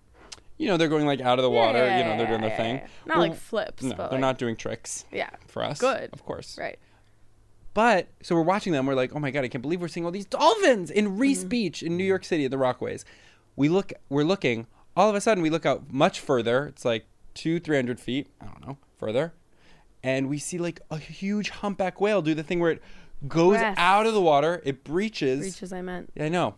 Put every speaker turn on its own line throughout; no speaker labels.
you know, they're going like out of the water,
yeah,
you know, they're doing
yeah,
their thing.
yeah, yeah. Not, like, flips,
No,
but,
they're
like-
not doing tricks
Yeah.
for us.
Good.
Of course.
Right.
But so we're watching them, we're like, oh my God, I can't believe we're seeing all these dolphins in Reese
Mm-hmm.
Beach in New York City at the Rockaways. We look, we're looking, all of a sudden we look out much further. It's like two, 300 feet, I don't know, further. And we see like a huge humpback whale do the thing where it goes
Breasts.
out of the water, it breaches.
Reaches I meant.
Yeah, I know.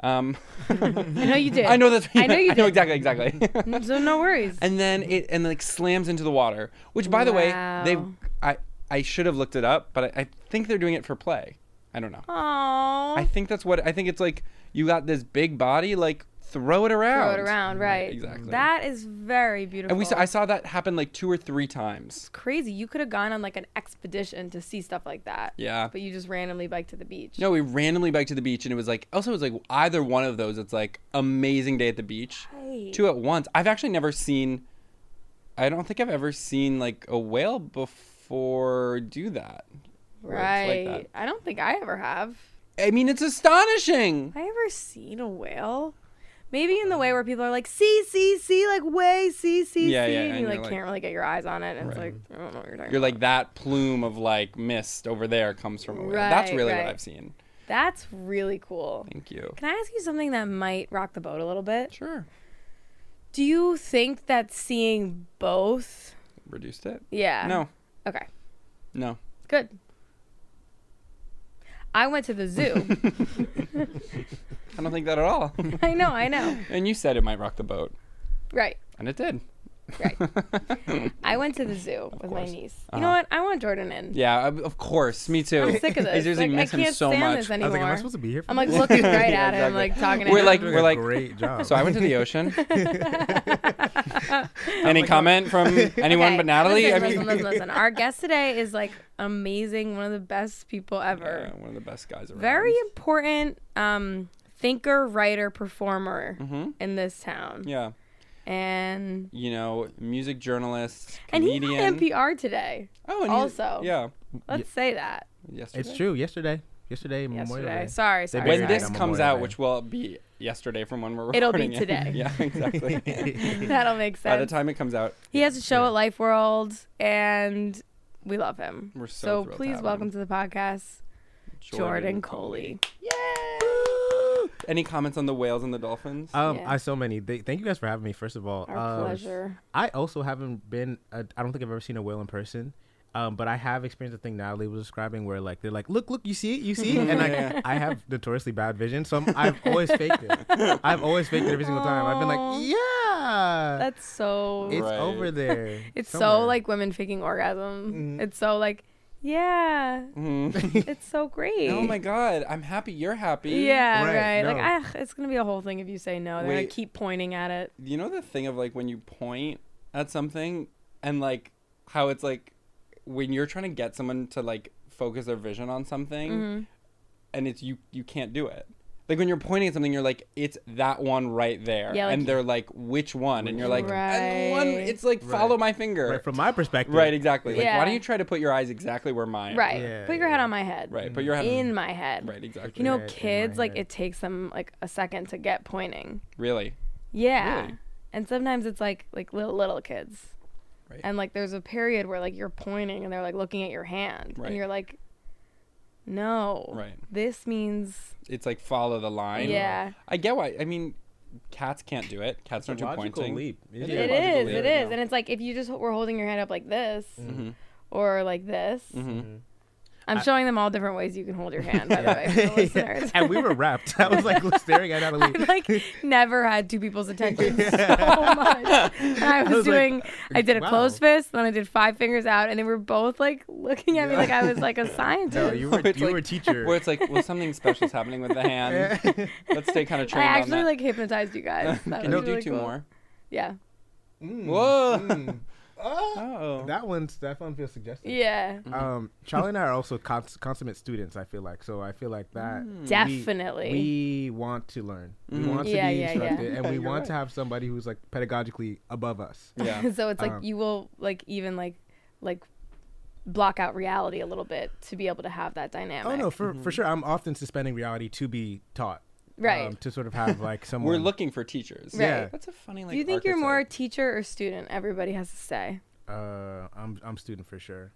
Um,
I know you did.
I know that's
I know you
I know
did.
exactly, exactly.
So no worries.
and then it and like slams into the water. Which, by the way, they
Wow.
I I should have looked it up, but I, I think they're doing it for play. I don't know. I
Aww.
think that's what I think it's like. You got this big body, like throw it around.
Throw it around, right?
exactly.
That is very beautiful.
And we saw, I saw that happen like two or three times.
crazy. You could have gone on like an expedition to see stuff like that.
Yeah.
But you just randomly biked to the beach.
No, we randomly biked to the beach, and it was like also it was like either one of those. It's like amazing day at the beach.
Right.
Two at once. I've actually never seen. I don't think I've ever seen like a whale before do that. where
Right.
it's like that.
I don't think I ever have.
I mean, it's astonishing.
Have I ever seen a whale? Maybe in the way where people are like, see, see, see, like way, see, see,
Yeah,
see,
yeah,
and you
and you're
like,
like-
can't really get your eyes on it. And it's like, I don't know what you're talking
You're
about.
like that plume of like mist over there comes from a whale. That's
Right,
really
right.
what I've seen.
That's really cool.
Thank you.
Can I ask you something that might rock the boat a little bit?
Sure.
Do you think that seeing both
reduced it.
Yeah.
No,
Okay.
no.
Good. I went to the zoo.
I don't think that at all.
I know, I know.
and you said it might rock the boat,
Right,
and it did.
right. I went to the zoo with my niece. You know
Uh-huh.
what? I want Jordan in.
Yeah, of- of course. Me too.
I'm sick of this.
I just
Like,
miss
I
him
can't
so
stand
much.
this
I
anymore.
I was like, am I supposed to be here? For
I'm
this?
like looking right
Yeah,
at him,
exactly.
like talking to
We're
him.
like-
doing
we're
a
like-
great job.
so I went to the ocean. Oh Any comment from anyone
Okay,
but Natalie?
Listen,
I mean,
listen, listen, listen. Our guest today is like amazing, one of the best people ever.
Yeah, one of the best guys around.
Very important um, thinker, writer, performer in this town.
Mm-hmm. Yeah,
And
you know, music journalist,
and he
comedian.
had NPR today.
oh, and you-
also.
yeah.
Let's say that.
Yesterday.
It's true. Yesterday. Yesterday. Memorial
Yesterday.
Day.
Sorry, sorry.
buried
When
Right,
sorry.
this
on
comes
Memorial
out,
Day.
which will be yesterday from when we're recording,
It'll be
it.
today.
yeah, exactly.
That'll make
By
sense.
the time it comes out,
he has a show at Life World, and we love him.
We're so thrilled to
please
have
welcome
him.
to the podcast, Jordan, Coley.
Any comments on the whales and the dolphins?
Um,
Yeah.
I so many. Th- thank you guys for having me. First of all,
Our
Um,
pleasure.
I also haven't been. I I don't think I've ever seen a whale in person. Um, but I have experienced the thing Natalie was describing, where like they're like, "Look, look, you see it, you see it," and
Yeah.
I, I have notoriously bad vision, so I'm, I've always faked it. I've always faked it every single time. I've been
Aw.
like, "Yeah,
That's so.
it's
Right.
over there."
It's so
somewhere."
like women faking orgasm. It's so like, yeah, it's so great.
oh my god, I'm happy you're happy.
Yeah,
Right,
right. Like,
no.
ah, it's gonna be a whole thing if you say no. They're gonna
Wait.
keep pointing at it.
You know the thing of like when you point at something and like how it's like when you're trying to get someone to like focus their vision on something
Mm-hmm.
and it's you you can't do it. Like when you're pointing at something, you're like, "It's that one right there,"
Yeah, like-
and they're like, "Which one?" And you're like, "And one."
Right.
It's like, "Follow my finger."
right from my perspective.
Right, exactly. Like,
Yeah.
why don't you try to put your eyes exactly where mine? are?
Right.
Yeah,
Put your head on my head.
Right. Put your head
In my head.
Right, exactly.
You know,
Head in my
kids like
head.
it takes them like a second to get pointing.
Really?
Yeah.
Really?
And sometimes it's like like little little kids.
Right.
And like there's a period where like you're pointing and they're like looking at your hand
Right.
and you're like no.
Right.
This means
It's like follow the line.
Yeah.
I get why. I mean, cats can't do it. Cats aren't
It's a
do
logical
pointing.
leap.
It
It is.
Yeah,
it is.
logical leap.
It
Yeah. Mm-hmm.
is. And it's like if you just were holding your hand up like this or like this. I'm showing them all different ways you can hold your hand, by the way, for the listeners.
and we were wrapped. I was like staring at Natalie.
I, like never had two people's attention so much. And I was,
was like,
doing, I did a
wow.
closed fist, then I did five fingers out, and they were both like looking at me like I was like a scientist.
no, you were
It's
you
like-
were a teacher.
Where it's like, well, something special's happening with the hand. Let's stay kind of
I
trained on
actually
that.
like hypnotized you guys. That
Can
was
you do
really
two
cool.
more?
Yeah.
Whoa. oh.
Hmm. Ah. that one that one feels suggestive.
Yeah.
Um, Charlie and I are also cons- consummate students. I feel like so. I feel like that
Mm.
we-
Definitely.
we, want to learn. We want to
Yeah,
be
yeah, yeah.
instructed, and
Yeah,
we
you're
want to
right.
have somebody who's like pedagogically above us.
yeah.
so it's like you will like even like like block out reality a little bit to be able to have that dynamic.
Oh no, for
Mm-hmm.
for sure. I'm often suspending reality to be taught. um,
Right.
to sort of have like someone.
We're looking for teachers.
Right.
Yeah.
That's a funny like.
do you think you're more a
archetype.
teacher or student? Everybody has to say.
Uh, I'm I'm student for sure.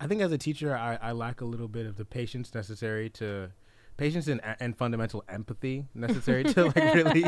I think as a teacher, I, I lack a little bit of the patience necessary to patience and, and fundamental empathy necessary to like really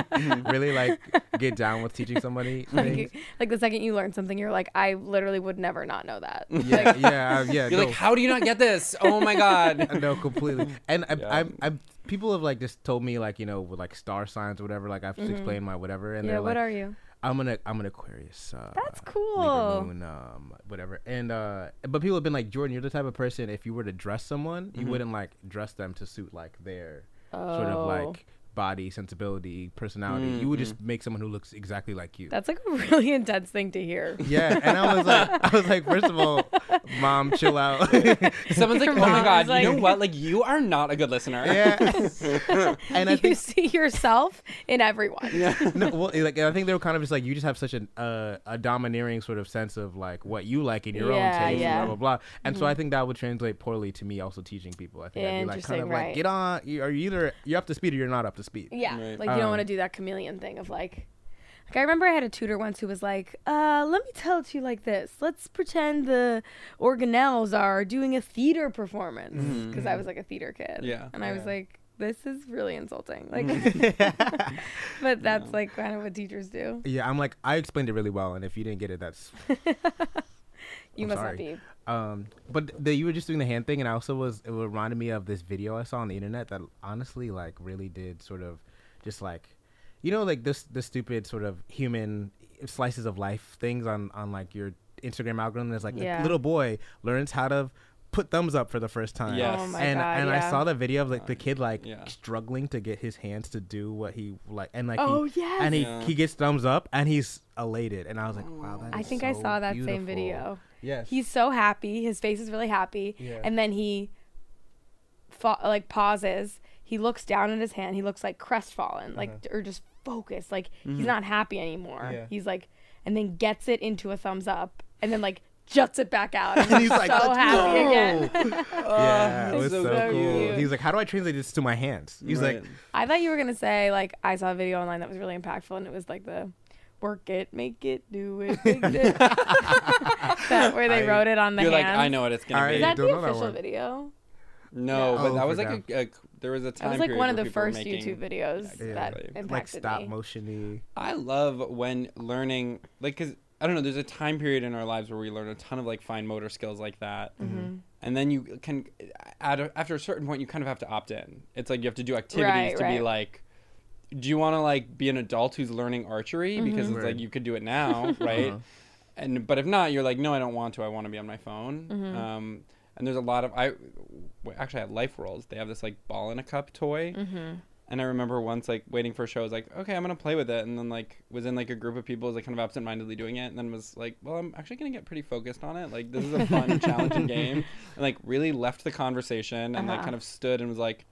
really like get down with teaching somebody.
Like,
things.
you- like the second you learn something, you're like, I literally would never not know that.
Yeah, yeah, I- yeah.
You're
no.
like, how do you not get this? Oh my god.
no, completely. And I,
Yeah.
I'm, I'm, people have like just told me like you know with like star signs or whatever. Like I've explained my whatever, and
Mm-hmm. yeah.
they're
What
like,
are you?
I'm an I'm an Aquarius. Uh,
That's
Libra
cool.
moon, um, whatever. And uh, but people have been like, Jordan, you're the type of person if you were to dress someone, you wouldn't like dress them to suit like their sort
Mm-hmm. Oh. Mm-hmm.
of like body sensibility, personality. You would just make someone who looks exactly like you.
That's like a really intense thing to hear.
yeah, and I was like, I was like, first of all, mom, chill out.
Someone's like, oh
Your
my
mom
god.
is
you know
like-
what? Like, you are not a good listener.
yeah, and I
you
think
see yourself in everyone.
no, well, like I think they were kind of just like you just have such an uh, a domineering sort of sense of like what you like in your
Yeah,
own taste,
yeah. Mm-hmm.
and blah blah blah. And so I think that would translate poorly to me also teaching people. I think I'd be like
Interesting,
kind of
right.
like get on. You are either you're up to speed or you're not up to speed.
Yeah.
Right.
Like you
Um,
don't want to do that chameleon thing of like like I remember I had a tutor once who was like, uh, let me tell it to you like this. Let's pretend the organelles are doing a theater performance.
Mm.
Because I was like a theater kid.
Yeah.
And I was like, this is really insulting. Like But that's like kind of what teachers do.
Yeah, I'm like I explained it really well, and if you didn't get it, that's
You
I'm
must
sorry.
not be.
Um, but the, you were just doing the hand thing, and I also was. It reminded me of this video I saw on the internet that honestly, like, really did sort of just like, you know, like this the stupid sort of human slices of life things on on like your Instagram algorithm. There's like
Yeah.
a little boy learns how to put thumbs up for the first time.
Yes. Oh my
and
God,
and
yeah.
I saw the video of like the kid like
yeah.
struggling to get his hands to do what he like, and like
Oh,
he,
yes. Oh.
and he
Yeah.
he gets thumbs up and he's elated, and I was like, wow, that is
I think I
so
saw that
beautiful.
same video.
Yes.
He's so happy. His face is really happy.
Yeah.
And then he fa- like pauses. He looks down at his hand. He looks like crestfallen, like or just focused, like he's not happy anymore.
Uh-huh. Yeah.
He's like and then gets it into a thumbs up and then like juts it back out. And,
And he's like,
so
"Let's
happy
go."
again.
Yeah, it was so,
Oh, so
cool.
cute.
He's like, how do I translate this to my hands? He's like,
Right.
I thought you were gonna say like I saw a video online that was really impactful, and it was like the work it, make it, do it, fix it. that where they
I-
wrote it on the
You're like,
hand.
I know what it's gonna
All
be.
right.
Is that
don't
the
know that
official
one.
video?
no,
Yeah.
but
Oh,
that was like
forgot.
a, a there was a time.
That was like
period
one of
where
the
people were
first
making-
YouTube videos that
Exactly.
impacted
like stop
me.
motiony.
I love when learning, like, cause I don't know, there's a time period in our lives where we learn a ton of like fine motor skills like that,
Mm-hmm.
and then you can, at a, after a certain point, you kind of have to opt in. It's like you have to do activities
Right,
to
right.
be like, do you want to like be an adult who's learning archery
Mm-hmm.
because it's like
Right.
you could do it now, right? And but if not, you're like, no, I don't want to. I want to be on my phone.
Mm-hmm.
Um, and there's a lot of I w- actually at Life Worlds they have this like ball in a cup toy.
Mm-hmm.
And I remember once like waiting for a show, I was like, okay, I'm gonna play with it, and then like was in like a group of people, was like kind of absentmindedly doing it, and then was like, well, I'm actually gonna get pretty focused on it. Like this is a fun, challenging game, and like really left the conversation and
Uh-huh.
like kind of stood and was like,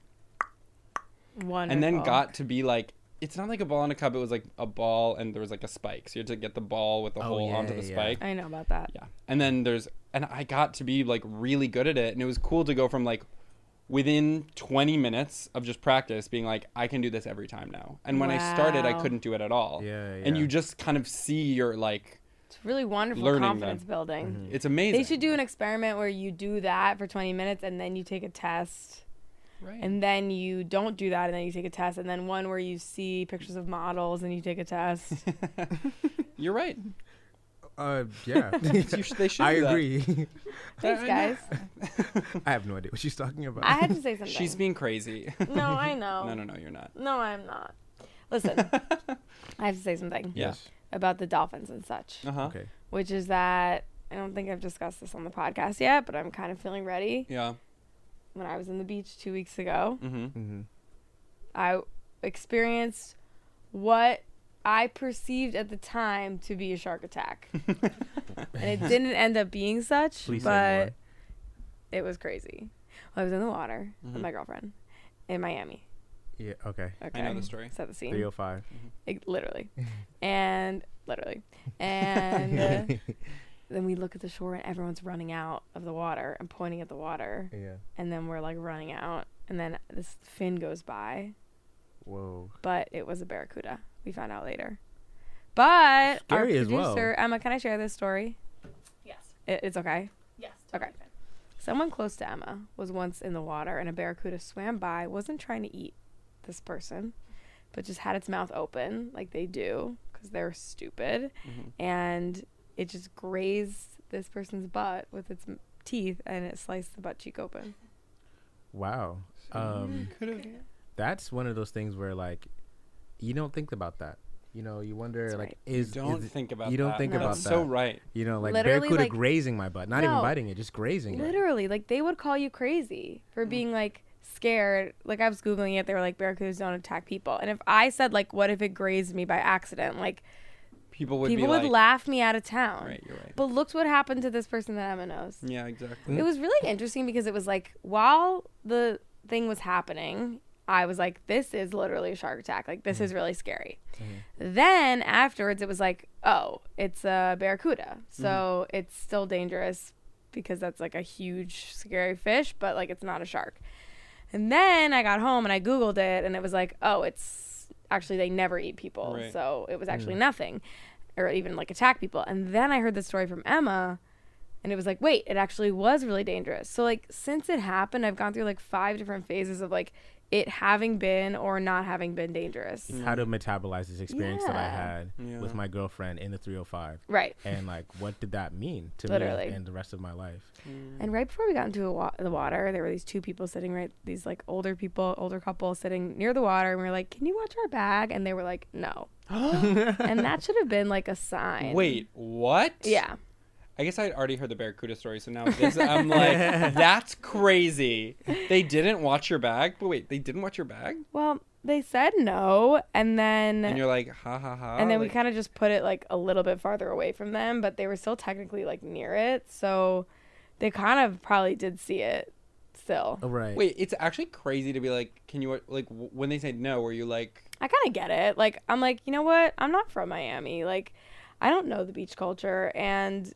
Wonderful.
and then got to be like it's not like a ball in a cup it was like a ball and there was like a spike so you had to get the ball with the
Oh,
hole
yeah,
onto the
yeah.
spike
I know about that.
yeah and then there's and i got to be like really good at it and it was cool to go from like within 20 minutes of just practice being like i can do this every time now and when i started i
Wow.
couldn't do it at all
Yeah,
and
yeah.
you just kind of see your like
It's really wonderful
Learning that.
confidence building.
Mm-hmm. Mm.
it's amazing
They should do an experiment where you do that for 20 minutes and then you take a test.
right.
and then you don't do that and then you take a test and then one where you see pictures of models and you take a test
you're right
Uh, yeah.
You sh- they should
I
do that.
agree.
thanks guys
I have no idea what she's talking about.
i had to say something
she's being crazy
no i know
no no no you're not
No, i'm not listen i have to say something
yeah
about the dolphins and such
uh-huh
Okay.
which is that i don't think i've discussed this on the podcast yet but i'm kind of feeling ready
yeah
when i was in the beach two weeks ago
mm-hmm
i experienced what i perceived at the time to be a shark attack and it didn't end up being such
Please say
but
more.
it was crazy. I was in the water
Mm-hmm.
with my girlfriend in Miami.
Yeah. Okay.
Okay.
know the story.
Set the scene.
305.
Like, literally. and literally. And uh, then we look at the shore and everyone's running out of the water and pointing at the water.
Yeah.
And then we're like running out. And then this fin goes by,
Whoa.
but it was a barracuda. We found out later. But our
Scary as well.
producer, Emma, can I share this story?
Yes.
It, it's okay.
Yes.
Okay. Someone close to Emma was once in the water and a barracuda swam by, wasn't trying to eat this person, but just had its mouth open like they do because they're stupid.
Mm-hmm.
And it just grazed this person's butt with its m- teeth and it sliced the butt cheek open.
Wow. Um,
could have
that's one of those things where like, you don't think about that. You know, you wonder
That's
like,
right.
is
don't
is it-
think about
you don't
that.
think about
That's
that.
so right
You know, like
Literally,
barracuda
like-
grazing my butt, not
No.
even biting it, just grazing it.
Literally, like they would call you crazy
Mm.
for being like scared. Like I was googling it, they were like barracudas don't attack people. And if I said like, what if it grazed me by accident? Like
people would
people
be
would
like,
laugh me out of town.
Right, you're right. Mm.
But look what happened to this person that Emma knows.
yeah, exactly.
It was really interesting because it was like while the thing was happening, I was like, this is literally a shark attack. Like,
Mm.
this is really scary. Then afterwards, it was like, oh, it's a barracuda. So it's still dangerous because that's like a huge, scary fish, but like it's not a shark. And then I got home and I Googled it and it was like, oh, it's actually they never eat people.
Right.
So it was actually nothing or even like attack people. And then I heard the story from Emma and it was like, wait, it actually was really dangerous. So like since it happened, I've gone through like five different phases of like, it having been or not having been dangerous.
how to metabolize this experience that I
Mm. Yeah.
had with my girlfriend in the 305.
Right.
And like, what did that mean to
Literally.
me and the rest of my life?
And right before we got into the, wa- the water, there were these two people sitting right, these like older people, older couple sitting near the water. And we were like, can you watch our bag? And they were like, no. and that should have been like a sign.
Mm.
Wait, what?
Yeah.
I guess I'd already heard the Barracuda story, so now this, I'm like, that's crazy. They didn't watch your bag, but wait, they didn't watch your bag,
Well, they said no. And then.
and you're like, ha ha ha.
and then we
like-
kind of just put it like a little bit farther away from them, but they were still technically like near it. So they kind of probably did see it still.
Oh, right.
Wait, it's actually crazy to be like, can you like w- when they say no, were you like,
I kind of get it. Like, I'm like, you know what? I'm not from Miami. Like, I don't know the beach culture, and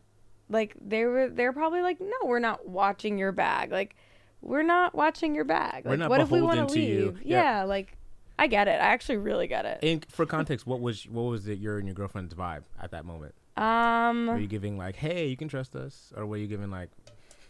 like they were, they're probably like, no, we're not watching your bag. Like, we're not watching your bag. Like,
We're not
what if we want to
beholden to you.
leave?
Yep.
Yeah, like, I get it. I actually really get it.
And for context, what was what was it your and your girlfriend's vibe at that moment? Were
Um,
you giving like, "Hey, you can trust us," or were you giving like,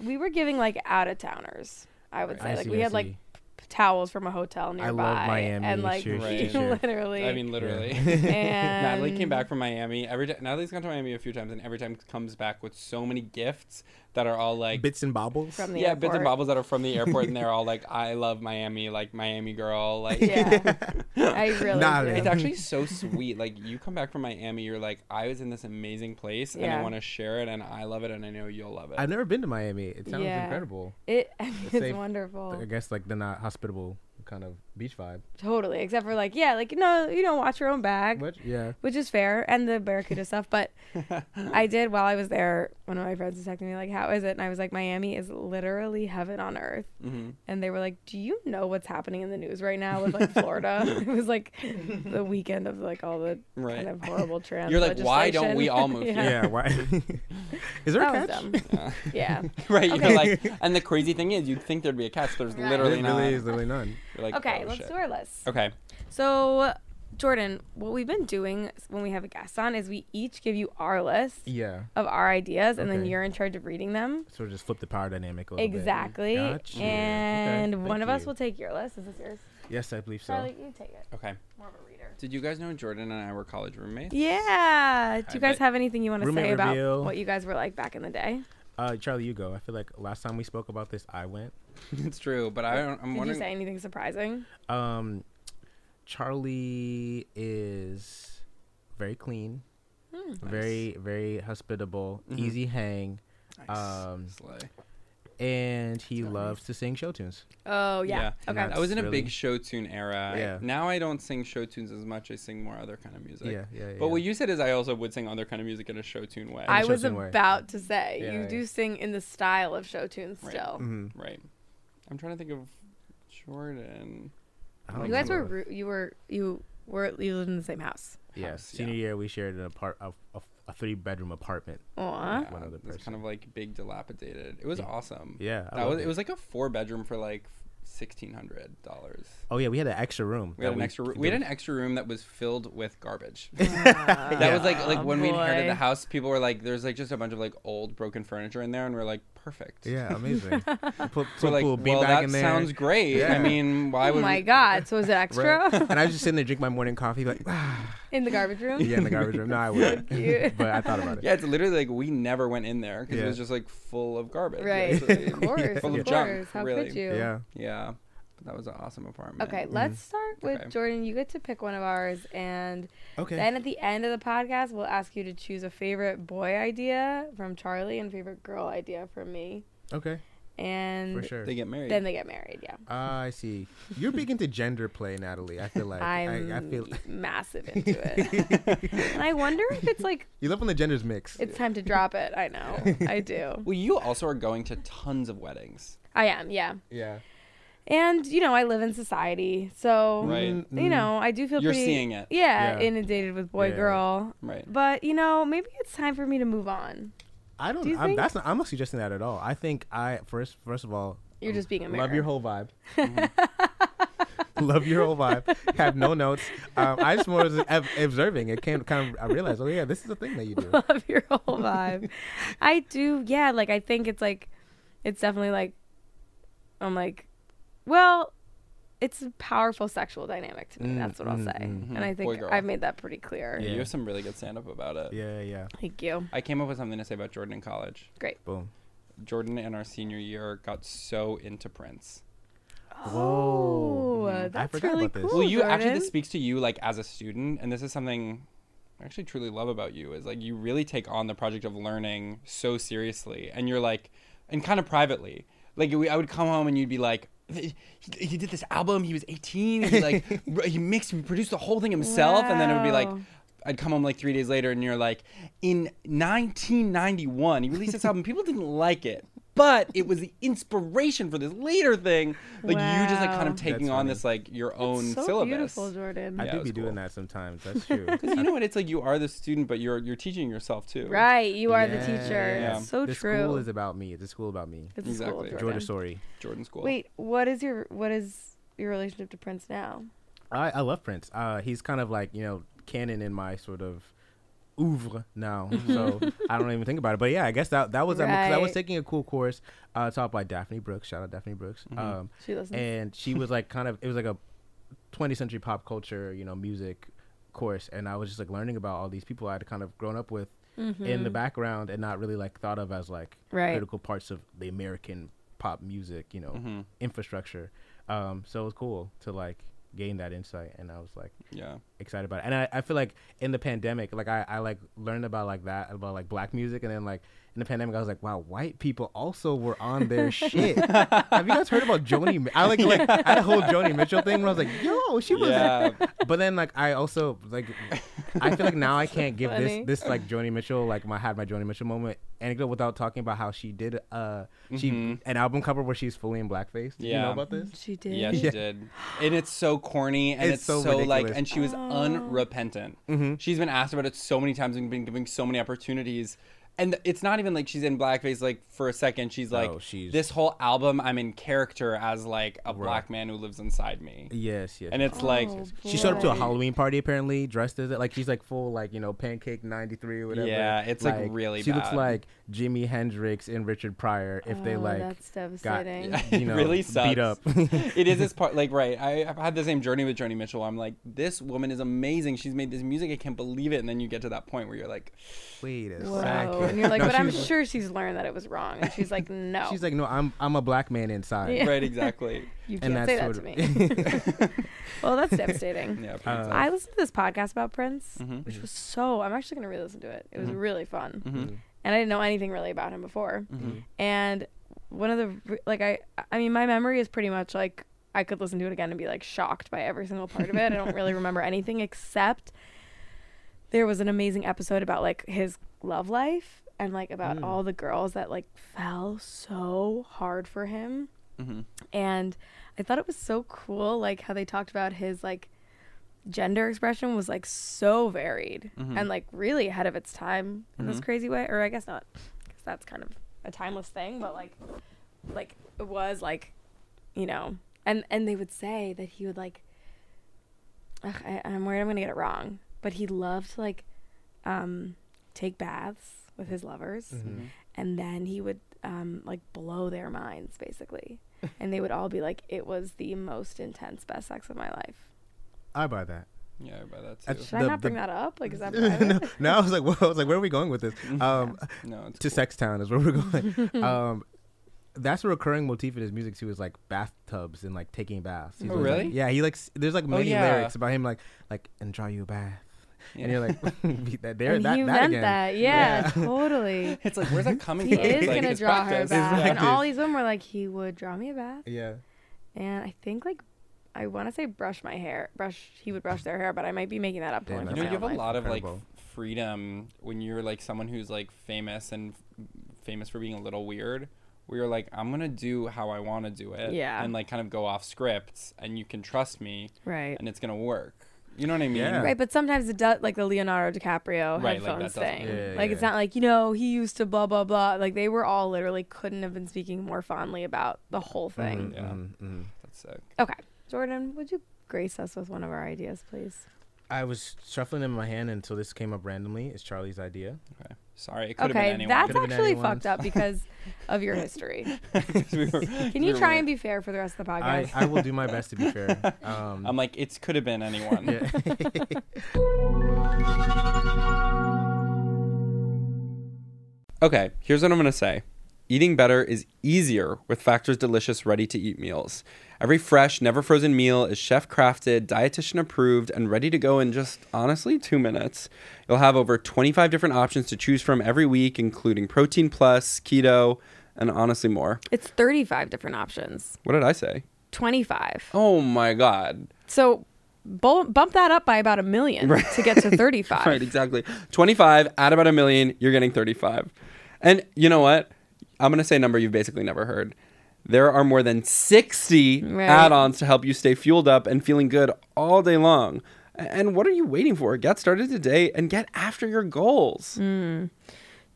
we were giving like out of towners. I would say
I
like
see,
we
I
had like
see.
p- towels from a hotel nearby.
love Miami,
and like
sure,
sure, sure.
literally.
I mean, literally.
and
Natalie came
Um,
back from Miami every time. Natalie's gone to Miami a few times, and every time comes back with so many gifts that are all like
"Bits and bobbles"?
from the
yeah, bits and
airport.
bobbles that are from the airport, and they're all like, "I love Miami," like Miami girl, like.
Yeah, I really.
Nah,
do.
man.
It's actually so sweet. Like you come back from Miami, you're like, I was in this amazing place, and I
Yeah.
want to share it, and I love it, and I know you'll love it.
I've never been to Miami. It sounds
Yeah. Oh.
incredible.
It I mean, it's
safe-
wonderful.
I guess like the not hospitable kind of beach vibe.
Totally. Except for like, yeah, like no, you don't watch your own bag.
What? Yeah.
Which is fair and the barracuda stuff, but I did while I was there. One of my friends was texting me like, "How is it?" And I was like, "Miami is literally heaven on earth."
Mm-hmm.
And they were like, "Do you know what's happening in the news right now with like Florida?" it was like the weekend of like all the
Right.
kind of horrible trans.
You're like, "Why
legislation."
don't we all move
yeah.
here?"
Yeah. Why? Is there
That
a
was
catch?
dumb. Yeah.
right? You're
Okay.
like, and the crazy thing is, you'd think there'd be a catch. There's
Right.
There
literally
really
not.
is literally none.
You're like,
Okay,
"Oh,
let's
shit."
do our list.
Okay.
So, Jordan, what we've been doing when we have a guest on is we each give you our list
Yeah.
of our ideas, and then
Okay.
you're in charge of reading them.
Sort of just flip the power dynamic a little
Exactly.
bit. Gotcha.
And
Okay,
one
thank
of us
you.
will take your list. Is this yours?
Yes, I believe so.
Charlie, you take it.
Okay.
More of a reader.
Did you guys know Jordan and I were college roommates?
Yeah. Do
I
you guys
bet.
have anything you want to
Roommate
say about
reveal.
what you guys were like back in the day?
Uh, Charlie, you go. I feel like last time we spoke about this, I went.
it's true, but I don't,
Did
I'm
you
wondering.
say anything surprising?
Um, Charlie is very clean,
Hmm.
very very hospitable,
Mm-hmm.
easy hang, um,
Slay.
and he loves to sing show tunes.
Oh yeah.
Okay.
I was in a
Really?
big show tune era.
Yeah.
Now I don't sing show tunes as much. I sing more other kind of music.
Yeah, yeah,
But
yeah.
what you said is I also would sing other kind of music in a show tune way.
I was
Show tune way.
about to say
Yeah,
you
yeah. Mm-hmm.
do sing in the style of show tunes
Right.
still.
Mm.
right. I'm trying to think of Jordan.
I don't
You guys were
remember.
ru- you were you were you lived in the same house.
yeah.
house,
Senior year, we shared an apart a, a, a three bedroom apartment.
Aw.
One other
It was
person.
Uh, kind of like big, dilapidated. It was awesome.
Yeah, I
That
loved
was. It
it.
was like a four bedroom for like sixteen hundred dollars.
Oh yeah, we had an extra room.
We had
that
an extra. Ro- we had an extra room that was filled with garbage. that was like like when we inherited the house, people were like, "There's like just a bunch of like old broken furniture in there," and we are like, "Perfect."
Yeah, amazing. put
We're
put
like,
a little
well,
beanbag
that
in there.
sounds great. I
Yeah.
mean, why
Oh
would
my
we-
god! So is it extra
e-, Right? and I was just sitting there drinking my morning coffee, like
in the garbage room?
yeah, in the garbage room. No, I wouldn't.
cute.
but I thought about it.
Yeah, it's literally like we never went in there because it
Yeah.
was just like full of garbage.
Right.
It's,
Of course.
Full
of
of junk,
course. How
really.
could you?
yeah. Mm-hmm.
Yeah, but that was an awesome apartment.
Okay, let's start with
Okay.
Jordan. You get to pick one of ours, and
Okay.
then at the end of the podcast, we'll ask you to choose a favorite boy idea from Charlie and favorite girl idea from me,
Okay. For
and
sure.
They get married.
then they get married. Yeah,
Ah, I see. You're big into gender play, Natalie. I feel like
I'm
I, I feel
massive into it, and I wonder if it's like
you love when the genders mix.
it's time to drop it. I know, I do.
well, you also are going to tons of weddings.
I am, yeah.
yeah.
And you know, I live in society, so
Right.
you know, I do feel
You're
pretty,
seeing it.
Yeah,
Mm-hmm. Yeah.
inundated with boy
Yeah.
girl.
Right.
But you know, maybe it's time for me to move on.
I
Do you
don't. I'm,
think-
that's not. I'm not suggesting that at all. I think I first. First of all,
You're just being a mirror.
Oh, love your whole vibe. love your whole vibe. Have no notes. Um, I just more was ob- observing. It came kind of. I realized. Oh yeah, this is a thing that you do.
Love your whole vibe. I do, yeah. Like I think it's like, it's definitely like, I'm like, well, it's a powerful sexual dynamic to me.
Mm,
That's what I'll say. And I think
girl.
I've made that pretty clear.
You have some really good stand up about it.
Yeah, yeah.
Thank you.
I came up with something to say about Jordan in college.
Great.
Boom.
Jordan in our senior year got so into Prince.
Whoa.
Mhm. I
that's
forgot
really
about this.
cool.
Well, you actually
Jordan.
this speaks to you like as a student, and this is something I actually truly love about you is like you really take on the project of learning so seriously, and you're like, and kind of privately. Like we, I would come home and you'd be like. He, he did this album. He was 18. He like r- he mixed, he produced the whole thing himself, and then it would be like,
Wow.
I'd come home like three days later, and you're like, in 1991, he released this album. People didn't like it, but it was the inspiration for this later thing. Like you just like kind
Wow.
of taking
That's
on
funny.
this like your own
so
syllabus.
beautiful, Jordan.
I
Yeah, it
do
was
be doing
cool.
that sometimes. That's true.
You know what? It's like you are the student, but you're you're teaching yourself too.
Right, you are the teacher.
Yeah.
It's so
the
true.
school is about me. The school about me.
it's
Exactly.
a school,
Jordan
Jordan.
Jordan Story.
Jordan School.
Wait, what is your what is your relationship to Prince now?
I, I love Prince. Uh, he's kind of like you know canon in my sort of oeuvre now, so I don't even think about it. But yeah, I guess that that was um, 'cause I was
Right.
taking a cool course uh, taught by Daphne Brooks. Shout out Daphne Brooks. Um,
Mm-hmm. She listens.
and she was like kind of it was like a 20th century pop culture, you know, music course, and I was just like learning about all these people I had kind of grown up with in the background and not really like thought of as like
Right.
critical parts of the American pop music, you know, infrastructure. Um, so it was cool to like gain that insight, and I was like
Yeah.
excited about it. And I, I feel like in the pandemic, like I, I like learned about like that about like black music, and then like in the pandemic, I was like, wow, white people also were on their shit. Have you guys heard about Joni? Mi- I like like I had a whole Joni Mitchell thing where I was like, yo, she was.
Yeah.
But then like I also like I feel like now I can't give
funny.
this this like Joni Mitchell like my had my Joni Mitchell moment anecdote without talking about how she did uh she an album cover where she's fully in blackface. Did
Mm-hmm.
you
Yeah.
know about this?
she did.
Yeah, she did. And it's so corny and
It's
it's,
so Mm-hmm.
so, like
ridiculous.
and she was unrepentant. She's been asked about it so many times and been given so many opportunities. And it's not even like she's in blackface like for a second. She's like
No, she's-
this whole album I'm in character as like a black man who lives inside me.
Yes, yes.
And
Oh,
it's like
She showed up to a
Right.
Halloween party apparently, dressed as it. Like she's like full like you know pancake ninety three or whatever.
Yeah, it's, like, really
She looks
bad.
like Jimi Hendrix and Richard Pryor if they
Oh,
like
that's
got
devastating.
you know
it really sucks.
beat up.
it is this part, like right. I, I've had the same journey with Joni Mitchell. I'm like, this woman is amazing. She's made this music. I can't believe it. And then you get to that point where you're like,
Wait a
Whoa.
second.
And you're like,
No,
but
she
I'm
was-
sure she's learned that it was wrong. And she's like, no.
She's like, no, I'm I'm a black man inside.
Yeah.
right, exactly.
you
and
can't say that
that's
to
sort
me. well, that's devastating.
Yeah. pretty
Uh,
sad.
I listened to this podcast about Prince, which was so. I'm actually gonna re-listen to it. It was really fun, and I didn't know anything really about him before. And one of the re- like I, I mean, my memory is pretty much like I could listen to it again and be like shocked by every single part of it. I don't really remember anything except there was an amazing episode about like his love life and like about all the girls that like fell so hard for him and i thought it was so cool like how they talked about his like gender expression was like so varied and like really ahead of its time in this crazy way or i guess not because that's kind of a timeless thing but like like it was like you know and and they would say that he would like ugh, I, i'm worried i'm gonna get it wrong but he loved to like um take baths with his lovers and then he would um like blow their minds basically and they would all be like it was the most intense best sex of my life
I buy that.
yeah, by that too.
That's-
should I
The-
not bring
the-
that up? Like, is that
no,
private?
no, I was like, whoa, I was like, where are we going with this? Um,
no, it's
to
cool.
Sex Town is where we're going. um, that's a recurring motif in his music too. Is like bathtubs and like taking baths. He's
Oh,
always,
really?
Like, yeah, he like s- there's like many
yeah.
lyrics about him like like and draw you a bath, and you're like beat that there
and
that
he
that
meant
again.
that. Yeah, totally.
It's like, where's that coming
He
from?
is
It's like,
gonna
it's
draw her a
practice.
bath, and
practice.
all these women were like, he would draw me a bath,
Yeah.
and I think like. I want to say brush my hair. Brush. He would brush their hair, but I might be making that up.
Damn,
totally
that's
for
You know,
my
you have
own
a
life.
lot of like
Incredible.
f- freedom when you're like someone who's like famous and f- famous for being a little weird. Where you're like, I'm gonna do how I want to do it,
Yeah.
and like kind of go off script, and you can trust me,
Right.
and it's gonna work. You know what I mean?
Yeah.
Right, but sometimes it does, like the Leonardo DiCaprio
Right, like that
headphones
doesn't-
thing.
Yeah,
like it's
yeah.
not like you know he used to blah blah blah. Like they were all literally couldn't have been speaking more fondly about the whole thing.
Yeah. That's sick.
Okay, Jordan, would you grace us with one of our ideas, please?
I was shuffling in my hand until this came up randomly. It's Charlie's idea.
Okay. Sorry, it could have
Okay,
been anyone.
that's
Could've been
actually
anyone.
fucked up because of your history.
'Cause we were-
Can you try and be fair for the rest of the
I,
podcast?
I will do my best to be fair. Um,
I'm like, it could have been anyone. okay, here's what I'm going to say. Eating better is easier with Factor's delicious ready to eat meals. Every fresh, never frozen meal is chef crafted, dietitian approved, and ready to go in just honestly two minutes. You'll have over 25 different options to choose from every week, including Protein Plus, Keto, and honestly more.
it's 35 different options.
What did I say?
25.
Oh my God.
So bul- bump that up by about a million to get to 35.
Right, exactly. 25, add about a million, you're getting 35. And you know what? I'm going to say a number you've basically never heard. There are more than 60
Right.
add ons to help you stay fueled up and feeling good all day long. A- And what are you waiting for? Get started today and get after your goals.
Mm.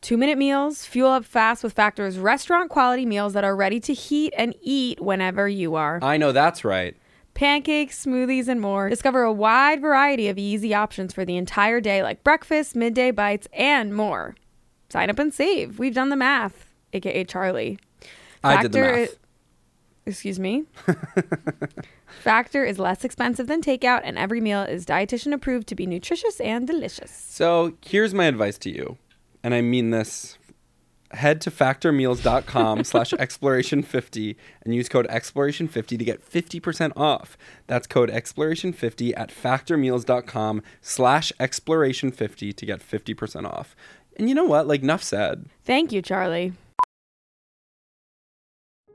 Two minute meals, fuel up fast with Factor's restaurant quality meals that are ready to heat and eat whenever you are.
Uh.
I know that's right.
Pancakes, smoothies, and more. Discover a wide variety of easy options for the entire day, like breakfast, midday bites, and more. Sign up and save. We've done the math, aka Charlie.
I did the
Factor
math.
i- excuse me. Factor is less expensive than takeout, and every meal is dietitian approved to be nutritious and delicious.
So here's my advice to you, and I mean this. Head to factormeals.com slash exploration50 and use code exploration50 to get 50% off. That's code exploration50 at factormeals.com slash exploration50 to get 50% off. And you know what? Like, enough said.
Thank you, Charlie.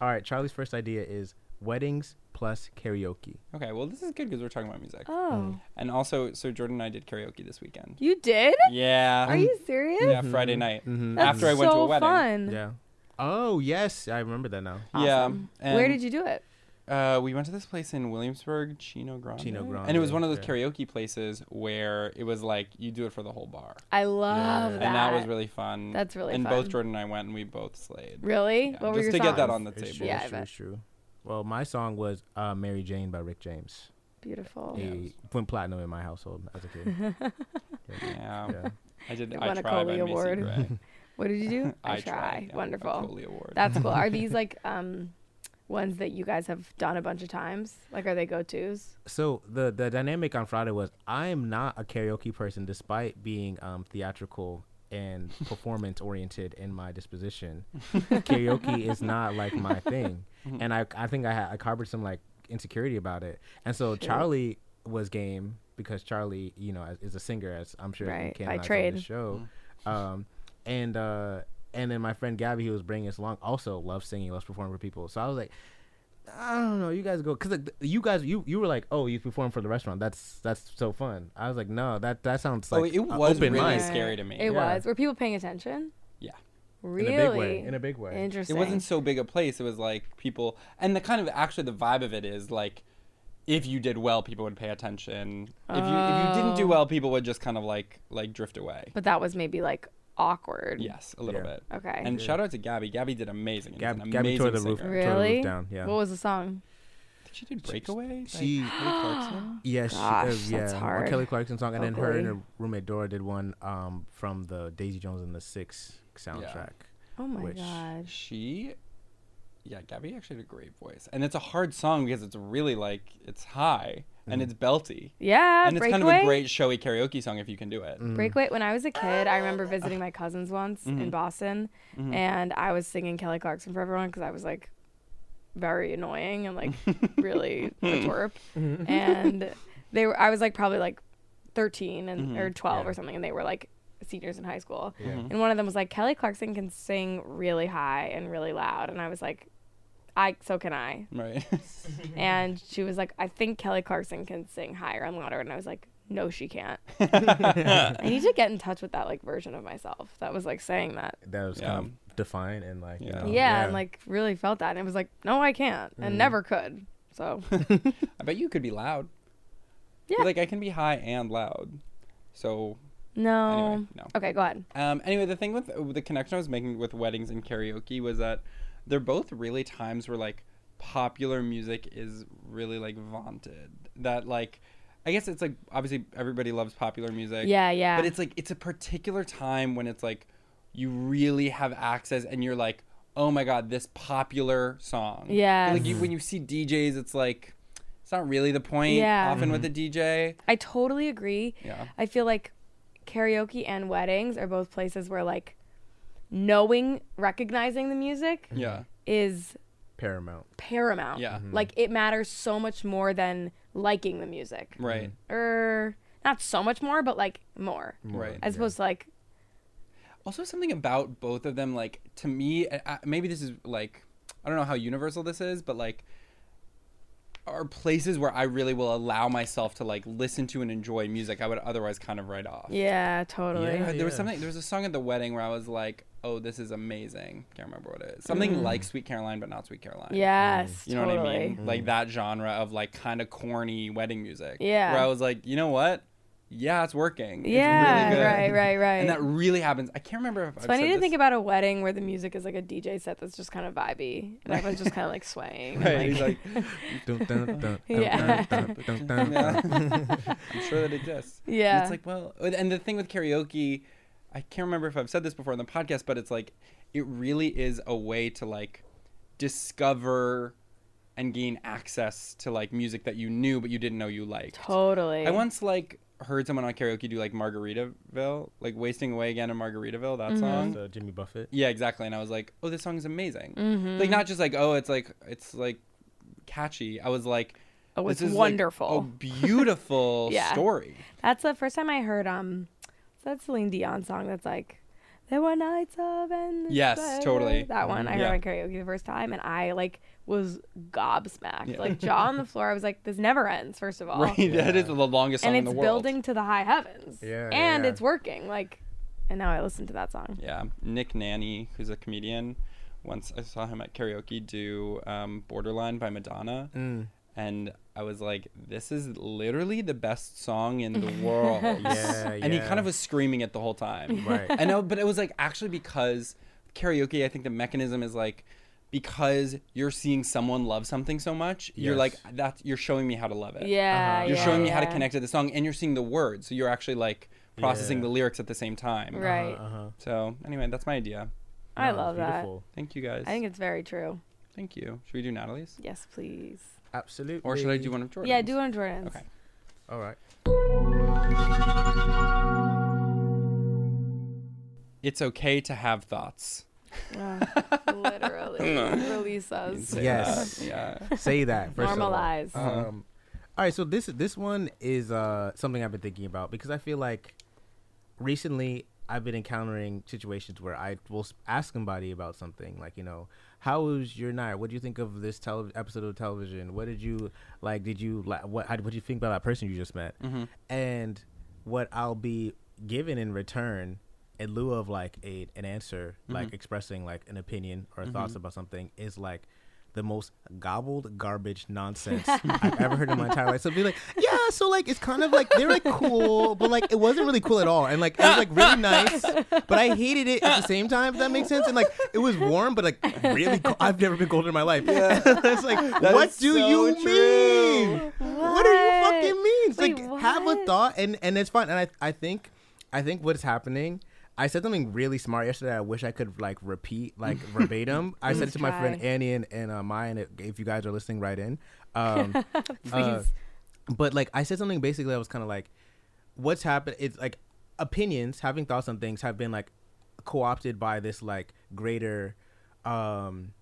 all right, Charlie's first idea is weddings plus karaoke.
Okay, well, this is good because we're talking about music.
Oh,
And also, so Jordan and I did karaoke this weekend.
you did?
Yeah.
Are you serious?
Yeah, Friday night.
That's
After I went to
so
a wedding.
Fun.
Yeah. Oh yes, I remember that now.
Yeah.
Where
and-
did you do it?
Uh, we went to this place in Williamsburg, Chino Grande.
Chino
And it was
Grande,
one of those
yeah.
karaoke places where it was like you do it for the whole bar.
I love that.
And that was really fun.
That's really
and
fun.
both Jordan and I went and we both slayed.
Really?
Yeah,
what were
just
your
to get that
songs?
on the
It's
table.
true,
Yeah,
it's
I
true,
bet.
it's true. Well, my song was uh, "Mary Jane" by Rick James.
Beautiful.
It went platinum in my household as a kid.
Yeah.
Yeah.
I did
They
I
won a
tried by
Coley
Macy
Award.
Gray.
What did you do?
I tried. yeah,
Wonderful.
A Coley Award.
That's cool. Are these like um ones that you guys have done a bunch of times? Like are they go tos?
so the the dynamic on Friday was I am not a karaoke person, despite being um, theatrical and performance oriented in my disposition. karaoke is not like my thing,
Mm-hmm.
and I I think I ha- I harbored some like insecurity about it, and so Charlie was game because Charlie you know is- is a singer as I'm sure you
Right,
can
by
on this
trade.
show, um, and uh, and then my friend Gabby who was bringing us along also loves singing, loves performing for people, so I was like. I don't know. You guys go because like, you guys you you were like, oh, you perform for the restaurant. That's that's so fun. I was like, no, that that sounds
Oh,
like
it
a
was
open
really
mic."
scary. to me.
It
Yeah.
was. Were people paying attention?
yeah.
Really?
In a big way. In a big way.
It
Interesting.
wasn't so big a place. It was like people and the kind of actually the vibe of it is like if you did well, people would pay attention. If you if you didn't
Oh.
do well, people would just kind of like like drift away.
but that was maybe like awkward.
Yes, a little
Yeah.
bit.
Okay.
And shout out to Gabby. Gabby did amazing. and is
Gab-
an
Gabby tore the
amazing
roof-
singer.
Tore the roof
Really?
down, yeah.
What was the song?
Did she do Breakaway?
she-
like, Kelly Clarkson?
Yes, she-
Gosh,
uh,
that's
yeah.
hard.
Or Kelly Clarkson song, and then her and
Vocally.
her roommate Dora did one um from the Daisy Jones and the Six soundtrack.
Oh my
Which-
gosh.
She, yeah, Gabby actually had a great voice, and it's a hard song because it's really like it's high
Mm.
and it's belty.
Yeah,
and it's
breakaway.
kind of a great Mm. showy karaoke song if you can do it.
Mm.
Breakaway. When I was a kid, I
Uh,
remember visiting my cousins once
Mm-hmm.
in Boston, and I was singing Kelly Clarkson for everyone because I was like very annoying and like really a twerp.
Mm-hmm.
And they were, I was like probably like 13 and
Mm-hmm.
or 12 or something, and they were like seniors in high school. And one of them was like, Kelly Clarkson can sing really high and really loud, and I was like, I so can I.
Right.
And she was like, I think Kelly Clarkson can sing higher and louder. And I was like, no, she can't. I need to get in touch with that like version of myself that was like saying that.
That was
Yeah.
kind of defiant and like you
Oh, Yeah. Mm.
know,
yeah, and like really felt that, and it was like, no, I can't, and never could. So
I bet you could be loud.
Yeah.
Like I can be high and loud. So
no.
Anyway, no.
Okay, go ahead.
Um, anyway, the thing with with the connection I was making with weddings and karaoke was that they're both really times where like popular music is really like vaunted. That like, I guess it's like obviously everybody loves popular music.
Yeah, yeah.
But it's like it's a particular time when it's like you really have access and you're like, oh my god, this popular song.
Yes.
Like you, when you see DJs, it's like it's not really the point.
Yeah.
Often with the DJ.
I totally agree.
Yeah.
I feel like karaoke and weddings are both places where like knowing, recognizing the music
Yeah.
is
Paramount.
paramount.
Mm-hmm. Yeah. Mhm.
Like it matters so much more than liking the music.
Right.
Or not so much more, but like Mm-hmm. more.
Right.
As opposed to like
also something about both of them like to me I, I- maybe this is like i don't know how universal this is but like are places where i really will allow myself to like listen to and enjoy music i would otherwise kind of write off
Yeah, totally.
Uh,
Yeah.
there was something there was a song at the wedding where i was like oh this is amazing can't remember what it is something like sweet caroline but not sweet caroline
Yes.
Mm, you know
Mm. totally.
what I mean? Like that genre of like kind of corny wedding music.
Yeah.
Where I was like, you know what? Yeah, it's working. It's
Yeah,
really good.
right, right,
And that
right.
really happens. I can't remember if
It's funny to think about a wedding where the music is like a DJ set that's just kind of vibey and everyone's just kind of like swaying. and,
Right,
like-
he's like,
Dun, dun, dun, dun,
Yeah.
dun, dun, dun, dun.
I'm sure that exists. And
Yeah.
it's like, well, oh, and the thing with karaoke, I can't remember if I've said this before on the podcast, but it's like, it really is a way to like discover and gain access to like music that you knew but you didn't know you liked.
totally.
I once like heard someone on karaoke do like Margaritaville, like Wasting Away Again in Margaritaville,
Mm-hmm.
that song.
So Jimmy Buffett.
Yeah, exactly. And I was like, oh, this song is amazing.
Mm-hmm.
Like not just like, oh, it's like it's like catchy. I was like,
Oh, it's
this is like,
wonderful.
a beautiful
Yeah.
story.
That's the first time I heard um what's that Celine Dion song that's like there were nights of and
Yes, totally.
that one I
Yeah.
heard on karaoke the first time and I like was gobsmacked
Yeah.
like jaw on the floor I was like this never ends first of all
Right? That is the longest song
and
in the
it's
world.
building to the high heavens
Yeah, yeah,
and
yeah.
it's working like and now I listen to that song
Yeah, Nick Nanny, who's a comedian. Once I saw him at karaoke do um, "Borderline" by Madonna, and I was like, "This is literally the best song in the world."
Yeah,
And he kind
yeah.
of was screaming it the whole time.
Right.
I know, but it was like actually because karaoke. I think the mechanism is like because you're seeing someone love something so much, you're
Yes.
like that. You're showing me how to love it.
Uh-huh.
yeah
You're
yeah,
showing me how to
yeah.
connect to the song, and you're seeing the words, so you're actually like processing
Yeah.
the lyrics at the same time.
right
Uh-huh.
So anyway, that's my idea.
I
Oh,
love
beautiful.
Thank you guys.
that I think it's very true
Thank you. Should we do Natalie's?
yes please
Absolutely.
Or should I do one of Jordan's?
yeah do one Jordan's
Okay.
All right.
It's okay to have thoughts.
Ugh, literally release us
Yes.
Uh,
Yeah.
Say that. First of all.
normalize
Um, all right, so this this one is uh, something I've been thinking about because I feel like recently I've been encountering situations where I will s- ask somebody about something like you know how was your night? What do you think of this tele- episode of television? What did you like? Did you like what? How, what did you think about that person you just met? And what I'll be given in return in lieu of like a an answer, like expressing like an opinion or thoughts about something, is like the most gobbled garbage nonsense I've ever heard in my entire life. So be like, yeah, so like it's kind of like they're like cool, but like it wasn't really cool at all. And like it was like really nice, but I hated it at the same time, if that makes sense. And like it was warm, but like really cold. I've never been cold in my life. it's like, what
is
do
so
you
true.
mean? What do you
What?
fucking mean? It's
Wait,
like have a
what?
thought and and it's fine. And I I think I think what's happening. I said something really smart yesterday. I wish I could like repeat like verbatim. I said it to my friend
try.
Annie and, and uh, Maya. And if you guys are listening, right in. Um, uh, but like I said something basically. I was kind of like, what's happened? It's like opinions, having thoughts on things, have been like co-opted by this like greater um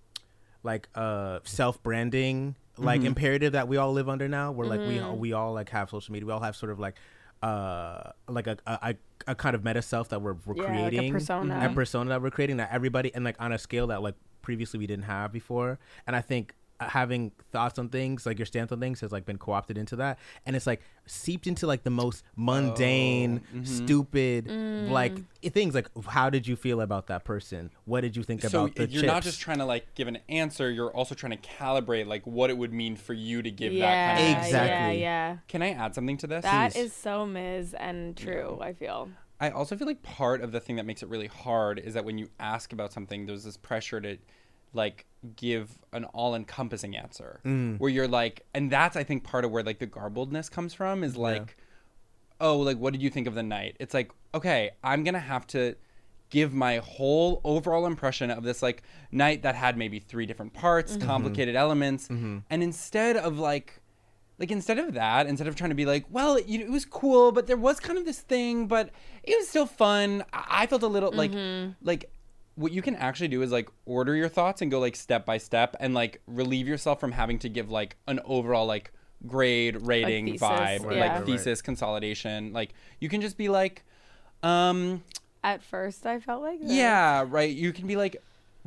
like uh self-branding like
Mm-hmm.
imperative that we all live under now where like we
Mm.
all we all like have social media we all have sort of like uh like a a, a- a kind of meta self that we're, we're
Yeah, like a
creating
persona.
a persona that we're creating that everybody and like on a scale that like previously we didn't have before and i think uh, having thoughts on things, like your stance on things, has like been co-opted into that, and it's like seeped into like the most mundane,
Oh, mm-hmm.
stupid,
Mm.
like i- things. Like, how did you feel about that person? What did you think
so
about the
you're not
chips?
just trying to like give an answer you're also trying to calibrate like what it would mean for you to give
yeah,
that kind of answer.
Exactly.
Yeah, yeah.
can i add something to this
That is so Ms. and true, I feel.
I also feel like part of the thing that makes it really hard is that when you ask about something, there's this pressure to like give an all-encompassing answer
Mm.
where you're like and that's I think part of where like the garbledness comes from is like oh like what did you think of the night? It's like okay, I'm going to have to give my whole overall impression of this like night that had maybe three different parts,
Mm-hmm.
complicated elements and instead of like like instead of that instead of trying to be like well you know, it was cool but there was kind of this thing but it was still fun i, I felt a little
Mm-hmm.
like like what you can actually do is like order your thoughts and go like step by step and like relieve yourself from having to give like an overall like grade rating
thesis,
vibe
Right,
like
yeah. right,
thesis consolidation like you can just be like um
At first, I felt like that.
yeah, right. You can be like,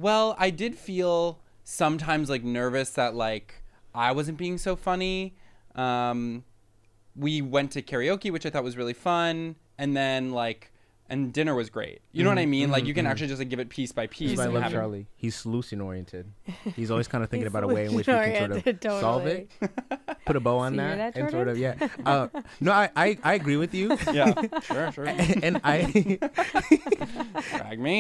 well, I did feel sometimes like nervous that like I wasn't being so funny. Um, we went to karaoke, which I thought was really fun, and then like, and dinner was great. You know what I mean? like, you can actually just like give it piece by piece.
That's why I
and
love
have it-
Charlie. He's solution oriented. He's always kind of thinking
He's
about a way in which we can sort of
solution-oriented,
solve it, put a bow on
See, hear
that,
that,
and sort of yeah. Uh, no, I, I I agree with you.
Yeah, sure, sure.
and I
Drag me.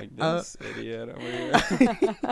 like this idiot over here.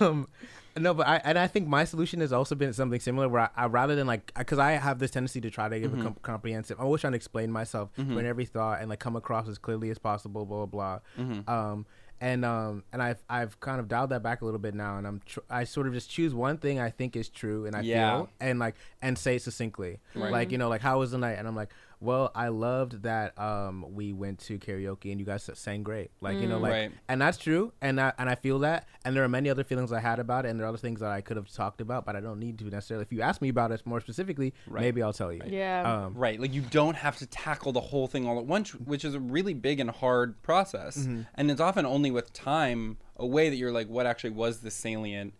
um no but i and i think my solution has also been something similar where i, I rather than like because i have this tendency to try to give a com- comprehensive i'm always trying to explain myself in every thought and like come across as clearly as possible blah blah blah um and um and i've i've kind of dialed that back a little bit now and i'm tr- i sort of just choose one thing i think is true and i
Yeah.
feel and like and say it succinctly like you know like how was the night and i'm like well i loved that um we went to karaoke and you guys sang great like you know like
Right.
and that's true and I, and I feel that and there are many other feelings I had about it and there are other things that I could have talked about but I don't need to necessarily if you ask me about it more specifically maybe I'll tell you
Yeah.
um,
Right. Like you don't have to tackle the whole thing all at once, which is a really big and hard process.
Mm-hmm.
And it's often only with time away that you're like, what actually was the salient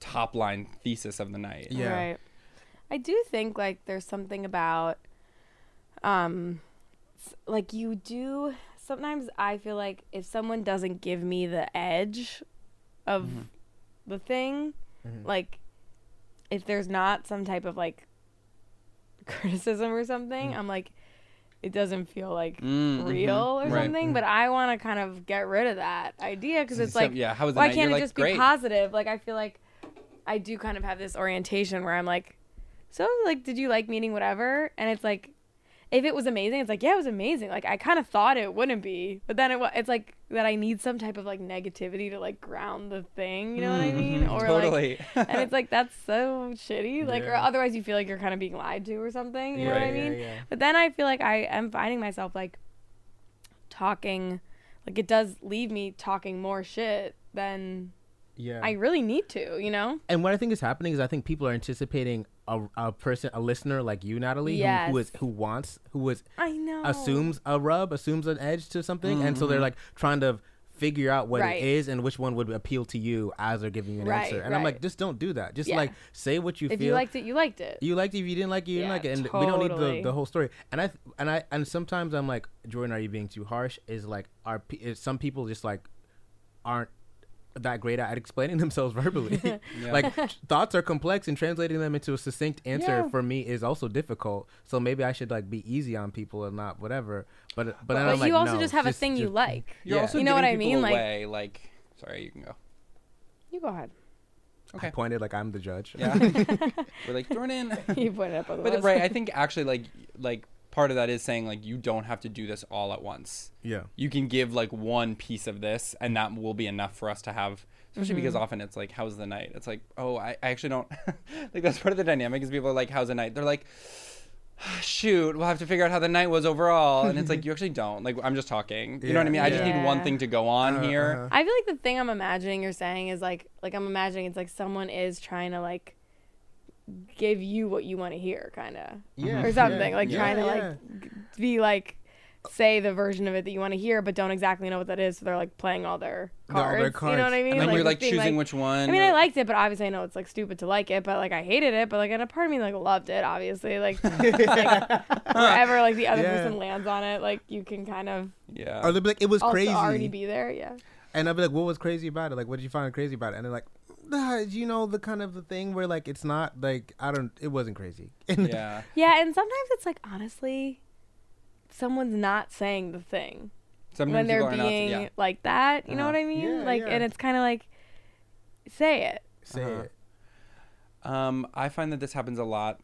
top line thesis of the night?
yeah.
Right. I do think like there's something about um s- like you do sometimes I feel like if someone doesn't give me the edge of the thing, like if there's not some type of like criticism or something, I'm like it doesn't feel like
Mm, mhm.
real or
Right.
something, but I want to kind of get rid of that idea because it's
So-
like,
yeah, how was the
why
night?
can't
You're
it
like,
just be
"Great."
positive? Like, I feel like I do kind of have this orientation where I'm like, so like, did you like meeting whatever? And it's like, if it was amazing, it's like, yeah, it was amazing. Like, I kind of thought it wouldn't be, but then it wa- it's like that I need some type of like negativity to like ground the thing. You know what I mean? Or Like,
Mm-hmm. totally.
and it's like that's so shitty like or
Yeah.
otherwise you feel like you're kind of being lied to or something you know what i
Right.
Yeah,
mean
yeah.
but then i feel like i am finding myself like talking like it does leave me talking more shit than
yeah
i really need to you know
and what I think is happening is I think people are anticipating a, a person a listener like you Natalie who, who
Yes.
is who wants who is
i know
assumes a rub assumes an edge to something and so they're
Mm-hmm.
like trying to figure out what
Right.
it is and which one would appeal to you as they're giving you an
Right,
answer and I'm
right.
like just don't do that just
Yeah.
like say what you
if
feel
you liked it you liked it
You liked it. If you didn't like it, you didn't
Yeah,
like it. And we don't need
totally.
the, the whole story. And I and I and sometimes I'm like, Jordan, are you being too harsh? Is like, are pe- is some people just like aren't that great at explaining themselves verbally? Like thoughts are complex, and translating them into a succinct answer
Yeah.
for me is also difficult. So maybe I should like be easy on people and not whatever. But but, then
but
I'm like,
you also
no,
just have a thing you
just-
like
You're
Yeah.
also
You know what
giving
I
people
mean? Like-
Away, like, sorry, you can go.
you go ahead
I pointed like I'm the judge.
Yeah. We're like, Jordan.
you put it up both of
but
us.
right, I think actually like like part of that is saying like you don't have to do this all at once.
Yeah.
you can give like one piece of this and that will be enough for us to have especially
Mm-hmm.
because often it's like how's the night it's like oh i, I actually don't like that's part of the dynamic is people are like how's the night they're like "Ah, shoot we'll have to figure out how the night was overall and it's like you actually don't like i'm just talking you know what i
Yeah. Uh-huh,
mean i just need one
Yeah.
thing to go on here
I feel like the thing I'm imagining you're saying is like like I'm imagining it's like someone is trying to like give you what you want to hear kind of
Yeah,
or something
yeah,
like
yeah.
trying to
Yeah,
like g- be like say the version of it that you want to hear, but don't exactly know what that is. So they're like playing all their
They're all
cards.
their
You know
cards.
what I mean?
And then you're
just
like
being,
choosing which one.
I mean, I
or-
liked it, but obviously I know it's like stupid to like it, but like I hated it, but like and a part of me like loved it. Obviously, like, like wherever like the other
Yeah.
person lands on it, like you can kind of
Yeah.
Or they'll be like, it was
also
crazy.
already be there. Yeah.
And I'll be like, what was crazy about it? Like, what did you find crazy about it? And they're like, nah, you know, the kind of the thing where like it's not like I don't, it wasn't crazy. And
yeah.
Yeah, and sometimes it's like honestly, someone's not saying the thing
Sometimes
when they're
people are
being
not. Yeah.
like that. You know what I mean?
Yeah,
like,
yeah.
and it's kind of like, say it.
say
Uh-huh.
it.
Um, I find that this happens a lot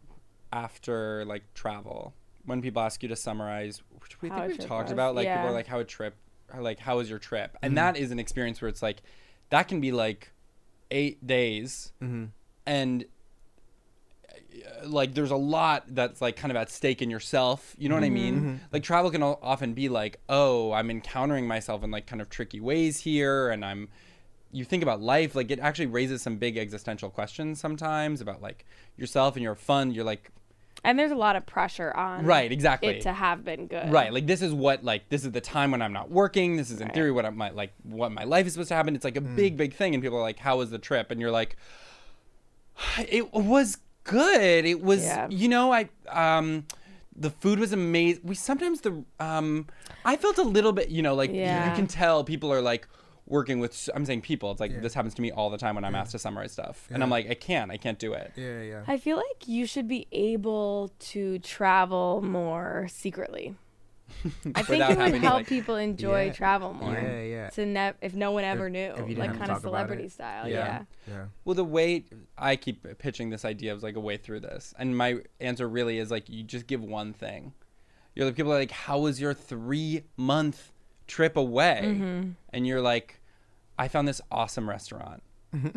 after like travel when people ask you to summarize. Which we
How
think
a
we've
trip
talked
was,
about like people
yeah.
are like how a trip, or, like how was your trip, and that is an experience where it's like that can be like eight days, and uh, like there's a lot that's like kind of at stake in yourself you know what i mean like travel can al- often be like oh i'm encountering myself in like kind of tricky ways here and i'm you think about life like it actually raises some big existential questions sometimes about like yourself and your fun you're like
And there's a lot of pressure on
Right, exactly.
it to have been good.
right like this is what like this is the time when i'm not working this is in theory what i might like what my life is supposed to happen it's like a big big thing and people are like how was the trip and you're like it was good it was
Yeah.
you know i um the food was amazing we sometimes the um i felt a little bit you know like you- you
Yeah.
can tell people are like working with s- i'm saying people it's like this happens to me all the time when i'm asked to summarize stuff and i'm like i can't i can't do it
Yeah, yeah.
I feel like you should be able to travel more secretly. I think
Without
it would
having to,
help
like-
people enjoy
Yeah.
travel more.
Yeah, yeah.
To ne- if no one ever knew,
if you didn't have
like
to
kind of
talk about
celebrity
it.
style.
Yeah.
Yeah.
Yeah.
Well, the way I keep pitching this idea of like a way through this, and my answer really is like you just give one thing. You're like people are like, "How was your three month trip away?"
Mm-hmm.
And you're like, "I found this awesome restaurant,"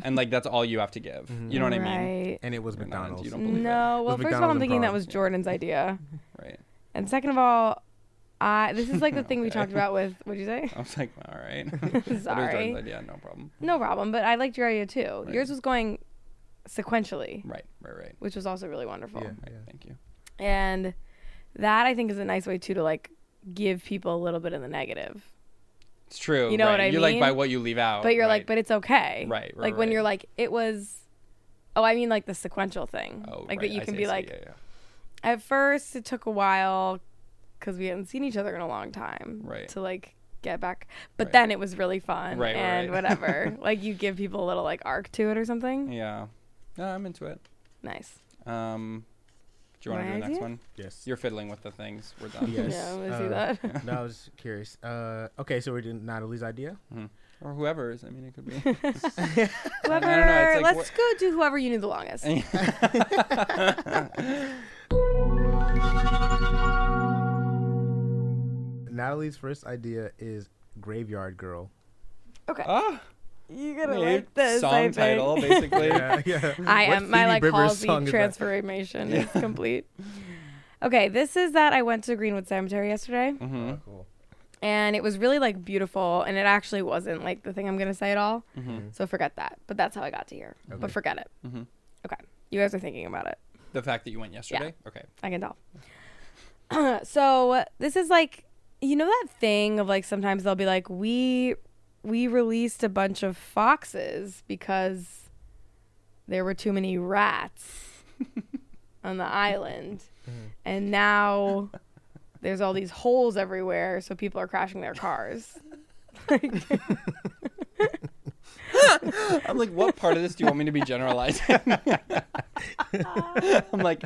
and like that's all you have to give. You know what I mean?
Mm-hmm. Right.
And it was
You're not
McDonald's.
into- you don't believe
No. Well,
With
first of all,
McDonald's
I'm
and
thinking that
prawns.
was Jordan's idea,
Right.
and second of all, I this is like the thing we talked about with. What'd you say?
I was like, "All right." That was Jordan's
Sorry.
idea, no problem.
No problem. But I liked your idea too. Yours was going sequentially,
Right. Right. Right.
which was also really wonderful.
Yeah.
Right. Thank you.
And that I think is a nice way too to like give people a little bit of the negative.
It's true.
You know what
right.
I
You're like by
mean?
what you leave out.
But you're like,
Oh, right.
but it's okay.
Right, right,
Like when
right.
you're like, it was oh, I mean like the sequential thing.
Oh,
like
right,
that you
I
can
see,
be
I see,
like
yeah, yeah.
at first it took a while because we hadn't seen each other in a long time.
Right.
To like get back. But
Right.
then it was really fun.
Right, right,
And
right.
whatever. like you give people a little like arc to it or something.
Yeah. No, I'm into it.
Nice.
Um, do you want to
My
do the next
idea?
one?
Yes.
You're fiddling with the things. We're done.
Yes.
Yeah, I'm gonna see
uh,
that.
no, I was curious. Uh, okay, so we're doing Natalie's idea.
Or whoever's. I mean, it could be.
Whoever
it's like,
let's
what-
go do whoever you knew the longest.
Mm-hmm.
Natalie's first idea is Graveyard Girl.
Okay.
Ah,
You're gonna
yeah,
like this.
song
I think.
title, basically.
yeah.
I
What
am my
Phoebe
like
Rivers
Halsey
song is that?
transformation is complete. Okay, this is that I went to Greenwood Cemetery yesterday,
Mm-hmm.
Oh, cool.
and it was really like beautiful, and it actually wasn't like the thing I'm gonna say at all.
Mm-hmm.
So forget that. But that's how I got to here. But forget it. Okay, you guys are thinking about it.
The fact that you went yesterday. Okay.
I can tell. so this is like you know that thing of like sometimes they'll be like we we released a bunch of foxes because there were too many rats on the island and now there's all these holes everywhere so people are crashing their cars.
I'm like, what part of this do you want me to be generalizing? I'm like,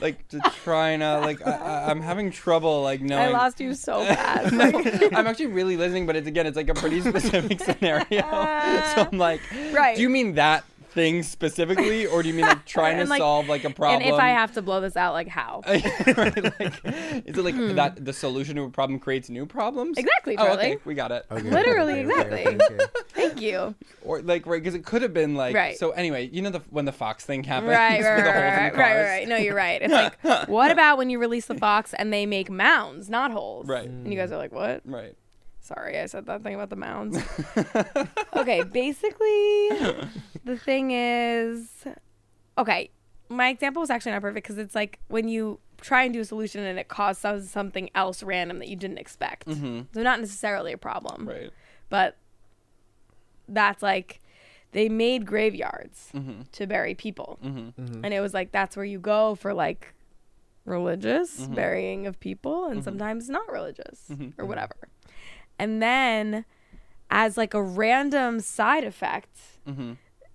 like to try not like I, I, I'm having trouble like
I
knowing.
lost you so fast.
No, I'm actually really listening, but it's again, it's like a pretty specific scenario. so I'm like,
Right.
Do you mean that thing specifically, or do you mean like trying to
And, like-
solve like a problem?
And if I have to blow this out like how?
right, like, is it like that the solution to a problem creates new problems?
Hmm. Exactly,
Oh,
Charlie.
okay, we got it.
Okay,
Literally,
okay, okay, okay,
exactly.
okay.
Thank you.
Or like, right, because it could have been like.
Right.
So anyway, you know the when the fox thing happens
Right,
with
right,
the
right,
holes in
right,
the
right,
cars?
right, right. No, you're right. It's like, what about when you release the fox and they make mounds, not holes?
Right.
And you guys are like, what?
Right.
Sorry, I said that thing about the mounds. okay, basically, the thing is, okay, my example was actually not perfect because it's like when you try and do a solution and it caused some- something else random that you didn't expect. So not necessarily a problem.
Right.
But that's like they made graveyards to bury people. And it was like that's where you go for like religious burying of people and sometimes not religious or whatever. And then as like a random side effect,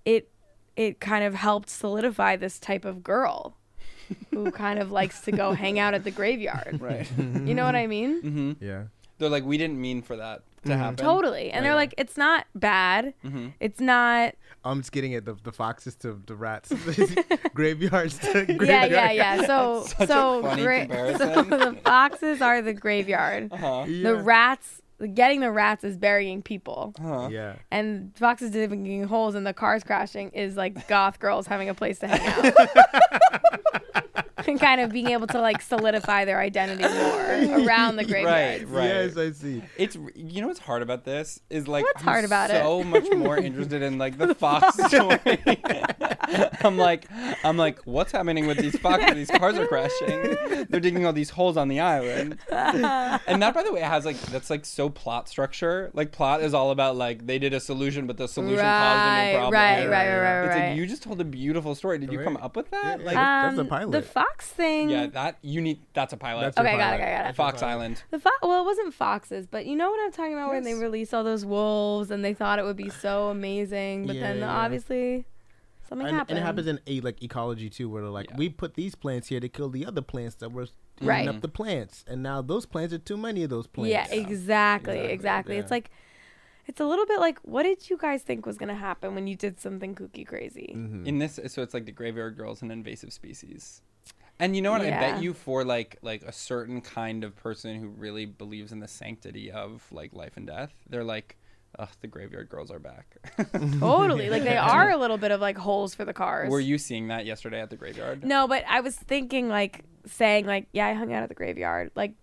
it it kind of helped solidify this type of girl who kind of likes to go hang out at the graveyard.
Right.
You know what I mean?
Yeah.
They're like, we didn't mean for that to happen.
Totally. And they're like, it's not bad. It's not.
I'm just getting it. The, the foxes to the rats, graveyards to graveyard.
Yeah, yeah, yeah. So,
Such a
so,
funny
gra-
comparison. Uh-huh.
so the foxes are the graveyard. The
Yeah.
rats, getting the rats is burying people.
Uh-huh.
Yeah.
And foxes digging holes and the cars crashing is like goth girls having a place to hang out. and kind of being able to like solidify their identity more around the graveyard.
Right, right.
Yes, I see.
It's you know what's hard about this is like
What's
I'm
hard about it?
so much more interested in like the fox story. I'm like I'm like what's happening with these foxes? These cars are crashing. They're digging all these holes on the island. And that by the way has like that's like so plot structure. Like plot is all about like they did a solution but the solution caused a new
Right,
problem.
right, right, right, right,
It's
right.
like you just told a beautiful story. Did you come
Right.
up with that?
Yeah,
Like
yeah. That's the
Um, The
pilot.
fox thing.
yeah, that you need that's a pilot.
That's a
Okay, got it,
pilot.
got it, got it.
Fox Island.
The fo- well, it wasn't foxes, but you know what I'm talking about when they released all those wolves and they thought it would be so amazing, but
Yeah,
then
yeah, yeah.
obviously something
And,
happened.
and it happens in a, like ecology too, where they're like, we put these plants here to kill the other plants that were eating
Right.
up the plants, and now those plants are too many of those plants.
yeah, exactly, exactly.
yeah.
It's like it's a little bit like what did you guys think was gonna happen when you did something kooky crazy?
Mm-hmm.
in this so it's like the graveyard girl is an invasive species and you know what i
Yeah.
bet you for like like a certain kind of person who really believes in the sanctity of like life and death they're like Ugh, the graveyard girls are back.
Totally, like they are a little bit of like holes for the cars.
Were you seeing that yesterday at the graveyard?
No, but I was thinking like saying like yeah, I hung out at the graveyard. Like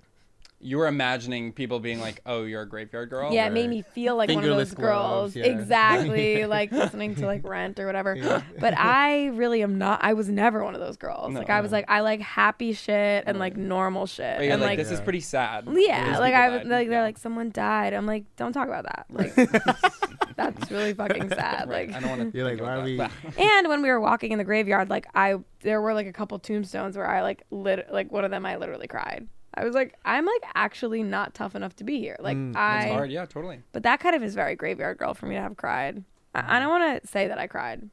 You were imagining people being like, "Oh, you're a graveyard girl."
yeah, it made me feel like one of
Fingerless
those
gloves,
girls.
yeah.
Exactly. like listening to like rent or whatever. But I really am not I was never one of those girls. like I was like I like happy shit and like normal shit.
But you're
and
like,
like,
"This is pretty sad."
Yeah. Like
These people
I
died.
like they're
Yeah.
like someone died. I'm like, don't talk about that. Like that's really fucking sad.
Right, I
Like
don't want to.
You're like, why are we?
and when we were walking in the graveyard, like I there were like a couple tombstones where I like lit like one of them I literally cried. I was like, I'm like actually not tough enough to be here. Like
Mm,
I
It's hard. Yeah, totally.
but that kind of is very graveyard girl for me to have cried.
Mm-hmm.
I, I don't want to say that I cried.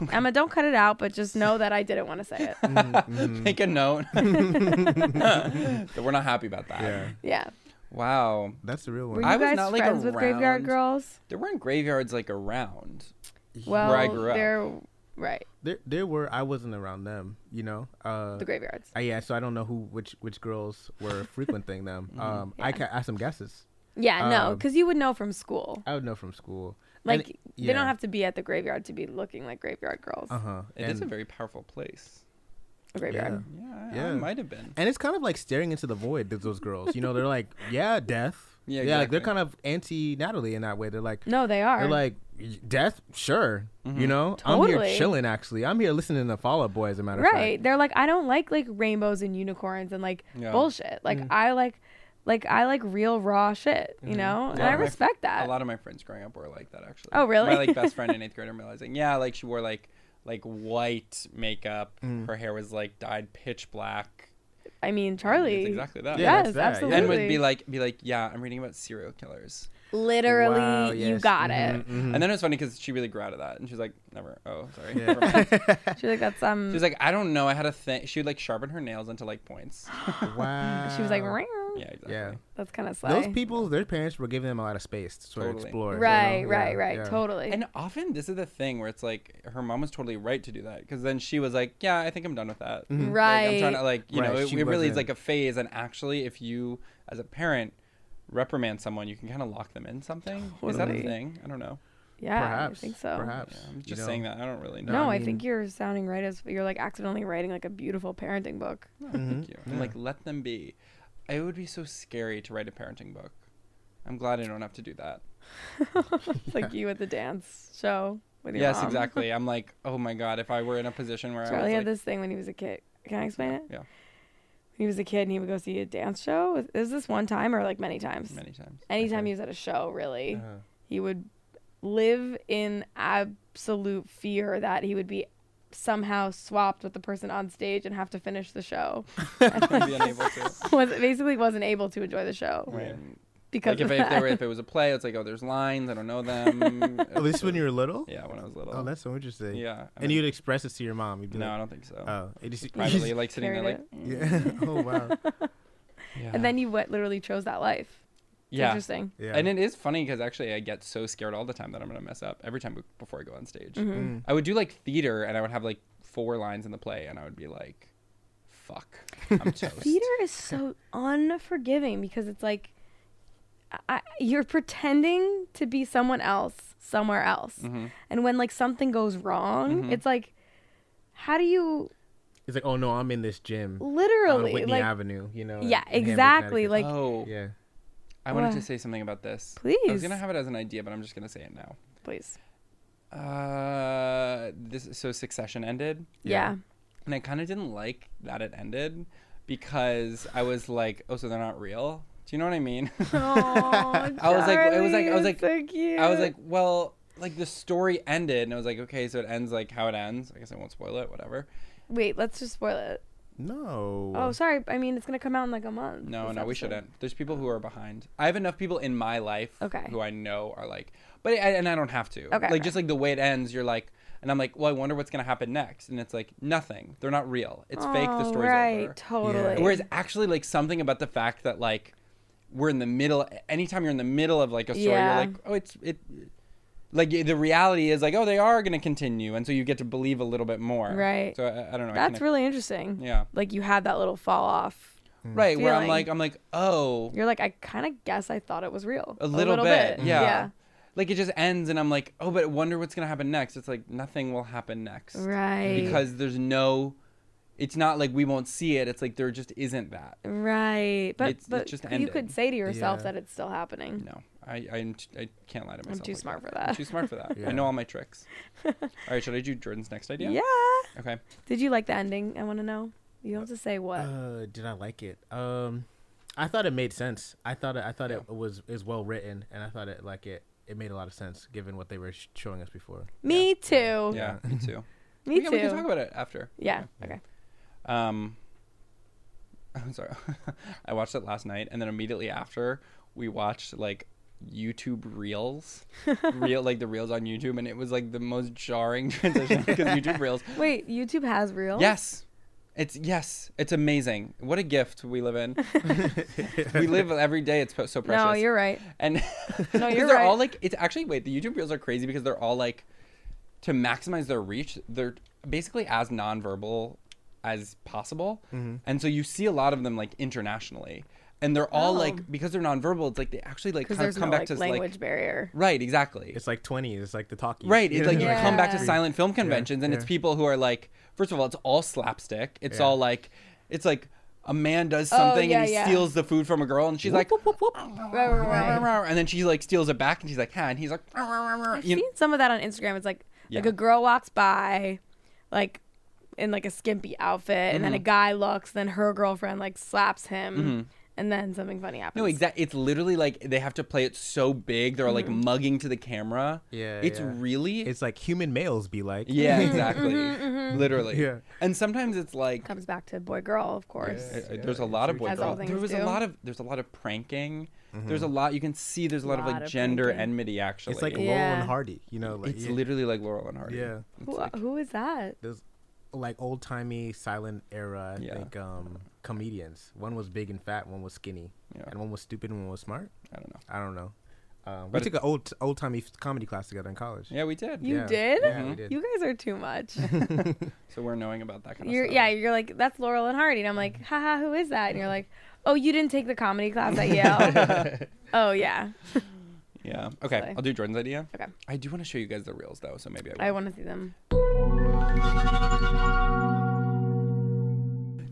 Oh
Emma, don't cut it out, but just know that I didn't want to say it.
Hmm.
Make a note. That We're not happy about that.
Yeah,
Yeah.
Wow.
that's the real
Were
one.
you
I was
guys
not, like,
friends with graveyard
around.
girls?
There weren't graveyards like around.
Well,
Where I grew up.
they're right.
there, there were. I wasn't around them. You know. Uh,
The graveyards.
I, yeah, so I don't know who which which girls were frequenting them.
Mm-hmm.
Um, I can ask some guesses.
Yeah, no,
Um,
because you would know from school.
I would know from school. And-
Like they don't have to be at the graveyard to be looking like graveyard girls.
Uh huh.
It is a very powerful place.
A graveyard.
Uh-huh. Yeah, I- I
Yeah.
might have been.
And it's kind of like staring into the void. th- Those girls, you know, they're like, yeah, death.
Yeah,
like they're
exactly.
kind of anti Natalie in that way. They're like,
No, they are.
they're like, "Y- death, sure.
Mm-hmm.
You know, I'm
Totally.
here chilling. Actually, I'm here listening to Fall Out Boy. As a matter
right.
of fact,
They're like, I don't like like rainbows and unicorns and like
Yeah. Mm.
bullshit. Like I like, like I like real raw shit.
Mm-hmm.
You know, and
A lot
I
of my-
respect that.
A lot of my friends growing up were like that, actually.
Oh, really?
My like best friend in eighth grade, I'm realizing, yeah, like she wore like like white makeup.
Mm.
Her hair was like dyed pitch black.
I mean,
It's
Charlie.
exactly that.
Yeah,
yes,
that's that, yeah.
absolutely.
And would be like, be like, yeah, I'm reading about serial killers.
literally,
Wow,
you
yes. Mm-hmm.
got it.
And then it was funny because she really grew out of that, and she was like, never. Oh, sorry.
Yeah.
never mind.
She's like, that's um.
She was like, I don't know. I had a thing. She would like sharpen her nails into like points.
wow.
she was like, "Meow."
Yeah, exactly.
yeah.
that's kind of
Those
sly.
people, their parents were giving them a lot of space to sort of
Totally.
explore. you
right,
know?
right,
Yeah,
right,
yeah.
totally.
And often this is the thing where it's like her mom was totally right to do that because then she was like, "Yeah, I think I'm done with that." Like, I'm
Right.
trying to like you know
Mm-hmm. Right,
it,
she
it really is
wasn't-
like a phase, and actually, if you as a parent reprimand someone, you can kind of lock them in something. Is that a
Totally.
thing? I don't know.
yeah, I
Perhaps.
think so.
Perhaps.
I'm
you Mm-hmm.
just
know?
saying that. I don't really know.
No, I,
I mean-
think you're sounding right as you're like accidentally writing like a beautiful parenting book.
No, thank you. I'm like, let them be. It would be so scary to write a parenting book. I'm glad I don't have to do that.
It's like you at the dance show with your
yes,
mom.
exactly. I'm like, oh my god, if I were in a position where I
Charlie
was
had
like,
this thing when he was a kid. Can I explain it?
yeah.
he was a kid and he would go see a dance show. Is- Is this one time or like many times?
many times.
Anytime he was at a show, really,
Uh-huh.
he would live in absolute fear that he would be somehow swapped with the person on stage and have to finish the show.
Be unable to.
was basically wasn't able to enjoy the show
Right.
because
Like if,
of
if,
that.
they were, if it was a play, it's like oh, there's lines. I don't know them.
At least when you were little.
Yeah, when I was little.
Oh, that's so interesting.
Yeah. I
And
mean-
you'd express it to your mom. You'd be
No, I
like,
don't think so.
oh, it is-
Privately, like sitting there,
Carried
like.
yeah. oh wow.
Yeah.
And then you what literally chose that life. It's
yeah.
Interesting.
Yeah.
And it is funny because actually I get so scared all the time that I'm gonna mess up every time be- before I go on stage.
Mm-hmm.
Mm.
I would do like theater and I would have like four lines in the play and I would be like, "Fuck, I'm toast."
Theater is so unforgiving because it's like I- I, you're pretending to be someone else somewhere else.
Mm-hmm.
And when like something goes wrong, it's like how do you
it's like, oh no, I'm in this gym on
literally
Whitney
like
Avenue. You know.
Yeah,
in Hamden,
exactly,
Connecticut.
like-
oh,
yeah.
I wanted to
What?
say something about this. I was
Please.
gonna have it as an idea, but I'm just gonna say it now.
please.
Uh, this so Succession ended.
Yeah.
And I kind of didn't like that it ended because I was like, oh, so they're not real. Do you know what I mean?
oh,
I was like, it was like, I was like,
so cute.
I was like, well, like the story ended, and I was like, okay, so it ends like how it ends. I guess I won't spoil it. Whatever.
wait, let's just spoil it.
No.
Oh, sorry. I mean, it's gonna come out in like a month.
No,
this
no, we
episode.
shouldn't. There's people who are behind. I have enough people in my life
Oh. Okay.
who I know are like, but I, and I don't have to.
Okay,
Like
okay.
just like the way it ends, you're like, and I'm like, well, I wonder what's gonna happen next, and it's like nothing. They're not real. It's fake. The
Oh,
story's
right,
over.
totally.
Whereas actually, like something about the fact that like we're in the middle. Anytime you're in the middle of like a story,
Yeah.
you're like, oh, it's it. Like the reality is like, oh, they are gonna continue, and so you get to believe a little bit more.
Right.
So I, I don't know. I
That's
connect-
really interesting.
Yeah.
Like you had that little fall off.
right. Where I'm
Feeling.
like, I'm like, oh,
You're like, I kind of guess I thought it was real.
a little, bit, Yeah. Like it just ends, and I'm like, oh, but I wonder what's gonna happen next. It's like nothing will happen next,
Right.
Because there's no. It's not like we won't see it. It's like there just isn't that.
Right. But
It's- it
but
just
you
ended.
could say to yourself
Yeah.
that it's still happening.
No, I I'm t- I can't lie to myself.
too
like
smart
that.
for
I'm
that.
too smart for that.
Yeah.
I know all my tricks. all right, should I do Jordan's next idea?
Yeah.
Okay.
Did you like the ending? I want to know. You don't have to say what.
Uh, did I like it? Um, I thought it made sense. I thought it, I thought it was is well written, and I thought it like it it made a lot of sense given what they were sh- showing us before.
Me too.
Yeah, me too.
Me
we,
too.
Can, we can talk about it after.
yeah. Okay.
Um, I'm sorry. I watched it last night, and then immediately after, we watched like YouTube Reels, real like the Reels on YouTube, and it was like the most jarring transition because YouTube Reels.
Wait, YouTube has real.
Yes, it's yes, it's amazing. What a gift we live in. we live every day. It's po- so precious.
No, you're right.
And no,
you're
they're
right.
all like it's actually wait, the YouTube reels are crazy because they're all like to maximize their reach, they're basically as nonverbal as possible.
Mm-hmm.
And so you see a lot of them like internationally. And they're all like because they're nonverbal, it's like they actually like
Oh. Because
kind of
there's
come
no
back
like,
to
language
like
barrier.
Right, exactly.
It's like twenty. It's like the talkie.
Right. It's like you come back to
Yeah.
silent film conventions and it's
yeah.
people who are like, first of all, it's all slapstick. It's
Yeah.
all like, it's like a man does something
yeah,
and he
yeah.
steals the food from a girl and she's like, whoop, whoop, whoop, and then she like steals it back and she's like, huh, and he's like, "Rah, rah, rah, rah," you know-
seen some of that on Instagram. It's like like
Yeah.
a girl walks by, like in like a skimpy outfit, and
Mm-hmm.
then a guy looks, then her girlfriend like slaps him, and then something funny happens.
no, exactly. It's literally like they have to play it so big. They're like mugging to the camera.
Yeah,
It's
yeah.
really.
It's like human males be like.
yeah, exactly. Literally.
Yeah.
And sometimes it's like.
Comes back to boy girl, of course.
Uh, there's a lot of boy
As all
girl. There
things
was a
do.
lot of there's a lot of pranking. There's a lot you can see. There's a lot, of like
Lot of
gender
pranking.
enmity actually.
Mm-hmm. It's like
Yeah.
Laurel and Hardy. You know, like
it's
yeah,
literally like Laurel and Hardy.
Yeah.
It's
Who,
like-
who is that?
there's like old timey silent era. I
Yeah.
think um comedians. One was big and fat. One was skinny.
Yeah.
And one was stupid. and One was smart.
I don't know.
I don't know. Um, we
But it-
took an old old timey comedy class together in college.
Yeah, we did.
You
Yeah.
did?
Yeah, we did.
You guys are too much.
So we're knowing about that kind
you're
of stuff.
yeah. You're like that's Laurel and Hardy, and I'm like, haha, who is that? And you're like, oh, you didn't take the comedy class at Yale. oh yeah,
Yeah. Okay.
Sorry.
I'll do Jordan's idea.
Okay.
I do want to show you guys the reels though, so maybe I will.
I want to see them.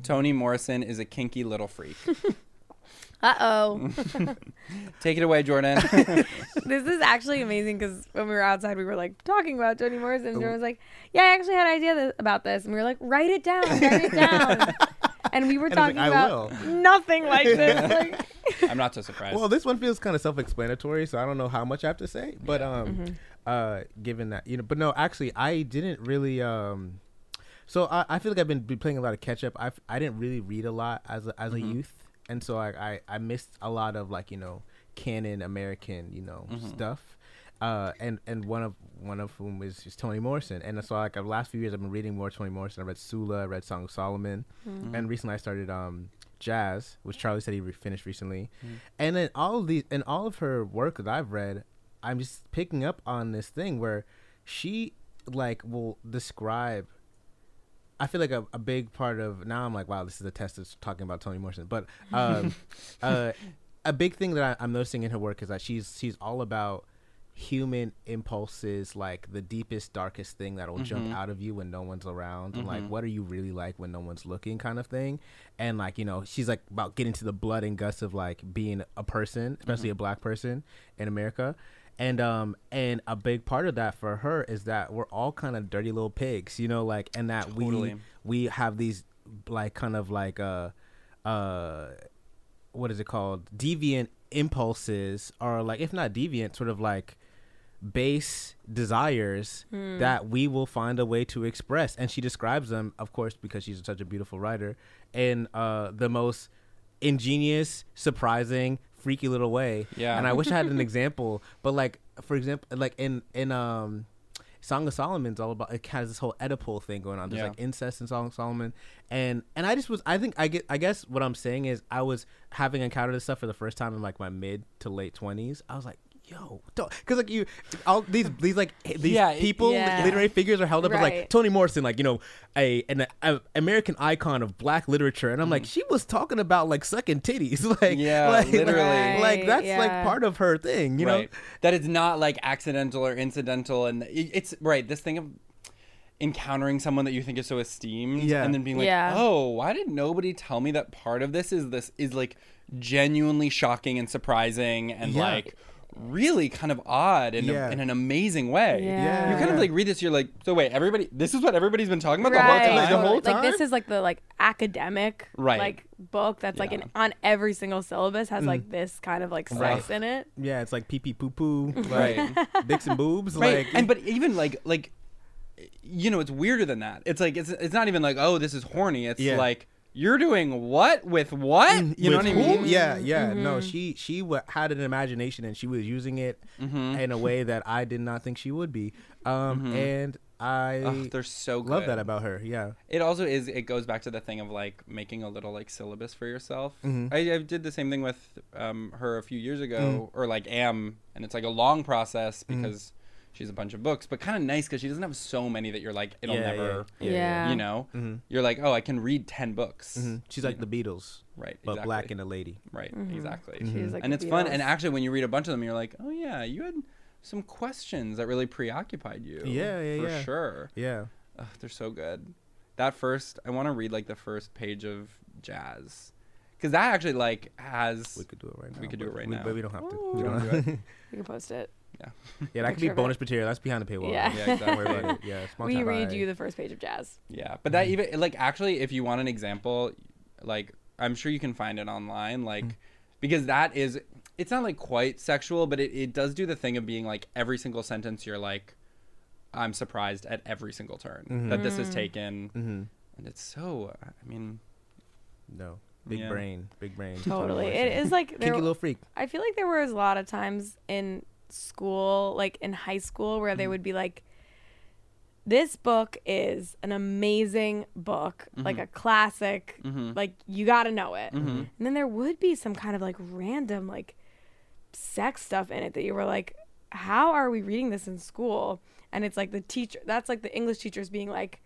Toni Morrison is a kinky little freak.
Uh oh.
Take it away, Jordan.
This is actually amazing because when we were outside, we were like talking about Toni Morrison. And Jordan was like, "Yeah, I actually had an idea th- about this," and we were like, "Write it down, write it down." and we were
And I was
talking
like, "I
about nothing like this. Like,
I'm not so surprised.
Well, this one feels kind of self-explanatory, so I don't know how much I have to say. But um,
Mm-hmm.
uh, given that you know, but no, actually, I didn't really um. So I, I feel like I've been, been playing a lot of catch up. I I didn't really read a lot as a, as a youth, and so I, I I missed a lot of like you know canon American you know stuff. Uh, and and one of one of whom is, is Toni Morrison, and so like the last few years I've been reading more Toni Morrison. I read Sula, I read Song of Solomon, and recently I started um Jazz, which Charlie said he re- finished recently, and then all of these and all of her work that I've read, I'm just picking up on this thing where she like will describe I feel like a, a big part of now I'm like, wow, this is a test of talking about Toni Morrison. But um, uh, a big thing that I, I'm noticing in her work is that she's she's all about human impulses, like the deepest, darkest thing that'll jump out of you when no one's around, and like what are you really like when no one's looking, kind of thing. And like you know, she's like about getting to the blood and guts of like being a person, especially a black person in America and um and a big part of that for her is that we're all kind of dirty little pigs you know like and that
Totally.
we we have these like kind of like uh uh what is it called deviant impulses or like if not deviant sort of like base desires that we will find a way to express and she describes them of course because she's such a beautiful writer in uh the most ingenious surprising freaky little way
Yeah.
and i wish i had an example but like for example like in in um Song of Solomon's all about it has this whole Oedipal thing going on. There's
Yeah.
like incest in Song of Solomon, and and I just was I think I get I guess what I'm saying is I was having encountered this stuff for the first time in like my mid to late twenties. I was like, yo, because like you, all these these like these
Yeah, it-
people
Yeah.
literary figures are held up as like
Right.
Toni Morrison, like you know, a an a, American icon of Black literature, and I'm like, she was talking about like sucking titties, like
Mm-hmm. Yeah,
like, like-
literally.
like,
Right,
that's like
yeah.
part of her thing, you
right.
know.
That it's not like accidental or incidental, and it- it's right. This thing of encountering someone that you think is so esteemed,
Yeah.
and then being like,
Yeah.
"Oh, why did nobody tell me that part of this is this is like genuinely shocking and surprising and
Yeah.
like really kind of odd in, a-
Yeah.
in an amazing way."
Yeah.
You kind of like read this, you're like, "So wait, everybody, this is what everybody's been talking about
right.
the whole time."
the whole
Like this
time?
is like the like academic
Right.
like book that's like
Yeah.
an, on every single syllabus has like this kind of like slice in it.
Yeah, it's like pee pee poo poo, like
Right.
dicks and boobs,
right
like
and but even like like you know it's weirder than that it's like it's it's not even like oh this is horny it's
Yeah. Mm,
like you're doing what with what you know what
With
i
who?
mean Mm-hmm.
Yeah, yeah. No, she she w- had an imagination and she was using it
Mm-hmm.
in a way that I did not think she would be. Um, and I
Ugh, they're so good.
love that about her. Yeah,
it also is it goes back to the thing of like making a little like syllabus for yourself
Mm-hmm.
I, I did the same thing with um, her a few years ago
Mm.
or like am and it's like a long process because she's a bunch of books but kind of nice because she doesn't have so many that you're like it'll
Yeah, yeah, Mm-hmm.
never
yeah, yeah.
you know you're like oh i can read 10 books
Mm, she's like the Beatles,
right
but black
exactly.
and a lady.
Right,
Mm-hmm.
exactly.
was like
and
the
it's fun.
Beatles.
And actually, when you read a bunch of them, you're like, oh yeah, you had some questions that really preoccupied you.
Yeah, yeah,
for
yeah.
sure.
Yeah.
Ugh, they're so good. That first, I want to read like the first page of Jazz, because that actually like has.
We could do it right now.
We could do
but
it right
we,
now.
but we don't have to.
Ooh.
We
We
don't
don't
have-
You can post it.
yeah, that could be
Picture of
bonus
it.
material. That's behind the paywall.
Yeah.
Yeah, exactly.
Don't worry about it. Yeah, sponsored
we read
by-
you the first page of jazz.
Yeah, but that even like actually, if you want an example, like I'm sure you can find it online, like because that is it's not like quite sexual, but it, it does do the thing of being like every single sentence you're like, I'm surprised at every single turn that this is taken, and it's so I mean
no big
Yeah.
brain, big brain.
Totally.
Toni
It
Morrison.
is like there
kinky little freak.
I feel like there was a lot of times in school, like in high school, where they would be like, this book is an amazing book, like a classic, like you got to know it. And then there would be some kind of like random, like sex stuff in it that you were like, how are we reading this in school? And it's like the teacher, that's like the English teachers being like,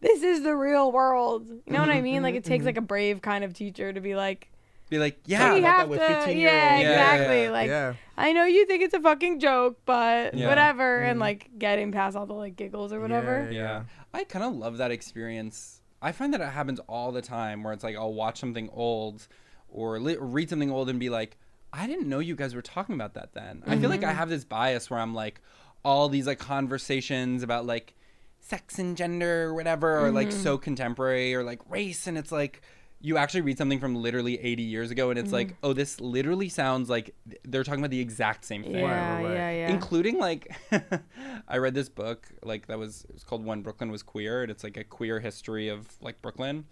this is the real world. You know what I mean? Like it takes like a brave kind of teacher to be like,
be like yeah
we
about
have
that with
to,
15 year
yeah,
olds.
Yeah,
exactly.
yeah,
Like,
yeah.
I know you think it's a fucking joke, but
Yeah.
whatever.
Mm-hmm.
And like getting past all the like giggles or whatever.
Yeah.
Yeah. I kind of love that experience. I find that it happens all the time where it's like I'll watch something old or li- read something old and be like, I didn't know you guys were talking about that then. I feel like I have this bias where I'm like, all these like conversations about like sex and gender or whatever are like so contemporary or like race. And it's like, you actually read something from literally 80 years ago and it's like, oh, this literally sounds like th- they're talking about the exact same thing.
Yeah,
right.
yeah, yeah.
Including like, I read this book like that was it was called When Brooklyn Was Queer, and it's like a queer history of like Brooklyn,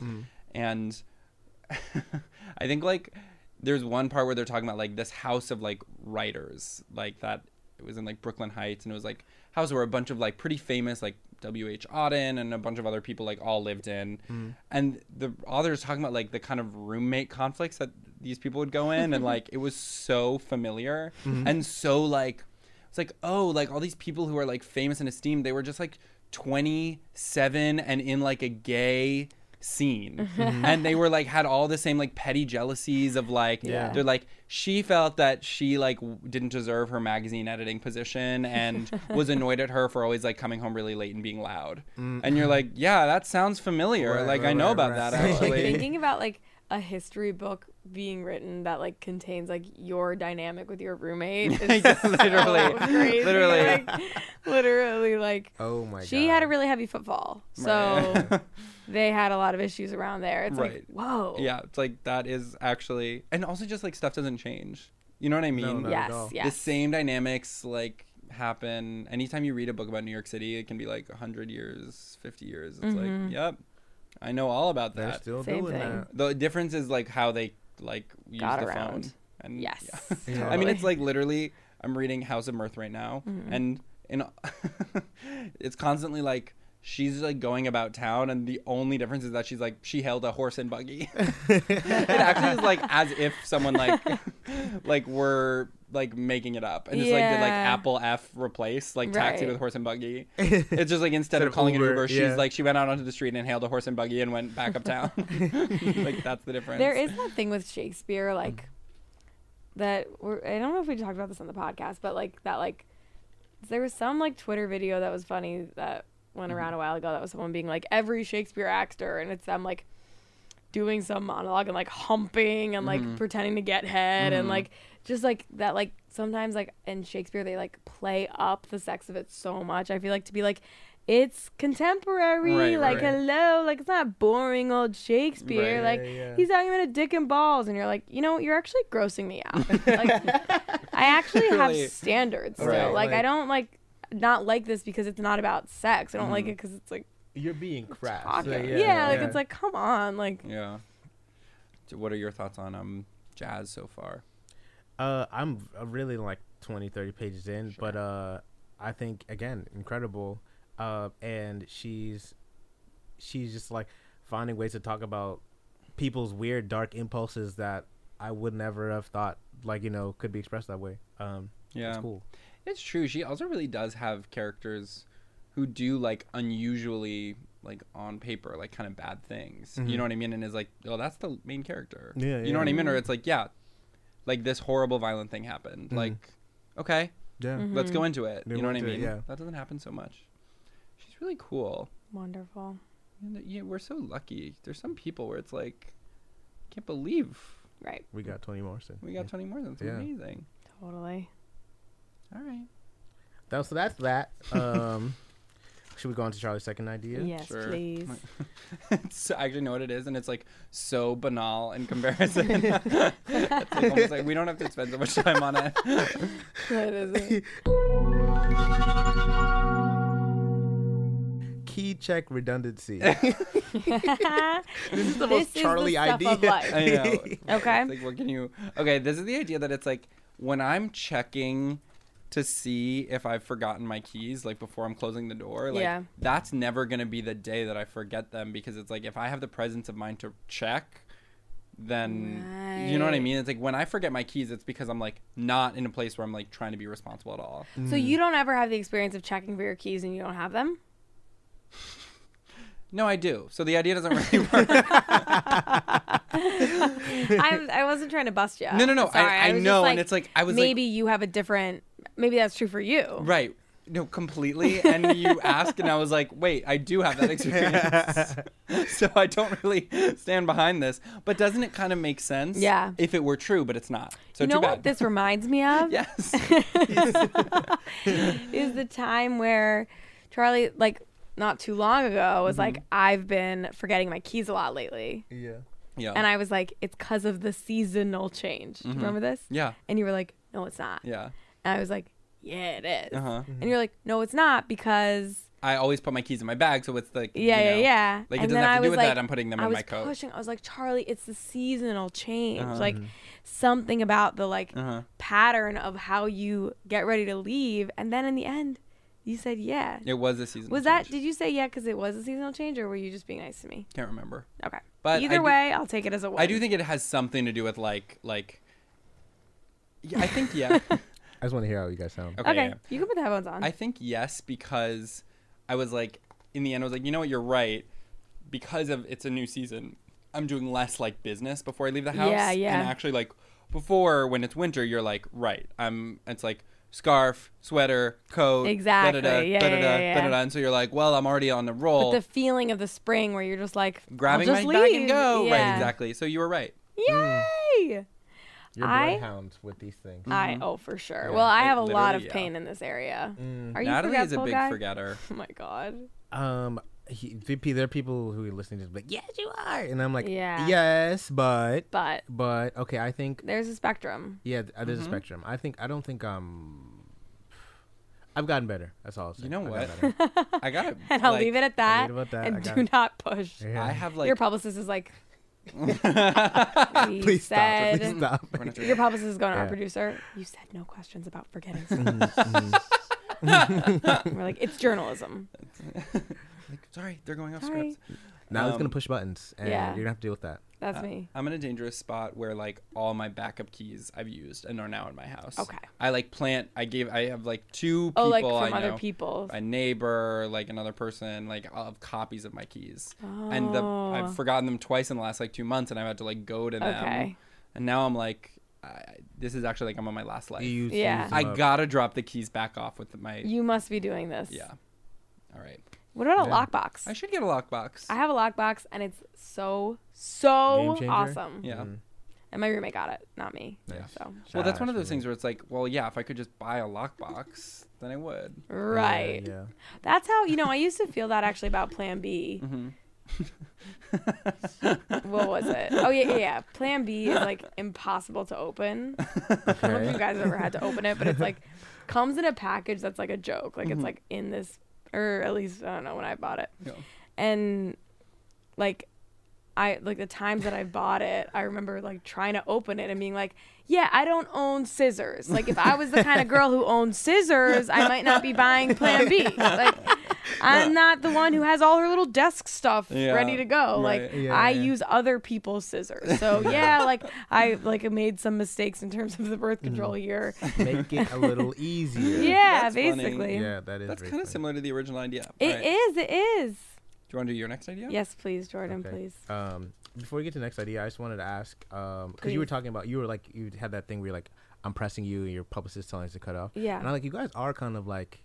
and I think like there's one part where they're talking about like this house of like writers, like that it was in like Brooklyn Heights, and it was like a house where a bunch of like pretty famous like W. H. Auden and a bunch of other people like all lived in, and the author's talking about like the kind of roommate conflicts that these people would go in, and like it was so familiar and so like it's like oh like all these people who are like famous and esteemed they were just like 27 and in like a gay scene
Mm-hmm.
and they were like had all the same like petty jealousies of like
Yeah.
they're like she felt that she like w- didn't deserve her magazine editing position and was annoyed at her for always like coming home really late and being loud and you're like yeah that sounds familiar
Mm-hmm. Right,
like i
right,
know
right,
about
right.
that
Like,
actually
thinking about like a history book being written that like contains like your dynamic with your roommate is
Yeah,
so
literally.
crazy.
Literally.
like, literally like
Oh my god.
she had a really heavy footfall so they had a lot of issues around there it's like
Right.
whoa
yeah it's like that is actually and also just like stuff doesn't change you know what i mean
not at
yes
all.
yes
the same dynamics like happen anytime you read a book about new york city it can be like 100 years 50 years it's
Mm-hmm.
like yep i know all about
They're
that
still
Same
doing
thing.
that.
the difference is like how they like use
Got
the
around.
phone and
yes
yeah.
Yeah.
i mean it's like literally i'm reading house of mirth right now and in it's constantly like she's like going about town and the only difference is that she's like she held a horse and buggy it actually is like as if someone like like were like making it up and just like did like
Yeah.
Apple F replace like taxi
Right.
with horse and buggy. It's just like instead of
of
calling
Uber,
an Uber, she's
yeah.
like she went out onto the street and hailed a horse and buggy and went back uptown. like that's the difference.
There is that thing with Shakespeare,
Mm.
like that. We're, I don't know if we talked about this on the podcast, but like that, like there was some like Twitter video that was funny that went
Mm-hmm.
around a while ago. That was someone being like every Shakespeare actor, and it's them like doing some monologue and like humping and like
Mm-hmm.
pretending to get head and like just like that like sometimes like in Shakespeare they like play up the sex of it so much. I feel like to be like it's contemporary,
Right,
like
right.
hello, like it's not boring old Shakespeare.
Right.
like
Yeah, yeah.
he's talking about a dick and balls, and you're like, you know, what, you're actually grossing me out. like I actually have
Really.
standards still.
Right,
like, I
like-
don't like not like this because it's not about sex. I don't like it because it's like
You're being crap.
awkward.
So,
yeah, like it's like come on, like
Yeah. So What are your thoughts on um jazz so far?
Uh, I'm uh, really like 20, 30 pages in, but uh, I think again incredible. Uh, and she's she's just like finding ways to talk about people's weird dark impulses that I would never have thought like you know could be expressed that way. Um, it's
Yeah.
cool.
It's true. She also really does have characters who do like unusually like on paper like kind of bad things. You know what I mean? And is like, oh, that's the main character.
Mm-hmm. Yeah,
You know what I
yeah.
mean? Or it's like, yeah, like this horrible violent thing happened. Like, okay,
Yeah,
Mm-hmm.
let's go into it.
They
you know what
went
I
to it,
mean?
yeah.
That doesn't happen so much. She's really cool.
wonderful.
And uh, yeah, we're so lucky. There's some people where it's like, can't believe
Right,
we got Toni Morrison.
we got
Yeah.
Tony Morrison. It's
Yeah.
amazing.
totally.
All right.
That, so that's that. Um, should we go on to Charlie's second idea?
Yes,
Sure.
please.
so I actually know what it is, and it's like so banal in comparison. it's like, almost like we don't have to spend so much time on it.
That is it.
Key check redundancy.
this is the
most Charlie
stuff of
idea.
life.
I know.
Okay.
It's like, what can you? Okay, this is the idea that it's like when I'm checking to see if I've forgotten my keys, like before I'm closing the door, like
Yeah.
that's never gonna be the day that I forget them because it's like if I have the presence of mind to check. Then you know what I
Right.
mean. It's like when I forget my keys, it's because I'm like not in a place where I'm like trying to be responsible at all.
So you don't ever have the experience of checking for your keys and you don't have them.
No, I do. So the idea doesn't really work.
I I wasn't trying to bust you.
No, no, no. I-
Sorry,
I
was just
know, and it's like- I was like-
maybe you have a different. Maybe that's true for you.
right. No, completely. And you ask, and I was like, wait, I do have that experience. so I don't really stand behind this. But doesn't it kind of make sense?
Yeah.
If it were true, but it's not. So
you know
too bad.
what this reminds me of?
yes.
is the time where Charlie, like not too long ago, was like, I've been forgetting my keys a lot lately.
yeah.
Mm-hmm. Yeah.
And I was like, it's because of the seasonal change. Do you remember this?
Yeah.
And you were like, no, it's not.
Mm-hmm. Yeah.
And I was like, yeah, it is.
Uh-huh.
And you're like, no, it's not because
I always put my keys in my bag, so it's like
yeah,
you
yeah,
know,
yeah.
Like it
and
doesn't
then
have
I
to do
was
with
like,
that. I'm putting them
I
in
was
my coat.
pushing. I was like, Charlie, it's the seasonal change. Like something about the like
Uh-huh.
pattern of how you get ready to leave, and then in the end, you said yeah.
It was a season.
Was that? Did you say yeah because it was a seasonal change, or were you just being nice to me?
Can't remember.
Okay.
But I
either
do-
way, I'll take it as a win.
I do think it has something to do with like like. Yeah, I think yeah. okay.
I just want to hear how you guys sound.
Okay,
yeah.
you can put the headphones on.
I think yes because I was like in the end I was like you know what you're right because of it's a new season I'm doing less like business before I leave the house
Yeah, yeah.
and actually like before when it's winter you're like right I'm it's like scarf sweater coat
Exactly.
da-da-da,
Yeah,
da-da-da,
yeah, yeah, yeah.
da-da-da. and so you're like well I'm already on the roll
but the feeling of the spring where you're just like I'll
grabbing
just
my bag
leave.
and go right
Yeah.
exactly so you were right
Yay!
You're
I-
bloodhounds with these things.
I oh for sure. well, I
Like,
have a lot of
Mm-hmm. literally, yeah. Mm.
pain in this area. Are you
Natalie is a
forgetful
big
guy?
forgetter
Oh my god.
Um, he, VP, there are people who are listening to this, like, yes, you are, and I'm like,
Yeah.
yes, but,
But
but okay, I think,
there's a spectrum.
yeah, th- uh, there's a spectrum. I think I don't think um, I've gotten better. That's all. I'll say.
You know
I've
what?
gotten better.
I got it
And I'll leave it at that.
about that. I
And
got
do
it.
not push.
Yeah.
I have like
Your publicist is like "We
Please
said
stop. Please stop.
your publicist is going to our
Yeah. Mm-hmm.
producer. You said no questions about forgetting stuff. We're like, it's journalism.
like, sorry they're going off
Sorry.
scripts
now it's gonna
Um,
push buttons, and
yeah.
you're gonna have to deal with that.
That's me.
I'm in a dangerous spot where like all my backup keys I've used and are now in my house.
Okay.
I like plant. I gave. I have like two people.
Oh, like from
I
other
know,
people.
A neighbor, like another person, like I'll have copies of my keys, and the
Oh.
I've forgotten them twice in the last like two months, and I've had to like go to them.
Okay.
And now I'm like, I, this is actually like I'm on my last life.
You use- you
Yeah.
use them
I
up.
gotta drop the keys back off with my.
You must be doing this.
yeah. All right.
What about a lockbox?
I should get a lockbox.
I have a lockbox and it's so so
Game changer?
awesome.
yeah.
Mm,
And my roommate got it, not me. So
Well, that's one of
Gosh,
those things where it's like, well, yeah, if I could just buy a lockbox, then I would.
right.
Yeah.
That's how you know. I used to feel that actually about Plan
Mm-hmm.
B. what was it? Oh yeah, yeah, yeah. Plan B is like impossible to open. I don't know if you guys have ever had to open it, but it's like comes in a package that's like a joke. Like it's like in this, or at least I don't know when I bought it,
Mm-hmm. Yeah.
and like. I like the times that I bought it. I remember like trying to open it and being like, "Yeah, I don't own scissors. Like if I was the kind of girl who owned scissors, I might not be buying Plan B. Like I'm not the one who has all her little desk stuff
Yeah,
ready to go.
right.
Like
Yeah,
I
yeah.
use other people's scissors. So yeah, like I like made some mistakes in terms of the birth control year.
Make it a little easier.
Yeah,
That's funny.
basically.
Yeah, that is.
That's
very
kind of
funny.
similar to the original idea.
It is.
Alright.
It is.
Do you want to do your next idea?
Yes, please, Jordan.
Okay.
Please.
Um, before we get to the next idea, I just wanted to ask because you were
Please.
talking about you were like you had that thing where you're like I'm pressing you and your publicist telling us to cut off.
Yeah.
and I'm like you guys are kind of like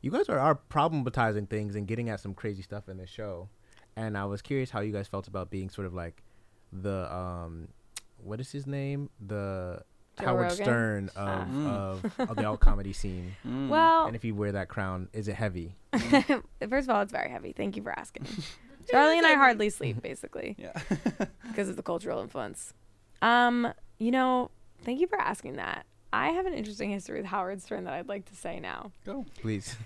you guys are, are problematizing things and getting at some crazy stuff in the show, and I was curious how you guys felt about being sort of like the um, what is his name the
Joe
Howard
Rogan? Ah. Mm.
Stern of, of, of the alt comedy scene,
Well,
and if you wear that crown, is it heavy?
first of all, it's very heavy. Thank you for asking. Charlie and I hardly sleep, basically.
Yeah.
because of the cultural influence. Um, you know, thank you for asking that. I have an interesting history with Howard Stern that I'd like to say now.
Mm.
Go.
Please.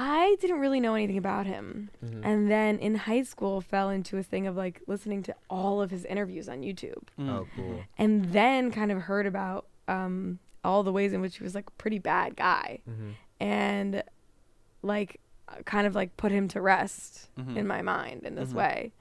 I didn't really know anything about him.
Mm-hmm.
And then in high school fell into a thing of like listening to all of his interviews on YouTube.
Mm.
Oh, cool.
And then kind of heard about um all the ways in which he was like a pretty bad guy.
Mm-hmm.
And like kind of like put him to rest
Mm-hmm.
in my mind in this way.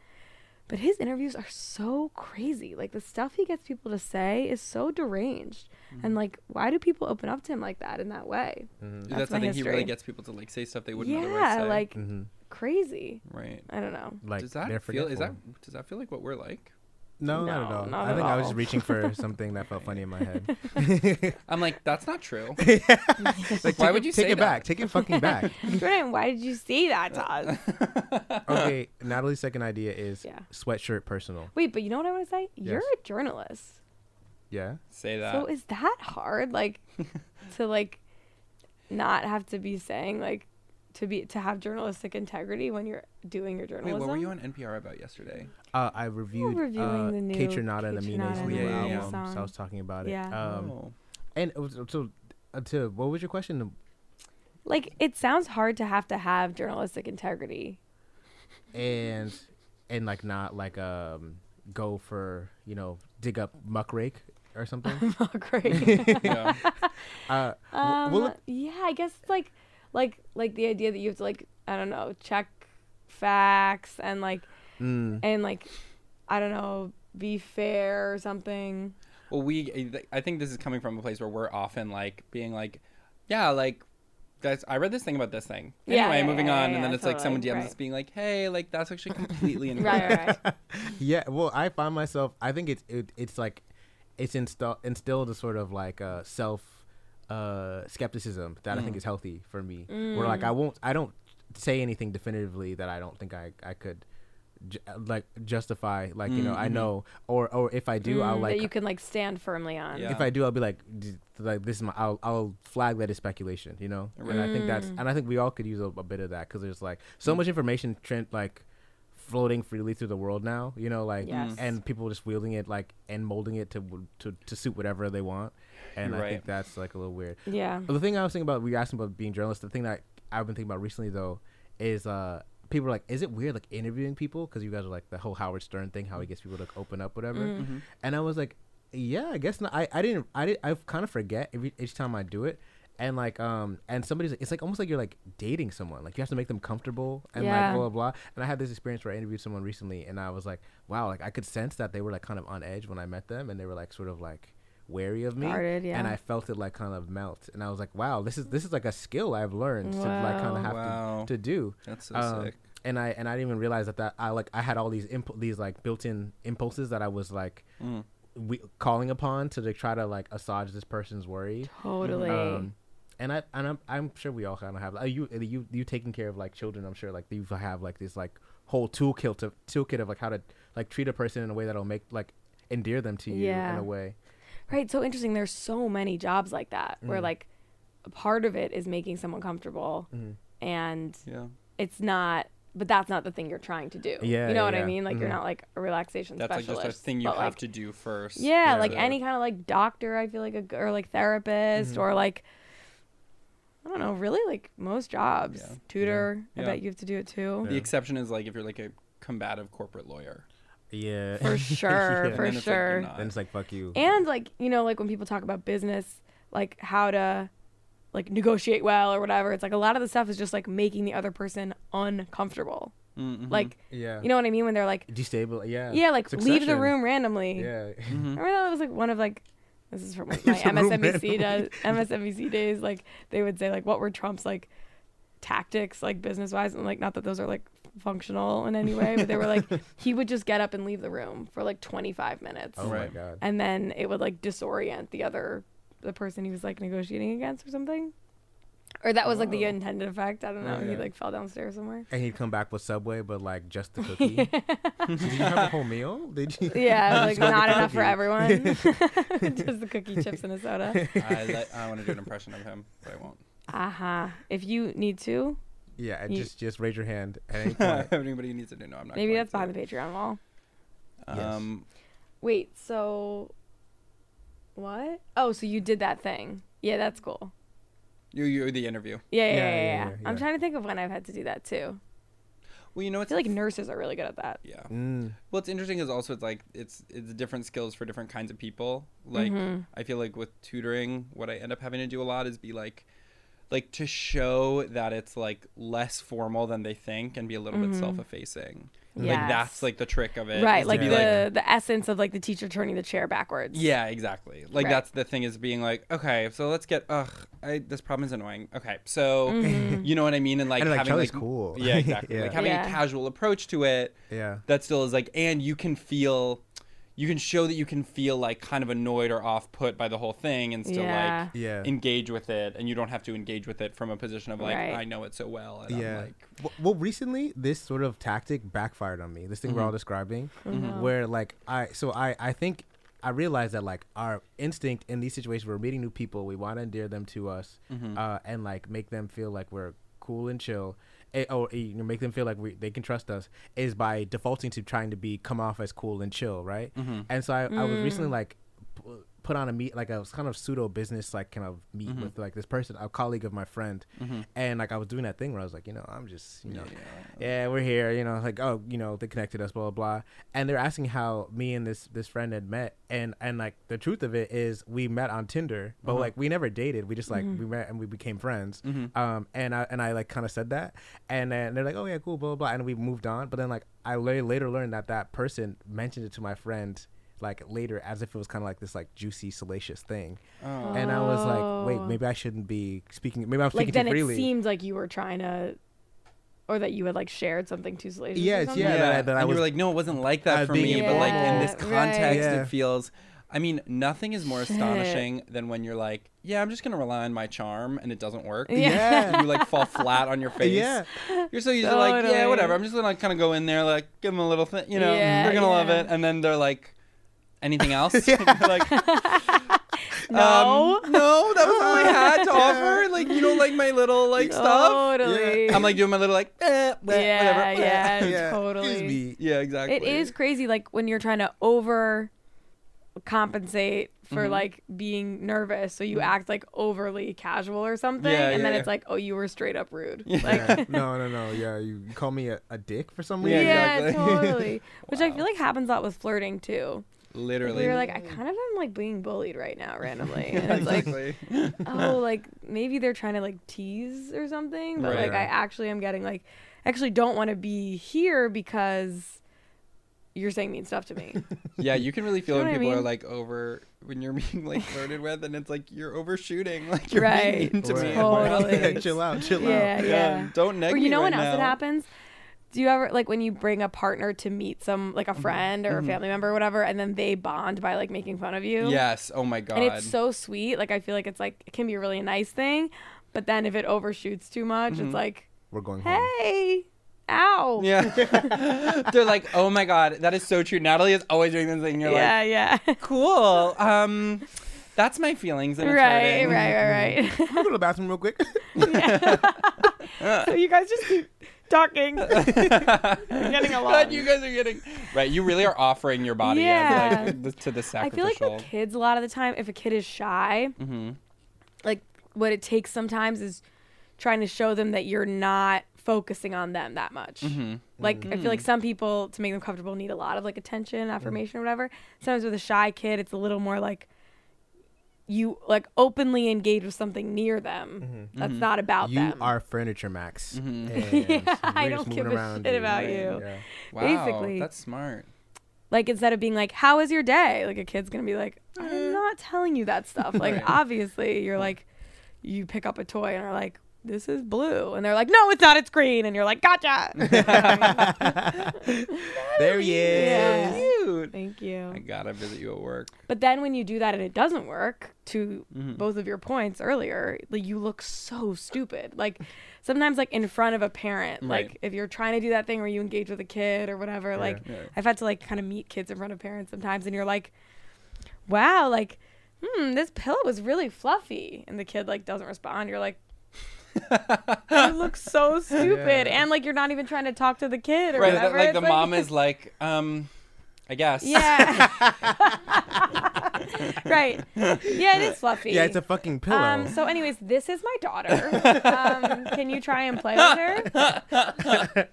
But his interviews are so crazy. Like the stuff he gets people to say is so deranged. And
Mm-hmm.
like why do people open up to him like that in that way?
That's,
my
the thing. He really
history.
gets people to like say stuff they wouldn't otherwise
yeah,
say. Mm-hmm.
like crazy.
right.
I don't know.
Like
does that
they're
feel? Is that
forgetful.
does that feel like what we're like?
No, not at
No,
all.
not
I
at
think I was
all.
just reaching for something that felt funny in my head.
I'm like that's not true.
Like,
Why
take
would
it-
you
take
say
it
that?
back? Take it fucking back.
Jordan, why did you say that to us?
okay, Natalie's second idea is
Yeah.
sweatshirt personal.
Wait, but you know what I want to say? You're
Yes.
a journalist.
Yeah.
Say that.
So is that hard? Like to like not have to be saying like to be to have journalistic integrity when you're doing your
Wait,
journalism.
what were you on NPR about yesterday?
Uh, I reviewed
reviewing
uh,
the new
Kate Renata and
Kate Renata
Amina's
and
new
Amina's new
album, so
song.
I was talking about it.
Yeah.
Um,
oh.
And it was, so, uh, to what was your question?
Like it sounds hard to have to have journalistic integrity.
And and like not like um go for you know dig up muckrake or something.
Oh, Great.
yeah.
uh,
Um,
we'll look-
yeah, I guess it's like like like the idea that you have to like I don't know check facts and like
mm,
and like I don't know be fair or something.
Well, we I think this is coming from a place where we're often like being like, yeah, like that's I read this thing about this thing. Anyway,
Yeah, yeah,
moving
yeah,
on,
yeah,
and then
yeah,
it's like someone
totally,
DMs us
right.
being like, hey, like that's actually completely incorrect.
Right, right, right.
yeah. Well, I find myself. I think it's it, it's like it's instilled instilled a sort of like uh, self uh, skepticism that I
Mm.
think is healthy for me. Where like I won't. I don't say anything definitively that I don't think I I could. Ju- like justify like you know i know or or if i do
Mm-hmm. Mm,
i'll
that
like
you can like stand firmly on.
Yeah.
if I do, I'll be like, "D- like this is my. I'll, I'll flag that as speculation, you know. And I think that's, and I think we all could use a, a bit of that because there's like so
Mm.
much information, trend like floating freely through the world now, you know, like,
Yes.
and people just wielding it like and molding it to w- to to suit whatever they want, and
You're
I
right.
think that's like a little weird.
Yeah.
But the thing I was thinking about, we were asking about being journalists. The thing that I've been thinking about recently, though, is uh, people are like, is it weird like interviewing people? Because you guys are like the whole Howard Stern thing, how he gets people to like, open up, whatever.
Mm-hmm.
And I was like, yeah, I guess not. I, I didn't. I did. I kind of forget every each time I do it. And like um and somebody's it's like almost like you're like dating someone like you have to make them comfortable and
Yeah.
like blah blah blah and I had this experience where I interviewed someone recently and I was like wow like I could sense that they were like kind of on edge when I met them and they were like sort of like wary of me
Guarded, yeah.
and I felt it like kind of melt and I was like wow this is this is like a skill I've learned to like kind
Wow.
of have
Wow.
to, to do
That's so
Um,
sick.
and I and I didn't even realize that that I like I had all these imp- these like built-in impulses that I was like
Mm.
we- calling upon to like, try to like assuage this person's worry
Totally.
um and I and I'm, I'm sure we all kind of have like, you uh, you you taking care of like children. I'm sure like you have like this like whole toolkit of toolkit of like how to like treat a person in a way that'll make like endear them to you in
Yeah.
a way.
Right. So interesting. There's so many jobs like that
Mm.
where like a part of it is making someone comfortable
Mm.
and
Yeah.
it's not but that's not the thing you're trying to do.
Yeah,
You know
yeah,
what I
yeah.
mean? Like you're
Mhm.
not like a relaxation
That's like
specialist.
just a thing you
but,
have
like,
to do first.
Yeah, like
So-
any kind of like doctor, I feel like a g or like therapist
Mm-hmm.
or like I don't know, really like most jobs.
Yeah.
Tutor,
Yeah.
I bet you have to do it too.
The exception is like if you're like a combative corporate lawyer.
Yeah,
For sure,
Yeah.
for
And then it's like you're
sure.
not.
then it's like fuck you.
and like you know like when people talk about business like how to like negotiate well or whatever it's like a lot of the stuff is just like making the other person uncomfortable
Mm-hmm.
like
yeah,
you know what i mean when they're like
destabilize. Yeah,
yeah like leave the
Succession.
room randomly
Yeah, Oh
remember that was like one of like this is from like, my
Leave the room
msnbc
randomly.
does, msnbc days like they would say like what were trump's like tactics like business wise and like not that those are like functional in any way but they were like he would just get up and leave the room for like 25 minutes
oh
Right.
my god.
and then it would like disorient the other the person he was like negotiating against or something or that was like the
Whoa.
intended effect i don't know he
Okay.
like fell downstairs somewhere
And he'd come back with Subway, but like just the cookie. Did you have a whole meal? Did you?
yeah it was,
Just
like
got the
not enough for
cookie.
everyone just the cookie chips and a soda
I, let- I want to do an impression of him, but I won't.
uh-huh if you need to
Yeah, and
You-
just just raise your hand at any point.
Anybody who needs it to know I'm not.
maybe
going
that's behind
to.
the patreon wall
Yes.
Um,
wait so what oh so you did that thing yeah that's cool
you you the interview.
yeah yeah yeah,
Yeah,
yeah,
yeah,
yeah.
yeah,
i'm
yeah.
trying to think of when i've had to do that too
Well, you know
i
it's
feel like nurses are really good at that
yeah.
Mm.
Well, it's interesting is also it's like it's it's different skills for different kinds of people. Like
Mm-hmm.
I feel like with tutoring, what I end up having to do a lot is be like, like to show that it's like less formal than they think and be a little bit self-effacing. Like
Mm-hmm. Yes.
that's like the trick of it, is
right
to
like
be
the the essence of like the teacher turning the chair backwards
yeah, exactly. Like
Right.
that's the thing is being like, okay, so let's get ugh, I, this problem is annoying. Okay, so you know what I mean, and like
And, like,
having
Charlie's
like
cool.
yeah, exactly,
Yeah.
like having
Mm-hmm. Yeah.
a casual approach to it
Yeah.
that still is like and you can feel you can show that you can feel like kind of annoyed or off put by the whole thing and still
Yeah.
like
Yeah.
engage with it and you don't have to engage with it from a position of like
Right.
i know it so well and
Yeah.
i'm like
W- well, recently this sort of tactic backfired on me. This thing we're
Mm-hmm.
all describing, where like I, so I, I think I realized that like our instinct
Mm-hmm.
in these situations, we're meeting new people, we want to endear them to us, uh, and like make them feel like we're cool and chill, eh, oh, eh, you know, make them feel like we, they can trust us, is by defaulting to trying to be come off as cool and chill, right?
Mm-hmm.
And so I, I was recently like p- put on a meet, like I was kind of pseudo business, like kind of meet with like this person, a colleague of my friend, and like I was doing that thing where I was like, you know, I'm just, you know, yeah, we're here, you know, like oh, you know, they connected us, blah blah, blah. and they're asking how me and this this friend had met, and and like the truth of it is we met on Tinder, but like we never dated, we just like we met and we became friends, um, and I and I like kind of said that, and then they're like, oh yeah, cool, blah blah, blah, and we moved on, but then like I la- later learned that that person mentioned it to my friend like later as if it was kind of like this like juicy salacious thing
Oh.
and i was like wait maybe i shouldn't be speaking maybe i'm
like
speaking
then
too freely
it seemed like you were trying to, or that you had like shared something too salacious. or
Yes,
something.
yeah, that I- that I
and
was-
you were like, no, it wasn't like that
I
for
think
me,
it
but like in
was-
this
Yeah, right.
context,
Yeah.
it feels. I mean, nothing is more astonishing than when you're like, yeah, I'm just gonna rely on my charm, and it doesn't work.
Yeah.
you like fall flat on your face.
Yeah.
you're so used to like, yeah,
Totally.
whatever. I'm just gonna like kind of go in there, like give them a little thing, you know,
Yeah,
they're gonna love
yeah.
it, and then they're like, anything else? like,
No.
um, no, that was all I had to offer. Like, you don't like my little like stuff.
Totally.
I'm like doing my little like, eh, bleh,
yeah,
whatever. bleh.
yeah,
Yeah,
totally.
excuse me.
yeah, exactly.
It is crazy, like when you're trying to over compensate for
Mm-hmm.
like being nervous, so you act like overly casual or something,
Yeah,
and
yeah,
then
yeah.
it's like, oh, you were straight up rude.
Yeah. no, no, no. Yeah, you you call me a, a dick for some
Yeah,
reason.
Yeah,
exactly.
totally. Which I feel like happens a lot with flirting too.
Literally.
You're like, I kind of am like being bullied right now randomly, and it's like,
Exactly.
oh, like maybe they're trying to like tease or something, but
Right.
like I actually am getting like, I actually don't want to be here because you're saying mean stuff to me.
yeah, you can really feel
You know
when
what I
people are
mean?
like over when you're being like flirted with, and it's like you're overshooting, like you're
Right.
being mean to me.
Right.
and we're not
Totally.
friends.
chill out, chill
yeah,
out.
yeah.
Don't neg
Or
me
you know
right
when else it
now.
happens? Do you ever like when you bring a partner to meet some like a
Mm-hmm.
friend or a family member or whatever, and then they bond by like making fun of you?
Yes. Oh my god.
And it's so sweet. Like I feel like it's like it can be a really nice thing, but then if it overshoots too much,
Mm-hmm.
it's like,
We're going home.
hey, ow.
yeah. They're like, oh my god, that is so true. Natalie is always doing this thing. And you're
yeah, yeah.
like, cool. Um, that's my feelings. And it's
right,
hurting.
right, right,
Mm-hmm.
right.
Can I go to the bathroom real quick.
so you guys just keep talking. getting along.
God, you guys are getting right. You really are offering your body
Yeah.
as, like, the- to the Mm-hmm.
I feel
sacrificial.
like with kids a lot of the time, if a kid is shy, like what it takes sometimes is trying to show them that you're not focusing on them that much.
Mm-hmm.
Like I feel like some people to make them comfortable need a lot of like
Mm.
attention, affirmation, or whatever. Sometimes with a shy kid, it's a little more like you like openly engage with something near them
Mm-hmm.
that's not about
you
them.
are furniture, Max.
Yeah, I
we're just
don't
moving
give a
around
shit
and-
about
Yeah.
you.
Yeah.
wow,
basically-
that's smart.
like instead of being like how was your day like a kid's gonna be like i'm not telling you that stuff like
Right.
obviously you're like you pick up a toy and are like this is blue and they're like no it's not it's green and you're like gotcha
There he is.
Yeah.
Cute.
thank you
I gotta visit you at work.
But then when you do that and it doesn't work, to
Mm-hmm.
both of your points earlier, like you look so stupid. Like sometimes like in front of a parent,
Right.
like if you're trying to do that thing where you engage with a kid or whatever, like I've had to like kind of meet kids in front of parents sometimes and you're like, "Wow, like hmm, this pillow was really fluffy." And the kid like doesn't respond. You're like you look so stupid and like you're not even trying to talk to the kid or
Right, that-
whatever.
like
It's
the mom is like, um, I guess.
yeah. right. Yeah, it is fluffy.
Yeah, it's a fucking pillow.
um, so, anyways, this is my daughter. Um, can you try and play with her?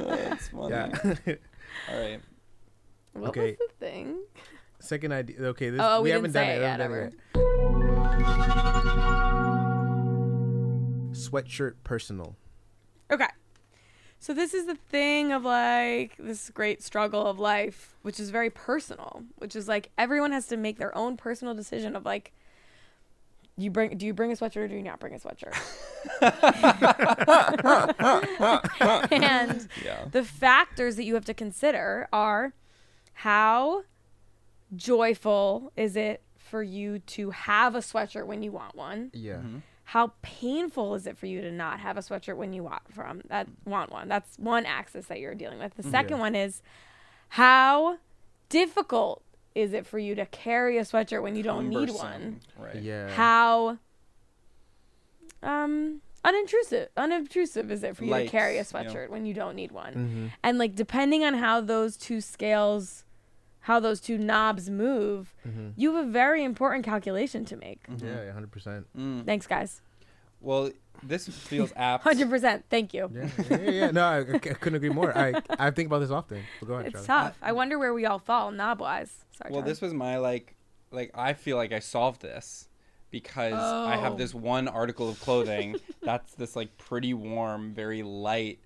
That's funny.
yeah.
All right.
What
Okay.
was the thing?
Second idea. Okay, this,
Oh,
we,
we
haven't
didn't
done
say
it.
it
we haven't
yet,
done it yet. Sweatshirt personal.
Okay. So this is the thing of like this great struggle of life, which is very personal, which is like everyone has to make their own personal decision of like you bring do you bring a sweatshirt or do you not bring a sweatshirt? and
Yeah.
the factors that you have to consider are how joyful is it for you to have a sweatshirt when you want one?
Yeah.
Mm-hmm.
how painful is it for you to not have a sweatshirt when you want from that want one that's one axis that you're dealing with the second one is how difficult is it for you to carry a sweatshirt when you don't need
Cumbersome.
one
Right.
Yeah.
how um unintrusive unobtrusive is it for you
Lights,
to carry a
you know.
sweatshirt when you don't need one and like depending on how those two scales how those two knobs move you have a very important calculation to make
Yeah, 100. percent
thanks guys
Well, this feels apt.
100% thank you
Yeah, yeah, yeah, yeah. No, I, I c- I couldn't agree more. I I think about this often. But go ahead,
it's
Charlie.
tough i wonder where we all fall knob wise sorry
Well,
Charlie.
this was my like, like I feel like I solved this because I
Oh.
have this one article of clothing that's this like pretty warm, very light,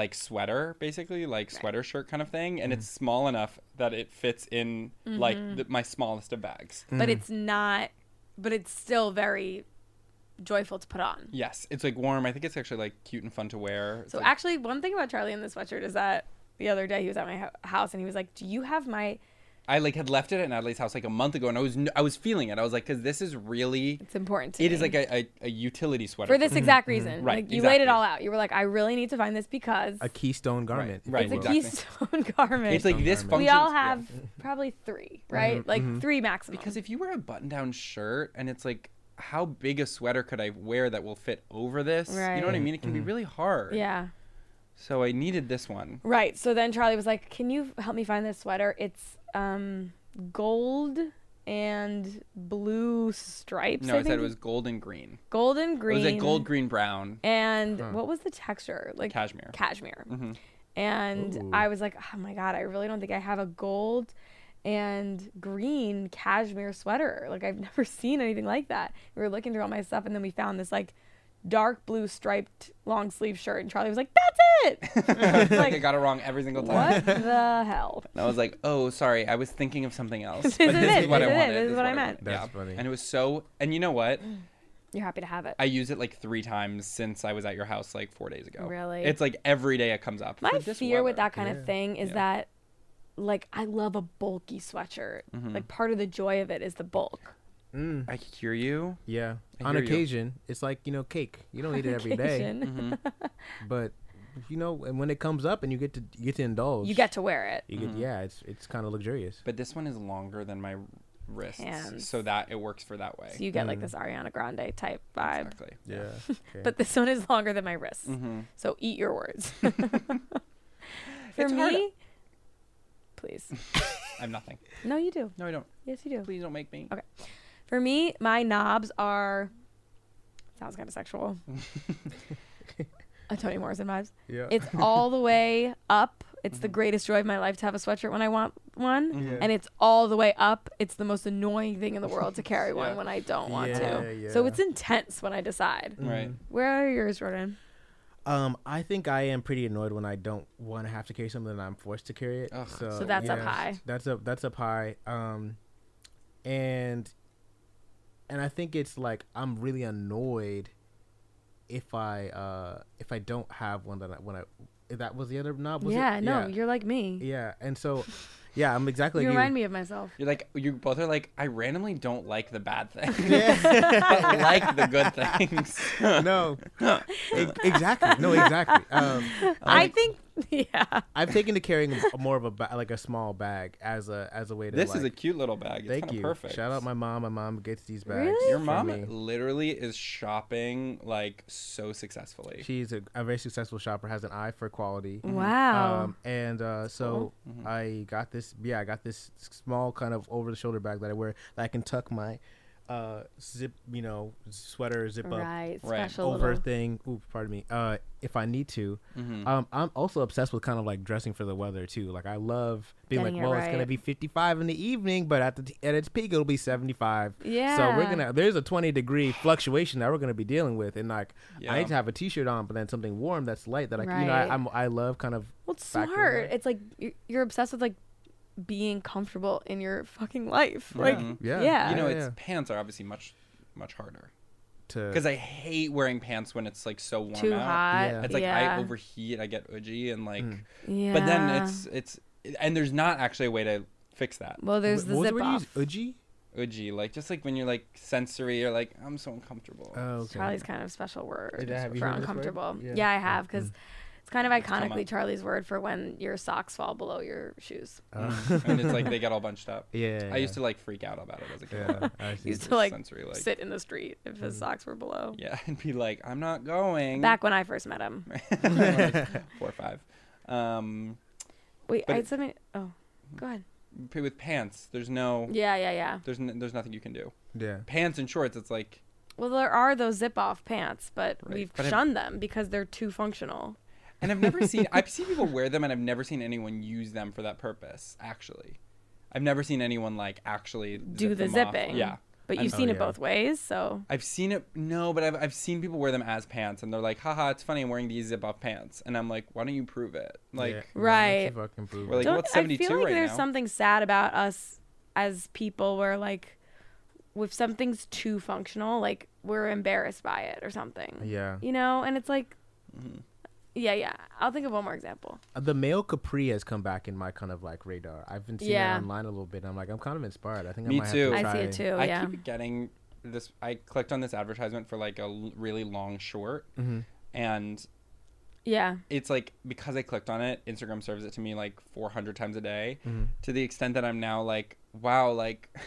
like sweater basically, like sweater shirt kind of thing, and it's small enough that it fits in like
Mm-hmm.
the, my smallest of bags.
but it's not but it's still very joyful to put on
Yes, it's like warm. I think it's actually like cute and fun to wear. It's
So
like-
actually, one thing about Charlie in the sweatshirt is that the other day he was at my ho- house and he was like, "Do you have my?"
I like had left it at Natalie's house like a month ago, and I was n- I was feeling it. I was like, because this is really.
It's important to
It
me.
is like a, a, a utility sweater
for this exact reason.
Right,
Like you laid
exactly.
it all out. You were like, "I really need to find this because
A keystone garment.
right,
it's a
exactly.
keystone garment."
It's like this
We
function.
we all have probably three, right? Like three maximum.
Because if you wear a button-down shirt and it's like, how big a sweater could I wear that will fit over this? You know what I
Right.
mean? It can be really hard.
yeah.
So I needed this one.
Right. So then Charlie was like, "Can you help me find this sweater? It's um gold and blue stripes."
No, I, said
think.
it was gold and green.
gold and green.
It was like gold, green, brown.
and what was the texture like
Cashmere. Mm-hmm.
cashmere and i was like oh my god i really don't think i have a gold and green cashmere sweater like i've never seen anything like that we were looking through all my stuff and then we found this like dark blue striped long sleeve shirt and charlie was like that's it
like, I
like
got it wrong every single time.
what the hell
And I was like, oh, sorry, I was thinking of something else.
This
but
is
this
it,
is what
this
I
is it,
wanted.
this is what I meant.
wanted.
That's funny.
And it was so. And you know what?
you're happy to have it
I use it like three times since I was at your house like four days ago.
Really?
It's like every day it comes up.
my
For this
fear with
weather.
that kind of thing is that like i love a bulky sweatshirt
Mm-hmm.
like part of the joy of it is the bulk
I hear you.
Yeah.
I
On
hear you.
occasion, it's like you know cake. You don't eat it every day,
Occasion.
Mm-hmm.
but you know, and when it comes up and you get to you get to indulge,
you get to wear it
you
Mm-hmm.
get yeah. It's it's kind of luxurious.
But this one is longer than my wrists,
Hands.
so that it works for that way.
So you get like
Mm.
this Ariana Grande type vibe.
exactly.
Yeah. okay.
But this one is longer than my wrists.
Mm-hmm.
So eat your words. For
It's
me,
hard-
please.
I'm nothing.
No, you do.
No, I don't.
Yes, you do.
Please don't make me.
Okay. For me, my knobs are sounds kind of sexual. A Toni Morrison vibes.
Yeah. Mm-hmm.
It's all the way up. It's the greatest joy of my life to have a sweatshirt when I want one, and it's all the way up. It's the most annoying thing in the world to carry one when I don't want to.
Yeah,
So
yeah. Mm.
it's intense when I decide.
Right.
Where are yours, Jordan?
Um, I think I am pretty annoyed when I don't want to have to carry something and I'm forced to carry it. So,
So that's up high.
That's up. That's up high. Um, and and I think it's like I'm really annoyed if I uh if I don't have one that I, when I if that was the other knob. Was it?
yeah, no,
yeah.
you're like me.
yeah. And so, yeah, I'm exactly.
you
like
remind me of myself.
You're like you both are like I randomly don't like the bad things, but like the good things.
No, E- exactly. No, exactly. Um,
I think, yeah.
I've taken to carrying a- more of a ba- like a small bag as a as a way to.
this is
like-
a cute little bag. It's
Thank
kinda
you.
Perfect.
Shout out my mom. My mom gets these bags.
Really?
Your
for
mom
me.
literally is shopping like so successfully.
She's a, a very successful shopper. Has an eye for quality.
Wow. Oh, mm-hmm.
Um, and uh, so I got this. Yeah, I got this small kind of over the shoulder bag that I wear that I can tuck my uh, zip, you know, sweater zip up
right.
Right.
Special
over
little.
thing. Ooh, pardon me. Uh, if I need to, um, I'm also obsessed with kind of like dressing for the weather too. Like I love being
Getting
like,
it
well, it's gonna
right.
be 55 in the evening, but at the t- at its peak, it'll be 75. So we're
Yeah.
gonna there's a 20 degree fluctuation that we're gonna be dealing with, and like
Yeah.
I need to have a t-shirt on, but then something warm that's light that I can you know I,
Right.
I'm, I love kind of.
Well, it's
factoring
smart.
that.
It's like you're, you're obsessed with like being comfortable in your fucking life. Like,
Yeah.
Yeah.
Mm-hmm. you know,
yeah,
its
yeah.
pants are obviously much much harder
to
because I hate wearing pants when it's like so warm
too
out.
hot.
Yeah. Mm.
It's like
yeah.
I overheat, I get udgy, and like.
Yeah.
But then it's it's and there's not actually a way to fix that.
Well, there's the
What was
zip
word you
off.
used? Uji?
Uji, like just like when you're like sensory, you're like I'm so uncomfortable.
Oh, okay.
Charlie's kind of special word
Did I- have you
for
heard this word?
uncomfortable.
Yeah. Hmm.
Yeah. I have because it's kind of
come
iconically
up.
Charlie's word for when your socks fall below your shoes.
Mm. and it's like they get all bunched up.
uh. Yeah.
I used to like freak out about it as a kid.
Yeah, I
He
see.
used to like
sensory, like-
sit in the street if
Hmm.
his socks were below.
Yeah, and be like, I'm not going.
Back when I first met him,
When I was four or five. Um,
wait,
But
I
it-
had something. Oh, go ahead.
p- with pants, there's no,
Yeah, yeah, yeah.
there's n- there's nothing you can do.
Yeah.
Pants and shorts, it's like,
Well, there are those zip-off pants, but
Right.
we've
But I've-
shunned them because they're too functional.
and I've never seen. I've seen people wear them, and I've never seen anyone use them for that purpose. Actually, I've never seen anyone like actually
Do
zip
the
them off.
zipping.
Yeah,
But
I'm-
you've seen
Oh,
it
yeah.
both ways, so
I've seen it. No, but I've I've seen people wear them as pants, and they're like, haha, it's funny I'm wearing these zip off pants, and I'm like, why don't you prove it? Like,
yeah.
Right.
Why don't you fucking prove
We're like,
it?
Don't-
what's
I
72
feel like
right
there's
now?
something sad about us as people where like if something's too functional, like we're embarrassed by it or something.
Yeah.
You know, and it's like
Mm-hmm.
Yeah, yeah. I'll think of one more example.
Uh, The male capri has come back in my kind of like radar. I've been seeing
Yeah.
it online a little bit. I'm like, I'm kind of inspired. I think
Me
I might
too.
have to
I
try.
see it too,
I
yeah.
keep getting this. I clicked on this advertisement for like a l- really long short, and
Yeah.
it's like because I clicked on it, Instagram serves it to me like 400 times a day,
Mm-hmm.
to the extent that I'm now like, wow, like.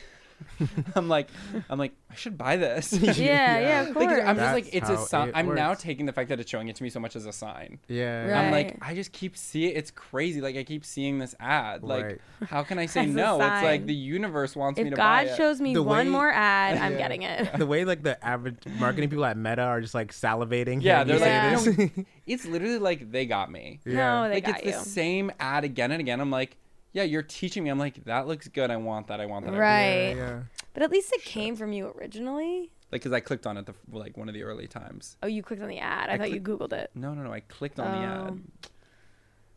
I'm like, I'm like, I should buy this.
Yeah, yeah, of
Like, I'm just
course.
like, it's a
That's how
sign.
it
I'm now
works.
taking the fact that it's showing it to me so much as a sign.
Yeah.
Right.
I'm like, I just keep seeing. It's crazy. Like I keep seeing this ad. Like,
Right.
how can I say
As a
no? It's like
sign.
the universe wants me
If
to
God
buy it.
shows me
The
one
way-
more ad, I'm
Yeah.
getting it.
The way like the average marketing people at Meta are just like salivating.
Yeah, they're
hearing you
Yeah.
like,
say
"No,
this.
it's literally like they got me.
No, they
like
got
it's
you.
the same ad again and again. I'm like, yeah, you're teaching me. I'm like, that looks good. I want that. I want that. I want that."
Right.
Yeah, yeah.
But at least it came from you originally.
Like, cause I clicked on it the like one of the early times.
Oh, you clicked on the ad. I, thought you googled it.
No, no, no. I clicked on the
Oh.
ad.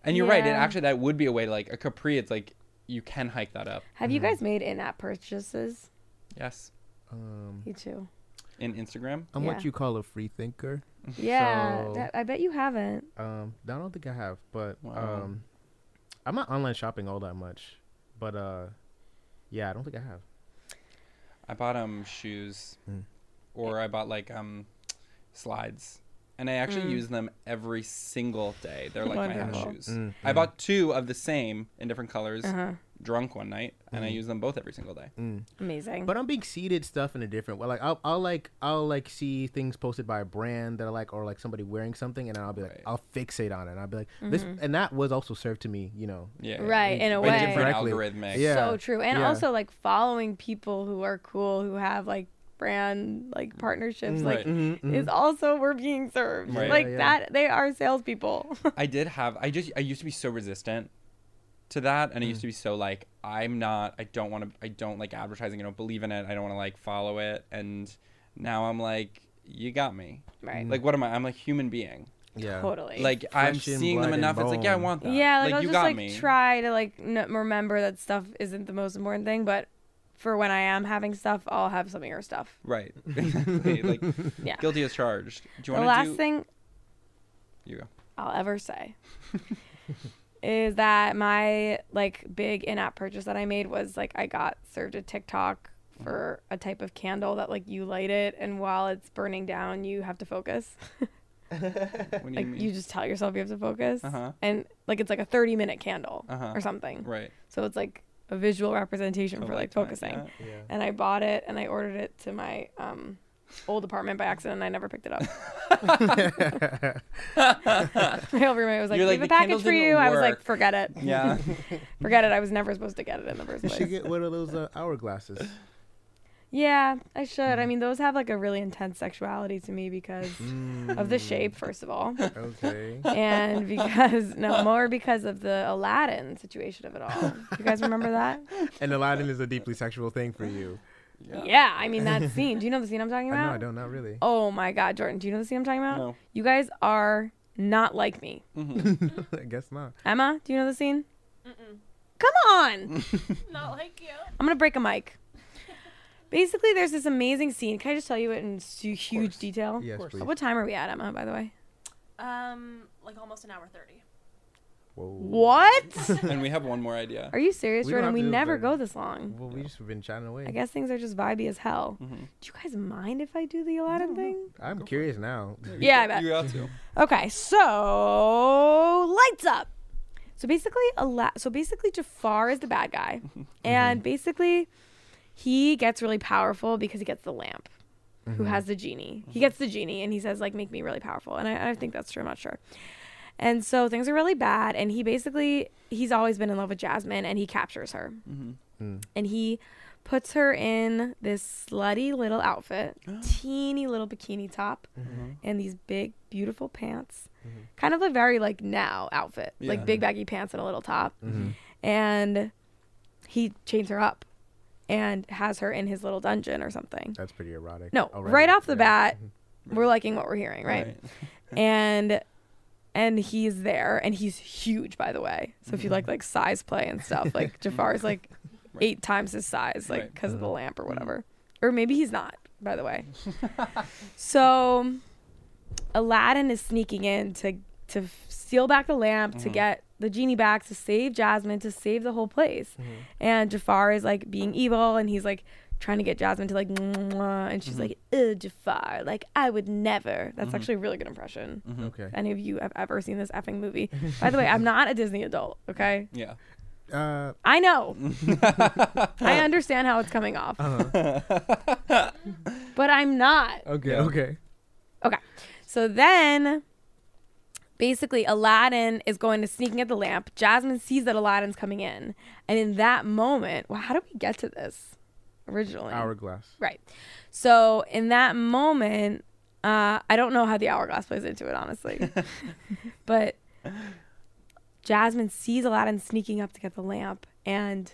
And you're right. It
Yeah.
actually that would be a way. Like a capri, it's like you can hike that up.
Have you guys made in-app purchases?
Yes.
Um,
You too.
In Instagram.
I'm
Yeah.
what you call a free thinker.
Yeah,
So-
that- I bet you haven't.
Um, I don't think I have, but
Wow.
um, I'm not online shopping all that much, but uh, yeah, I don't think I have.
I bought um shoes, or I bought like um slides, and I actually
Hmm.
use them every single day. They're like my house shoes. I bought two of the same in different colors,
Uh-huh.
drunk one night, and I use them both every single day.
Amazing.
But I'm being seeded stuff in a different way. Like I'll, I'll like I'll like see things posted by a brand that I like, or like somebody wearing something, and I'll be like,
Right.
I'll fixate on it. And I'll be like, this,
Mm-hmm.
and that was also served to me, you know.
Yeah,
Right, in a
By
way.
different
Correctly.
algorithmic.
Yeah.
So true. And
Yeah.
also like following people who are cool who have like brand like partnerships like
Right.
is also we're being served.
Right.
Like
Mm-hmm, Yeah, yeah.
that they are salespeople.
I did have. I just. I used to be so resistant to that, and I
Mm.
used to be so like, I'm not. I don't want to. I don't like advertising. I don't believe in it. I don't want to like follow it. And now I'm like, you got me.
right.
Like, what am I? I'm a human being.
Yeah.
totally.
Mm. like I'm
Flesh and
seeing them
blood and
enough. It's like yeah, I
bone.
want that.
yeah, like, I'll
you
just
got
like
me.
try to like n- remember that stuff isn't the most important thing, but for when I am having stuff, I'll have some of your stuff.
Right. Exactly. like
Yeah.
guilty as charged. Do you
The
want to
last
do?
thing
You go.
I'll ever say is that my like big in-app purchase that I made was like I got served a TikTok for a type of candle that like you light it and while it's burning down you have to focus.
What do
like
you mean?
you just tell yourself you have to focus
Uh-huh.
and like it's like a 30 minute candle
Uh-huh.
or something.
Right.
So it's like a visual representation
A
for like
lifetime,
focusing.
yeah.
And I bought it and I ordered it to my um old apartment by accident and I never picked it up. my old roommate was like,
You're
"We
like,
have a package
"The candles
for
didn't
you." I was like,
work.
"Forget it,
Yeah.
forget it." I was never supposed to get it in the first
You should
place.
get one of those uh, hourglasses.
Yeah, I should. I mean, those have like a really intense sexuality to me because of the shape, first of all,
Okay.
and because no more because of the Aladdin situation of it all. You guys remember that?
and Aladdin is a deeply sexual thing for you.
Yeah. I mean that scene. Do you know the scene I'm talking
I
about?
know I don't. Not really.
Oh my God, Jordan, do you know the scene I'm talking about?
No.
You guys are not like me.
Mm. I guess not.
Emma, do you know the scene? Come on. not like you. I'm gonna break a mic. Basically, there's this amazing scene. Can I just tell you it in su- huge detail?
Yes, please.
What time are we at, Emma? By the way,
Um, like almost an hour thirty.
What?
and we have one more idea.
Are you serious,
We don't
Jordan?
have
We
to do it
never
very-
go this long.
Well, we just been chatting away.
I guess things are just vibey as hell.
Mm-hmm.
Do you guys mind if I do the Aladdin thing?
I'm curious now.
Yeah, I bet.
You got to.
Okay, so lights up. So basically, a la- so basically Jafar is the bad guy, and basically he gets really powerful because he gets the lamp, who has the genie. He gets the genie, and he says like, "Make me really powerful," and I, I think that's true. I'm not sure. And so things are really bad, and he basically he's always been in love with Jasmine, and he captures her, and he puts her in this slutty little outfit, teeny little bikini top, and these big beautiful pants, kind of a very like now outfit,
Yeah.
like big baggy pants and a little top, and he chains her up, and has her in his little dungeon or something.
That's pretty erotic.
No,
already.
Oh, right off the
Yeah.
bat, we're liking what we're hearing, right? and and he's there, and he's huge, by the way. So if you like like size play and stuff, like Jafar's like eight times his size, like
Right.
because of the lamp or whatever, or maybe he's not, by the way. so Aladdin is sneaking in to to f- steal back the lamp, to get the genie back, to save Jasmine, to save the whole place. And Jafar is like being evil, and he's like trying to get Jasmine to like, "Mwah," and she's like, "Ugh, Jafar, like I would never." That's actually a really good impression.
Okay.
If any of you have ever seen this effing movie, by the way, I'm not a Disney adult. Okay,
Yeah.
Uh,
I know. I understand how it's coming off, but I'm not.
okay.
Yeah.
Okay.
Okay. So then basically Aladdin is going to sneaking at the lamp. Jasmine sees that Aladdin's coming in. And in that moment, well, how did we get to this originally?
Hourglass.
Right. So in that moment, uh, I don't know how the hourglass plays into it, honestly. but Jasmine sees Aladdin sneaking up to get the lamp, and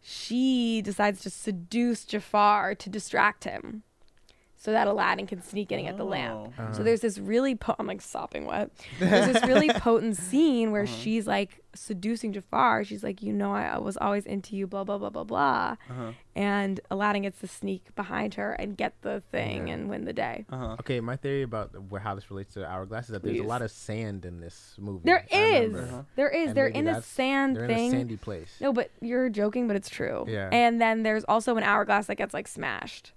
she decides to seduce Jafar to distract him so that Aladdin can sneak in and get the lamp.
Uh-huh.
So there's this really, po- I'm like sopping wet. There's this really potent scene where she's like seducing Jafar. She's like, you know, I, I was always into you, blah, blah, blah, blah, blah. And Aladdin gets to sneak behind her and get the thing and win the day.
Okay, my theory about wh- how this relates to hourglass is that there's a
Please.
lot of sand in this movie.
There
I
is.
remember.
There is.
And
They're
maybe
in a
that's-
sand
they're
thing.
in a sandy place.
No, but you're joking, but it's true.
Yeah.
And then there's also an hourglass that gets like smashed.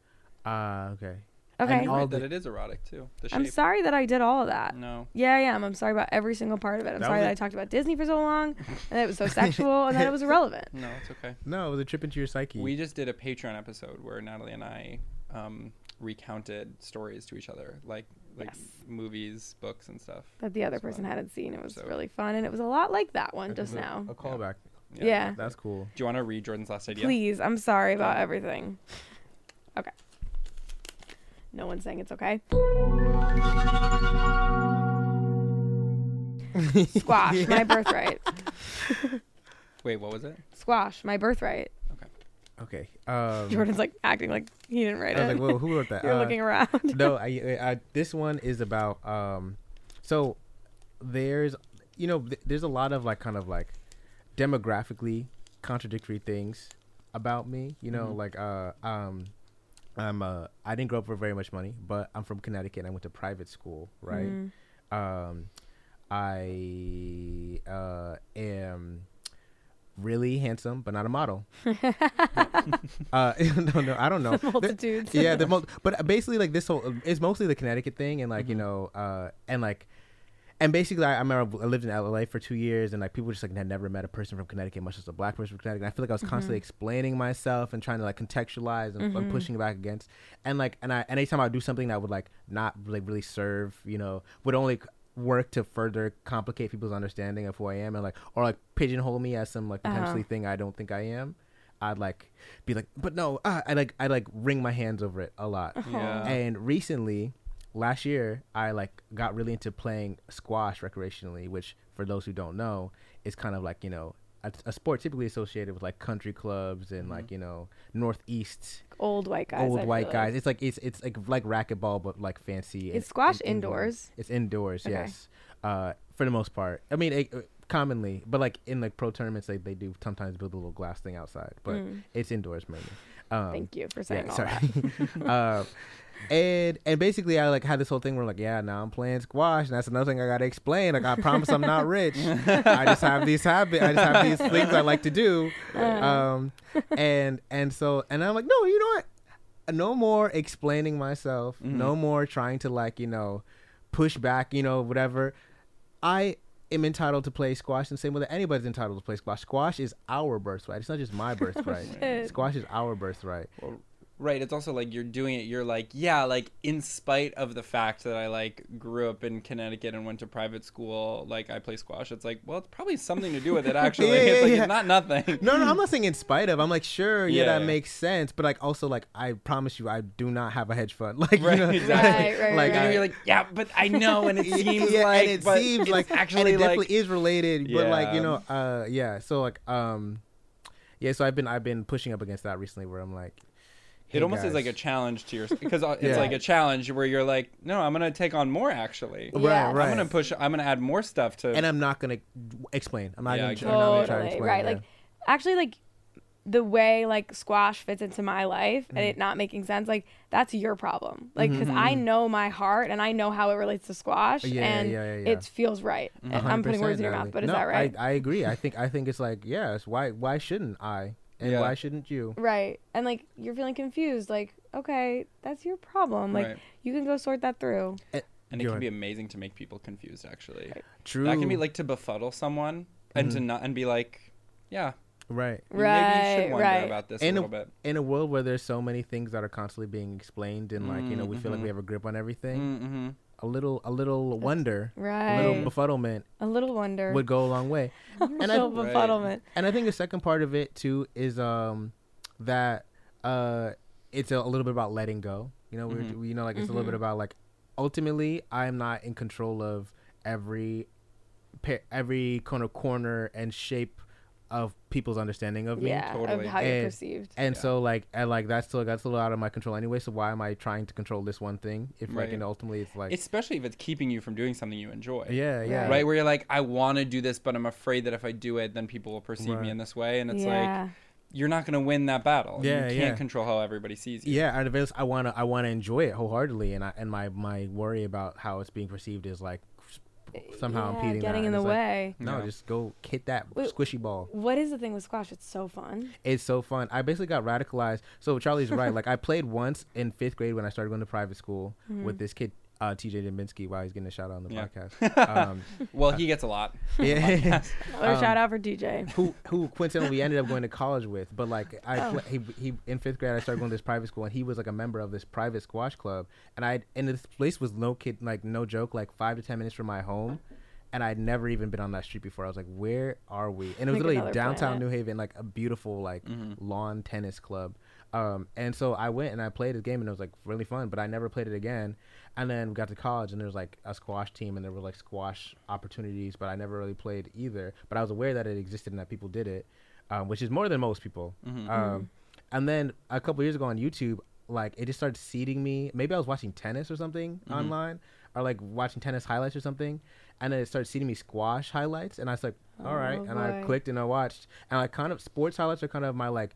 Ah, okay.
Okay.
You're
all
right
the-
that it is erotic too. The shape.
I'm sorry that I did all of that.
No.
Yeah, I am. I'm sorry about every single part of it. I'm
That
sorry
was
that
a-
I talked about Disney for so long, and that it was so sexual, and that it was irrelevant.
No, it's okay.
No, it was a trip into your psyche.
We just did a Patreon episode where Natalie and I um, recounted stories to each other, like like movies, books, and stuff.
That the other
That's
person
fun.
hadn't seen. It was
So-
really fun, and it was a lot like that one just
a,
now.
A callback.
Yeah.
That's cool.
Do you want to read Jordan's last idea?
Please, I'm sorry about everything. Okay. No one's saying it's okay. Squash, my birthright.
Wait, what was it?
Squash, my birthright.
Okay. Um,
Jordan's like acting like he didn't write
I was
it.
like, whoa, who wrote that?
You're
Uh,
looking around.
no, I, I, I- this one is about um, so there's you know th- there's a lot of like kind of like demographically contradictory things about me. You know, like uh um. I'm uh I didn't grow up with very much money, but I'm from Connecticut. and I went to private school, right? Um, I uh, am really handsome, but not a model. uh, no, no, I don't know. The-
multitudes.
yeah, the mul- but basically like this whole it's mostly the Connecticut thing and like you know uh and like and basically I, I remember I lived in LA for two years and like people just like had never met a person from Connecticut much less a black person from Connecticut. And I feel like I was constantly explaining myself and trying to like contextualize and, and pushing back against and like and I and anytime I would do something that would like not really really serve you know would only work to further complicate people's understanding of who I am and like or like pigeonhole me as some like potentially thing I don't think I am. I'd like be like, but no, ah, I like I like wring my hands over it a lot.
Yeah.
And recently, last year, I like got really into playing squash recreationally, which for those who don't know, is kind of like you know a, a sport typically associated with like country clubs and like you know northeast
Old white guys. I
old
feel
white
like.
guys. It's like it's it's like like racquetball, but like fancy. and-
Is squash
and indoor.
indoors?
It's indoors, yes. Uh, for the most part, I mean, it, uh,
Mm.
commonly, but like in like pro tournaments, they they do sometimes build a little glass thing outside, but it's indoors mainly. Um,
Thank you for
yeah,
saying all
sorry.
that.
um, and and basically, I like had this whole thing where I'm like, yeah, now I'm playing squash, and that's another thing I gotta explain. Like, I promise I'm not rich. I just have these habits. I just have these things I like to do. Um, and and so and I'm like, no, you know what? No more explaining myself.
Mm-hmm.
No more trying to like you know push back. You know whatever. I am entitled to play squash in the same way that anybody's entitled to play squash. Squash is our birthright. It's not just my birthright. squash is our birthright.
Right. It's also like you're doing it. You're like, yeah, like in spite of the fact that I like grew up in Connecticut and went to private school, like I play squash. It's like, well, it's probably something to do with it. Actually,
Yeah,
it's
yeah,
like
yeah.
it's not nothing.
No, no, I'm not saying in spite of. I'm like, sure, yeah,
Hmm. Yeah.
that makes sense. But like, also, like, I promise you, I do not have a hedge fund. Like,
Right,
you know,
exactly.
Right, right,
like,
and
right.
I-
you're like, yeah, but I know, and it seems
yeah,
like,
and it
but
seems
it's
like and
actually
it definitely
like,
is related. But like,
Yeah.
you know, uh, yeah. So like, um, yeah. So I've been I've been pushing up against that recently, where I'm like,
it
hey,
almost is
guys.
like a challenge to yourself because uh, it's
Yeah.
like a challenge where you're like, no, I'm gonna take on more. Actually,
right,
Yes. I'm
right.
I'm gonna push. I'm gonna add more stuff to.
and I'm not gonna explain. I'm not
Yeah,
gonna,
exactly.
I'm not gonna try to
totally
explain.
right
yeah.
like actually like the way like squash fits into my life and
Mm-hmm.
it not making sense like that's your problem like because i know my heart and i know how it relates to squash
Yeah,
and
yeah, yeah, yeah.
it feels right i'm putting
100%,
words in your mouth
Natalie.
but is
No,
that right
I, I agree. I think I think it's like yes. Why why shouldn't I? And
Yeah.
why shouldn't you?
right and like you're feeling confused like okay that's your problem like
Right.
you can go sort that through
and it can
Good.
be amazing to make people confused actually
True. Mm-hmm.
that can be like to befuddle someone and to not and be like yeah
right.
maybe you
right
should wonder
right
about this a
in
little
a,
bit
in a world where there's so many things that are constantly being explained and like you know we feel like we have a grip on everything
mm-hmm.
a little a little wonder a
right
little befuddlement
a little wonder
would go a long way and
a little
I,
Right.
befuddlement
and I think the second part of it too is um that uh it's a, little bit about letting go you know we're,
Mm-hmm.
we- you know like it's a little bit about like ultimately I'm not in control of every pa- every kind of corner and shape of people's understanding of me
yeah
totally.
of how you're
And-
perceived
and so like and like that's still that's a little out of my control anyway. So why am I trying to control this one thing if
Right.
like you know, ultimately it's like
especially if it's keeping you from doing something you enjoy
yeah yeah
right where you're like i want to do this but i'm afraid that if i do it then people will perceive me
Right.
in this way and it's
yeah
like you're not going to win that battle
Yeah,
you can't
yeah.
control how everybody sees you
yeah. And eventually I wanna I wanna enjoy it wholeheartedly, and I and my my worry about how it's being perceived is like somehow
yeah,
impeding
getting
that.
in
And
the
it's like,
way
no,
Yeah.
just go hit that
Wait.
squishy ball.
What is the thing with squash? It's so fun.
It's so fun. I basically got radicalized. So Charlie's right. Like I played once in fifth grade when I started going to private school
Mm-hmm.
with this kid. Uh, TJ Dubinsky, wow, he's getting a shout out on the
Yeah.
podcast. Um,
well he gets a lot
yeah,
Another
Um,
shout out for DJ.
who who coincidentally ended up going to college with. But like I
Oh.
pla he, he in fifth grade I started going to this private school and he was like a member of this private squash club and I and this place was no kid like no joke like five to ten minutes from my home. And I'd never even been on that street before. I was like, "Where are we?" And it was
Like
literally
another
downtown
planet.
New Haven, like a beautiful like lawn tennis club. Um, and so I went and I played this game, and it was like really fun. But I never played it again. And then we got to college, and there was like a squash team, and there were like squash opportunities, but I never really played either. But I was aware that it existed and that people did it, um, which is more than most people. Um, and then a couple years ago on YouTube, like it just started seeding me. Maybe I was watching tennis or something online, or like watching tennis highlights or something, and then it started seeding me squash highlights, and I was like, all right, and I
boy.
clicked and I watched, and I kind of sports highlights are kind of my like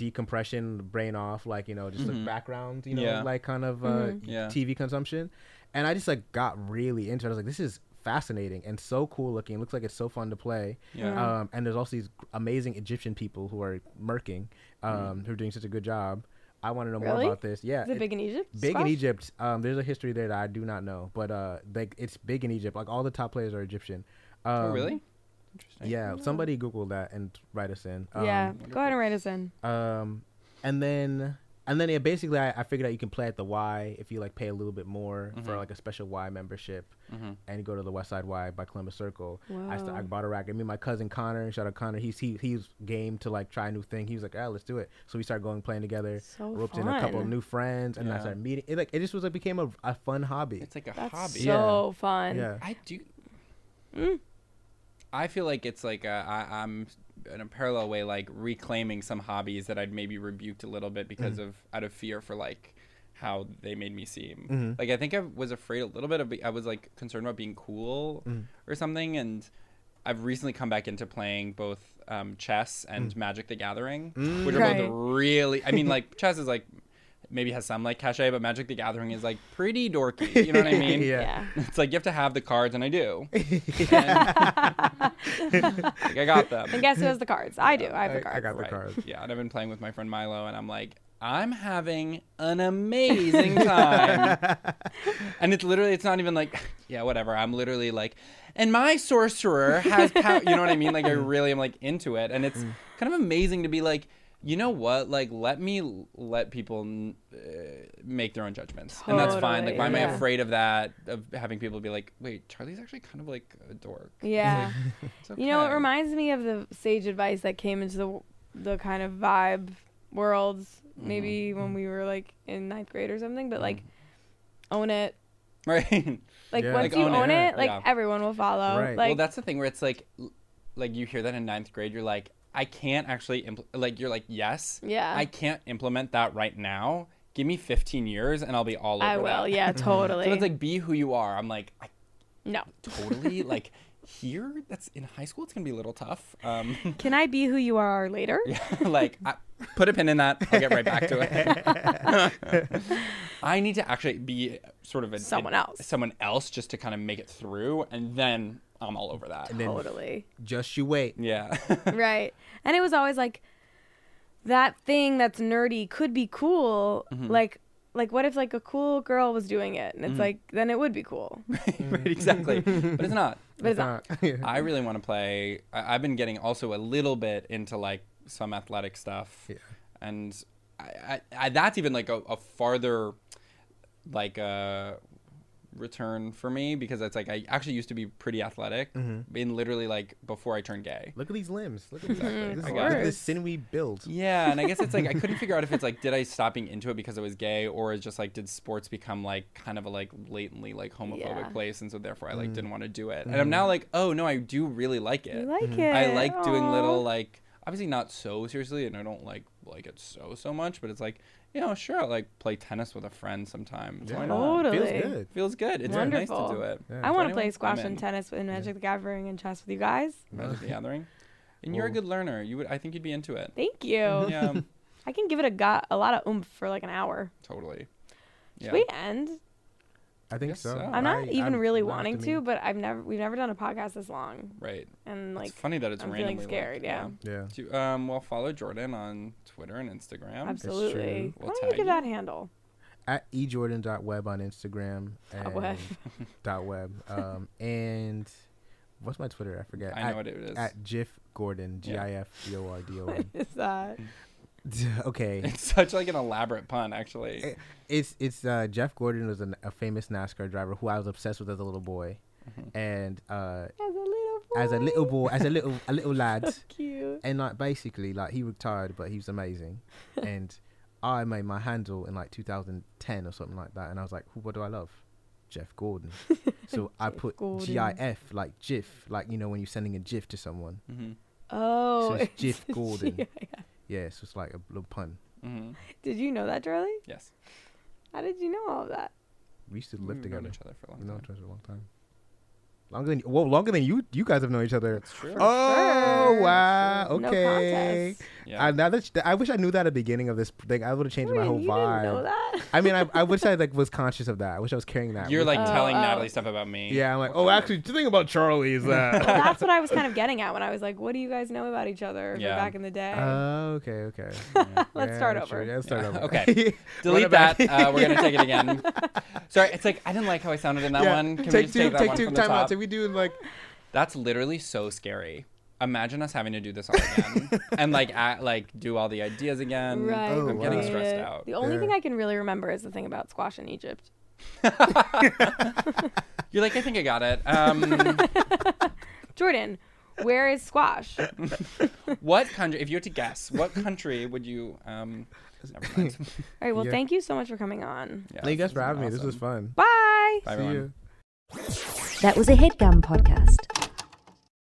decompression, brain off, like you know, just like background, you know,
Mm-hmm. Yeah.
like kind of uh,
Mm-hmm.
Yeah.
TV consumption, and I just like got really into it. I was like, this is fascinating and so cool looking. It looks like it's so fun to play.
Yeah.
Um, and there's also these amazing Egyptian people who are murking, um,
Mm-hmm.
who are doing such a good job. I want to know more
Really?
about this. Yeah.
Is it
it-
big in Egypt?
big in
Squash?
Egypt. Um, there's a history there that I do not know, but uh, like it's big in Egypt. Like all the top players are Egyptian. Um,
oh really interesting
Yeah. Somebody Google that and write us in. Um,
yeah. Go ahead and write us in.
um, and then and then yeah, basically I, I figured out you can play at the Y if you like pay a little bit more for like a special Y membership, and you go to the West Side Y by Columbus Circle. I, st- I bought a racket. Me and my cousin Connor, shout out Connor. He's he he's game to like try a new thing. He was like, ah, let's do it. So we started going playing together.
So
roped in a couple of
fun.
new friends, and then I
Yeah.
started meeting. It like it just was like became a, a fun hobby.
it's like a
That's
hobby
so fun.
yeah.
I do. I feel like it's like uh, I i I'm in a parallel way like reclaiming some hobbies that I'd maybe rebuked a little bit because of out of fear for like how they made me seem. Like I think I was afraid a little bit of be- I was like concerned about being cool or something and I've recently come back into playing both um, chess and Magic the Gathering, which are both
Right.
really. I mean, like chess is like maybe has some like cachet, but Magic the Gathering is like pretty dorky. You know what I mean?
Yeah.
It's like you have to have the cards, and I do. And- like I got them.
And guess who has the cards? I do. I have the
I,
cards.
I got the
Right.
cards.
Yeah, and I've been playing with my friend Milo, and I'm like, I'm having an amazing time. and it's literally, it's not even like, yeah, whatever. I'm literally like, and my sorcerer has power. you know what I mean? Like, I really am like into it, and it's kind of amazing to be like. You know what? Like, let me l- let people n- uh, make their own judgments, and that's fine. Like,
Totally,
why am I
yeah.
afraid of that? Of having people be like, "Wait, Charlie's actually kind of like a dork."
Yeah.
It's
You know, it
okay.
reminds me of the sage advice that came into the the kind of vibe worlds
Mm-hmm.
maybe when we were like in ninth grade or something, but like own it.
right?
Like
Mm-hmm. Yeah.
once
Like,
you
own
own,
it.
it,
Yeah.
like
Yeah.
everyone will follow.
Right.
Like
well, that's the thing where it's like, l- like you hear that in ninth grade, you're like, I can't actually impl- like you're like, yes,
Yeah.
I can't implement that right now. Give me 15 years and I'll be all over.
I will,
that.
yeah, totally.
So it's like be who you are. I'm like, I
no.
totally like here. That's in high school. It's gonna be a little tough. Um,
Can I be who you are later?
like I, put a pin in that. I'll get right back to it. I need to actually be sort of a,
Someone else.
someone else, just to kind of make it through, and then I'm all over that.
then-
Totally.
Just you wait.
Yeah.
right. And it was always like that thing that's nerdy could be cool.
Mm-hmm.
Like like what if like a cool girl was doing it? And it's
Mm.
like then it would be cool.
Right, exactly. But it's not.
But it's not.
I really want to play. I, I've been getting also a little bit into like some athletic stuff, and I, I, I, that's even like a, a farther like uh, return for me because it's like I actually used to be pretty athletic, in literally like before I turned gay.
Look at these limbs. Look at, these this,
Mm, I
look
got
at
it.
this sinewy build.
Yeah, and I guess it's like I couldn't figure out if it's like did I stop being into it because I was gay or is just like did sports become like kind of a like latently like homophobic
Yeah.
place and so therefore I like didn't want to do it. And I'm now like, oh no, I do really like it.
You like it.
I like doing
Aw.
little like obviously not so seriously and I don't like like it so so much, but it's like, you know, sure, I'll like play tennis with a friend sometimes. Why not?
Totally.
Feels good.
Feels good. It's very nice
Wonderful.
to do it.
I want to
Anyone?
play
I'm
squash
in.
and tennis and Magic the Gathering and chess with you guys.
Magic the Gathering. And you're a good learner. You would I think you'd be into it.
Thank you.
Yeah,
I can give it a got a lot of oomph for like an hour.
totally.
Should we end?
I think
Guess
so.
so.
I'm not
I-
even
I'm
really
not
wanting
optimi-
to, but I've never we've never done a podcast this long,
Right.
and like
it's funny that it's
I'm feeling
randomly like-
scared, yeah.
Yeah.
Do you- um, well, follow Jordan on Twitter and Instagram.
absolutely.
We'll
Why don't you
tag
give
you.
that handle?
At ejordan.web on Instagram. And
web.
dot web. Um, and what's my Twitter? I forget.
I
at,
know what it is.
At Jif Gordon. G
Yeah.
I F G O R D O N.
Is that
Mm.
Okay.
It's such like an elaborate pun, actually.
It- It's it's uh, Jeff Gordon was an, a famous NASCAR driver who I was obsessed with as a little boy,
Mm-hmm.
and uh,
as a little boy?
as a little boy, as a little a little lad,
cute.
and like basically like he retired, but he was amazing, and I made my handle in like 2010 or something like that, and I was like, "Who- what do I love? Jeff Gordon. So I put
Gordon.
GIF like GIF, like you know when you're sending a GIF to someone.
Mm. Oh,
So it's
it's
Jeff
a
Gordon.
GIF.
Yeah, so it's like a little pun.
hmm
Did you know that, Charlie?
Yes.
How did you know all of that?
We used to
We've
live
known
together.
each other for a long
We've known
time.
each other for a long time. Longer than well, longer than you you guys have known each other.
It's true.
Oh
sure.
wow!
No
Okay.
contest.
Yeah.
I, now that sh- I wish I knew that at the beginning of this thing, I would have changed my
Wait,
whole
you
vibe.
didn't know that?
I mean, I, I wish I like was conscious of that. I wish I was carrying that.
You're
with
like
me.
telling
oh.
Natalie stuff about me.
yeah. I'm like, oh, actually, the thing about Charlie is
Well,
that.
that's what I was kind of getting at when I was like, "What do you guys know about each other from
Yeah.
back in the day?"
Oh, okay, okay.
Let's
Yeah,
start
sure.
over.
Yeah, let's start over.
Okay.
Run
Delete
it back.
that. Uh, we're gonna take it again. Sorry, it's like I didn't like how I sounded in that
Yeah,
one. Can we
take
just
two.
take that
take
one
two.
from the
Time out.
top?
So we do like.
That's literally so scary. Imagine us having to do this all again and like act, like do all the ideas again.
Right.
Oh,
I'm getting
wow.
stressed
Yeah.
out.
Uh, The only
Yeah.
thing I can really remember is the thing about squash in Egypt.
You're like, I think I got it. Um,
Jordan, where is squash?
What country, if you had to guess, what country would you? Um, never mind.
All right. Well,
Yeah.
thank you so much for coming on.
Yeah,
Thank you guys
this
for
has
having
been
me. This was
awesome.
fun.
Bye.
Bye,
See
everyone.
you.
That was a headgum podcast.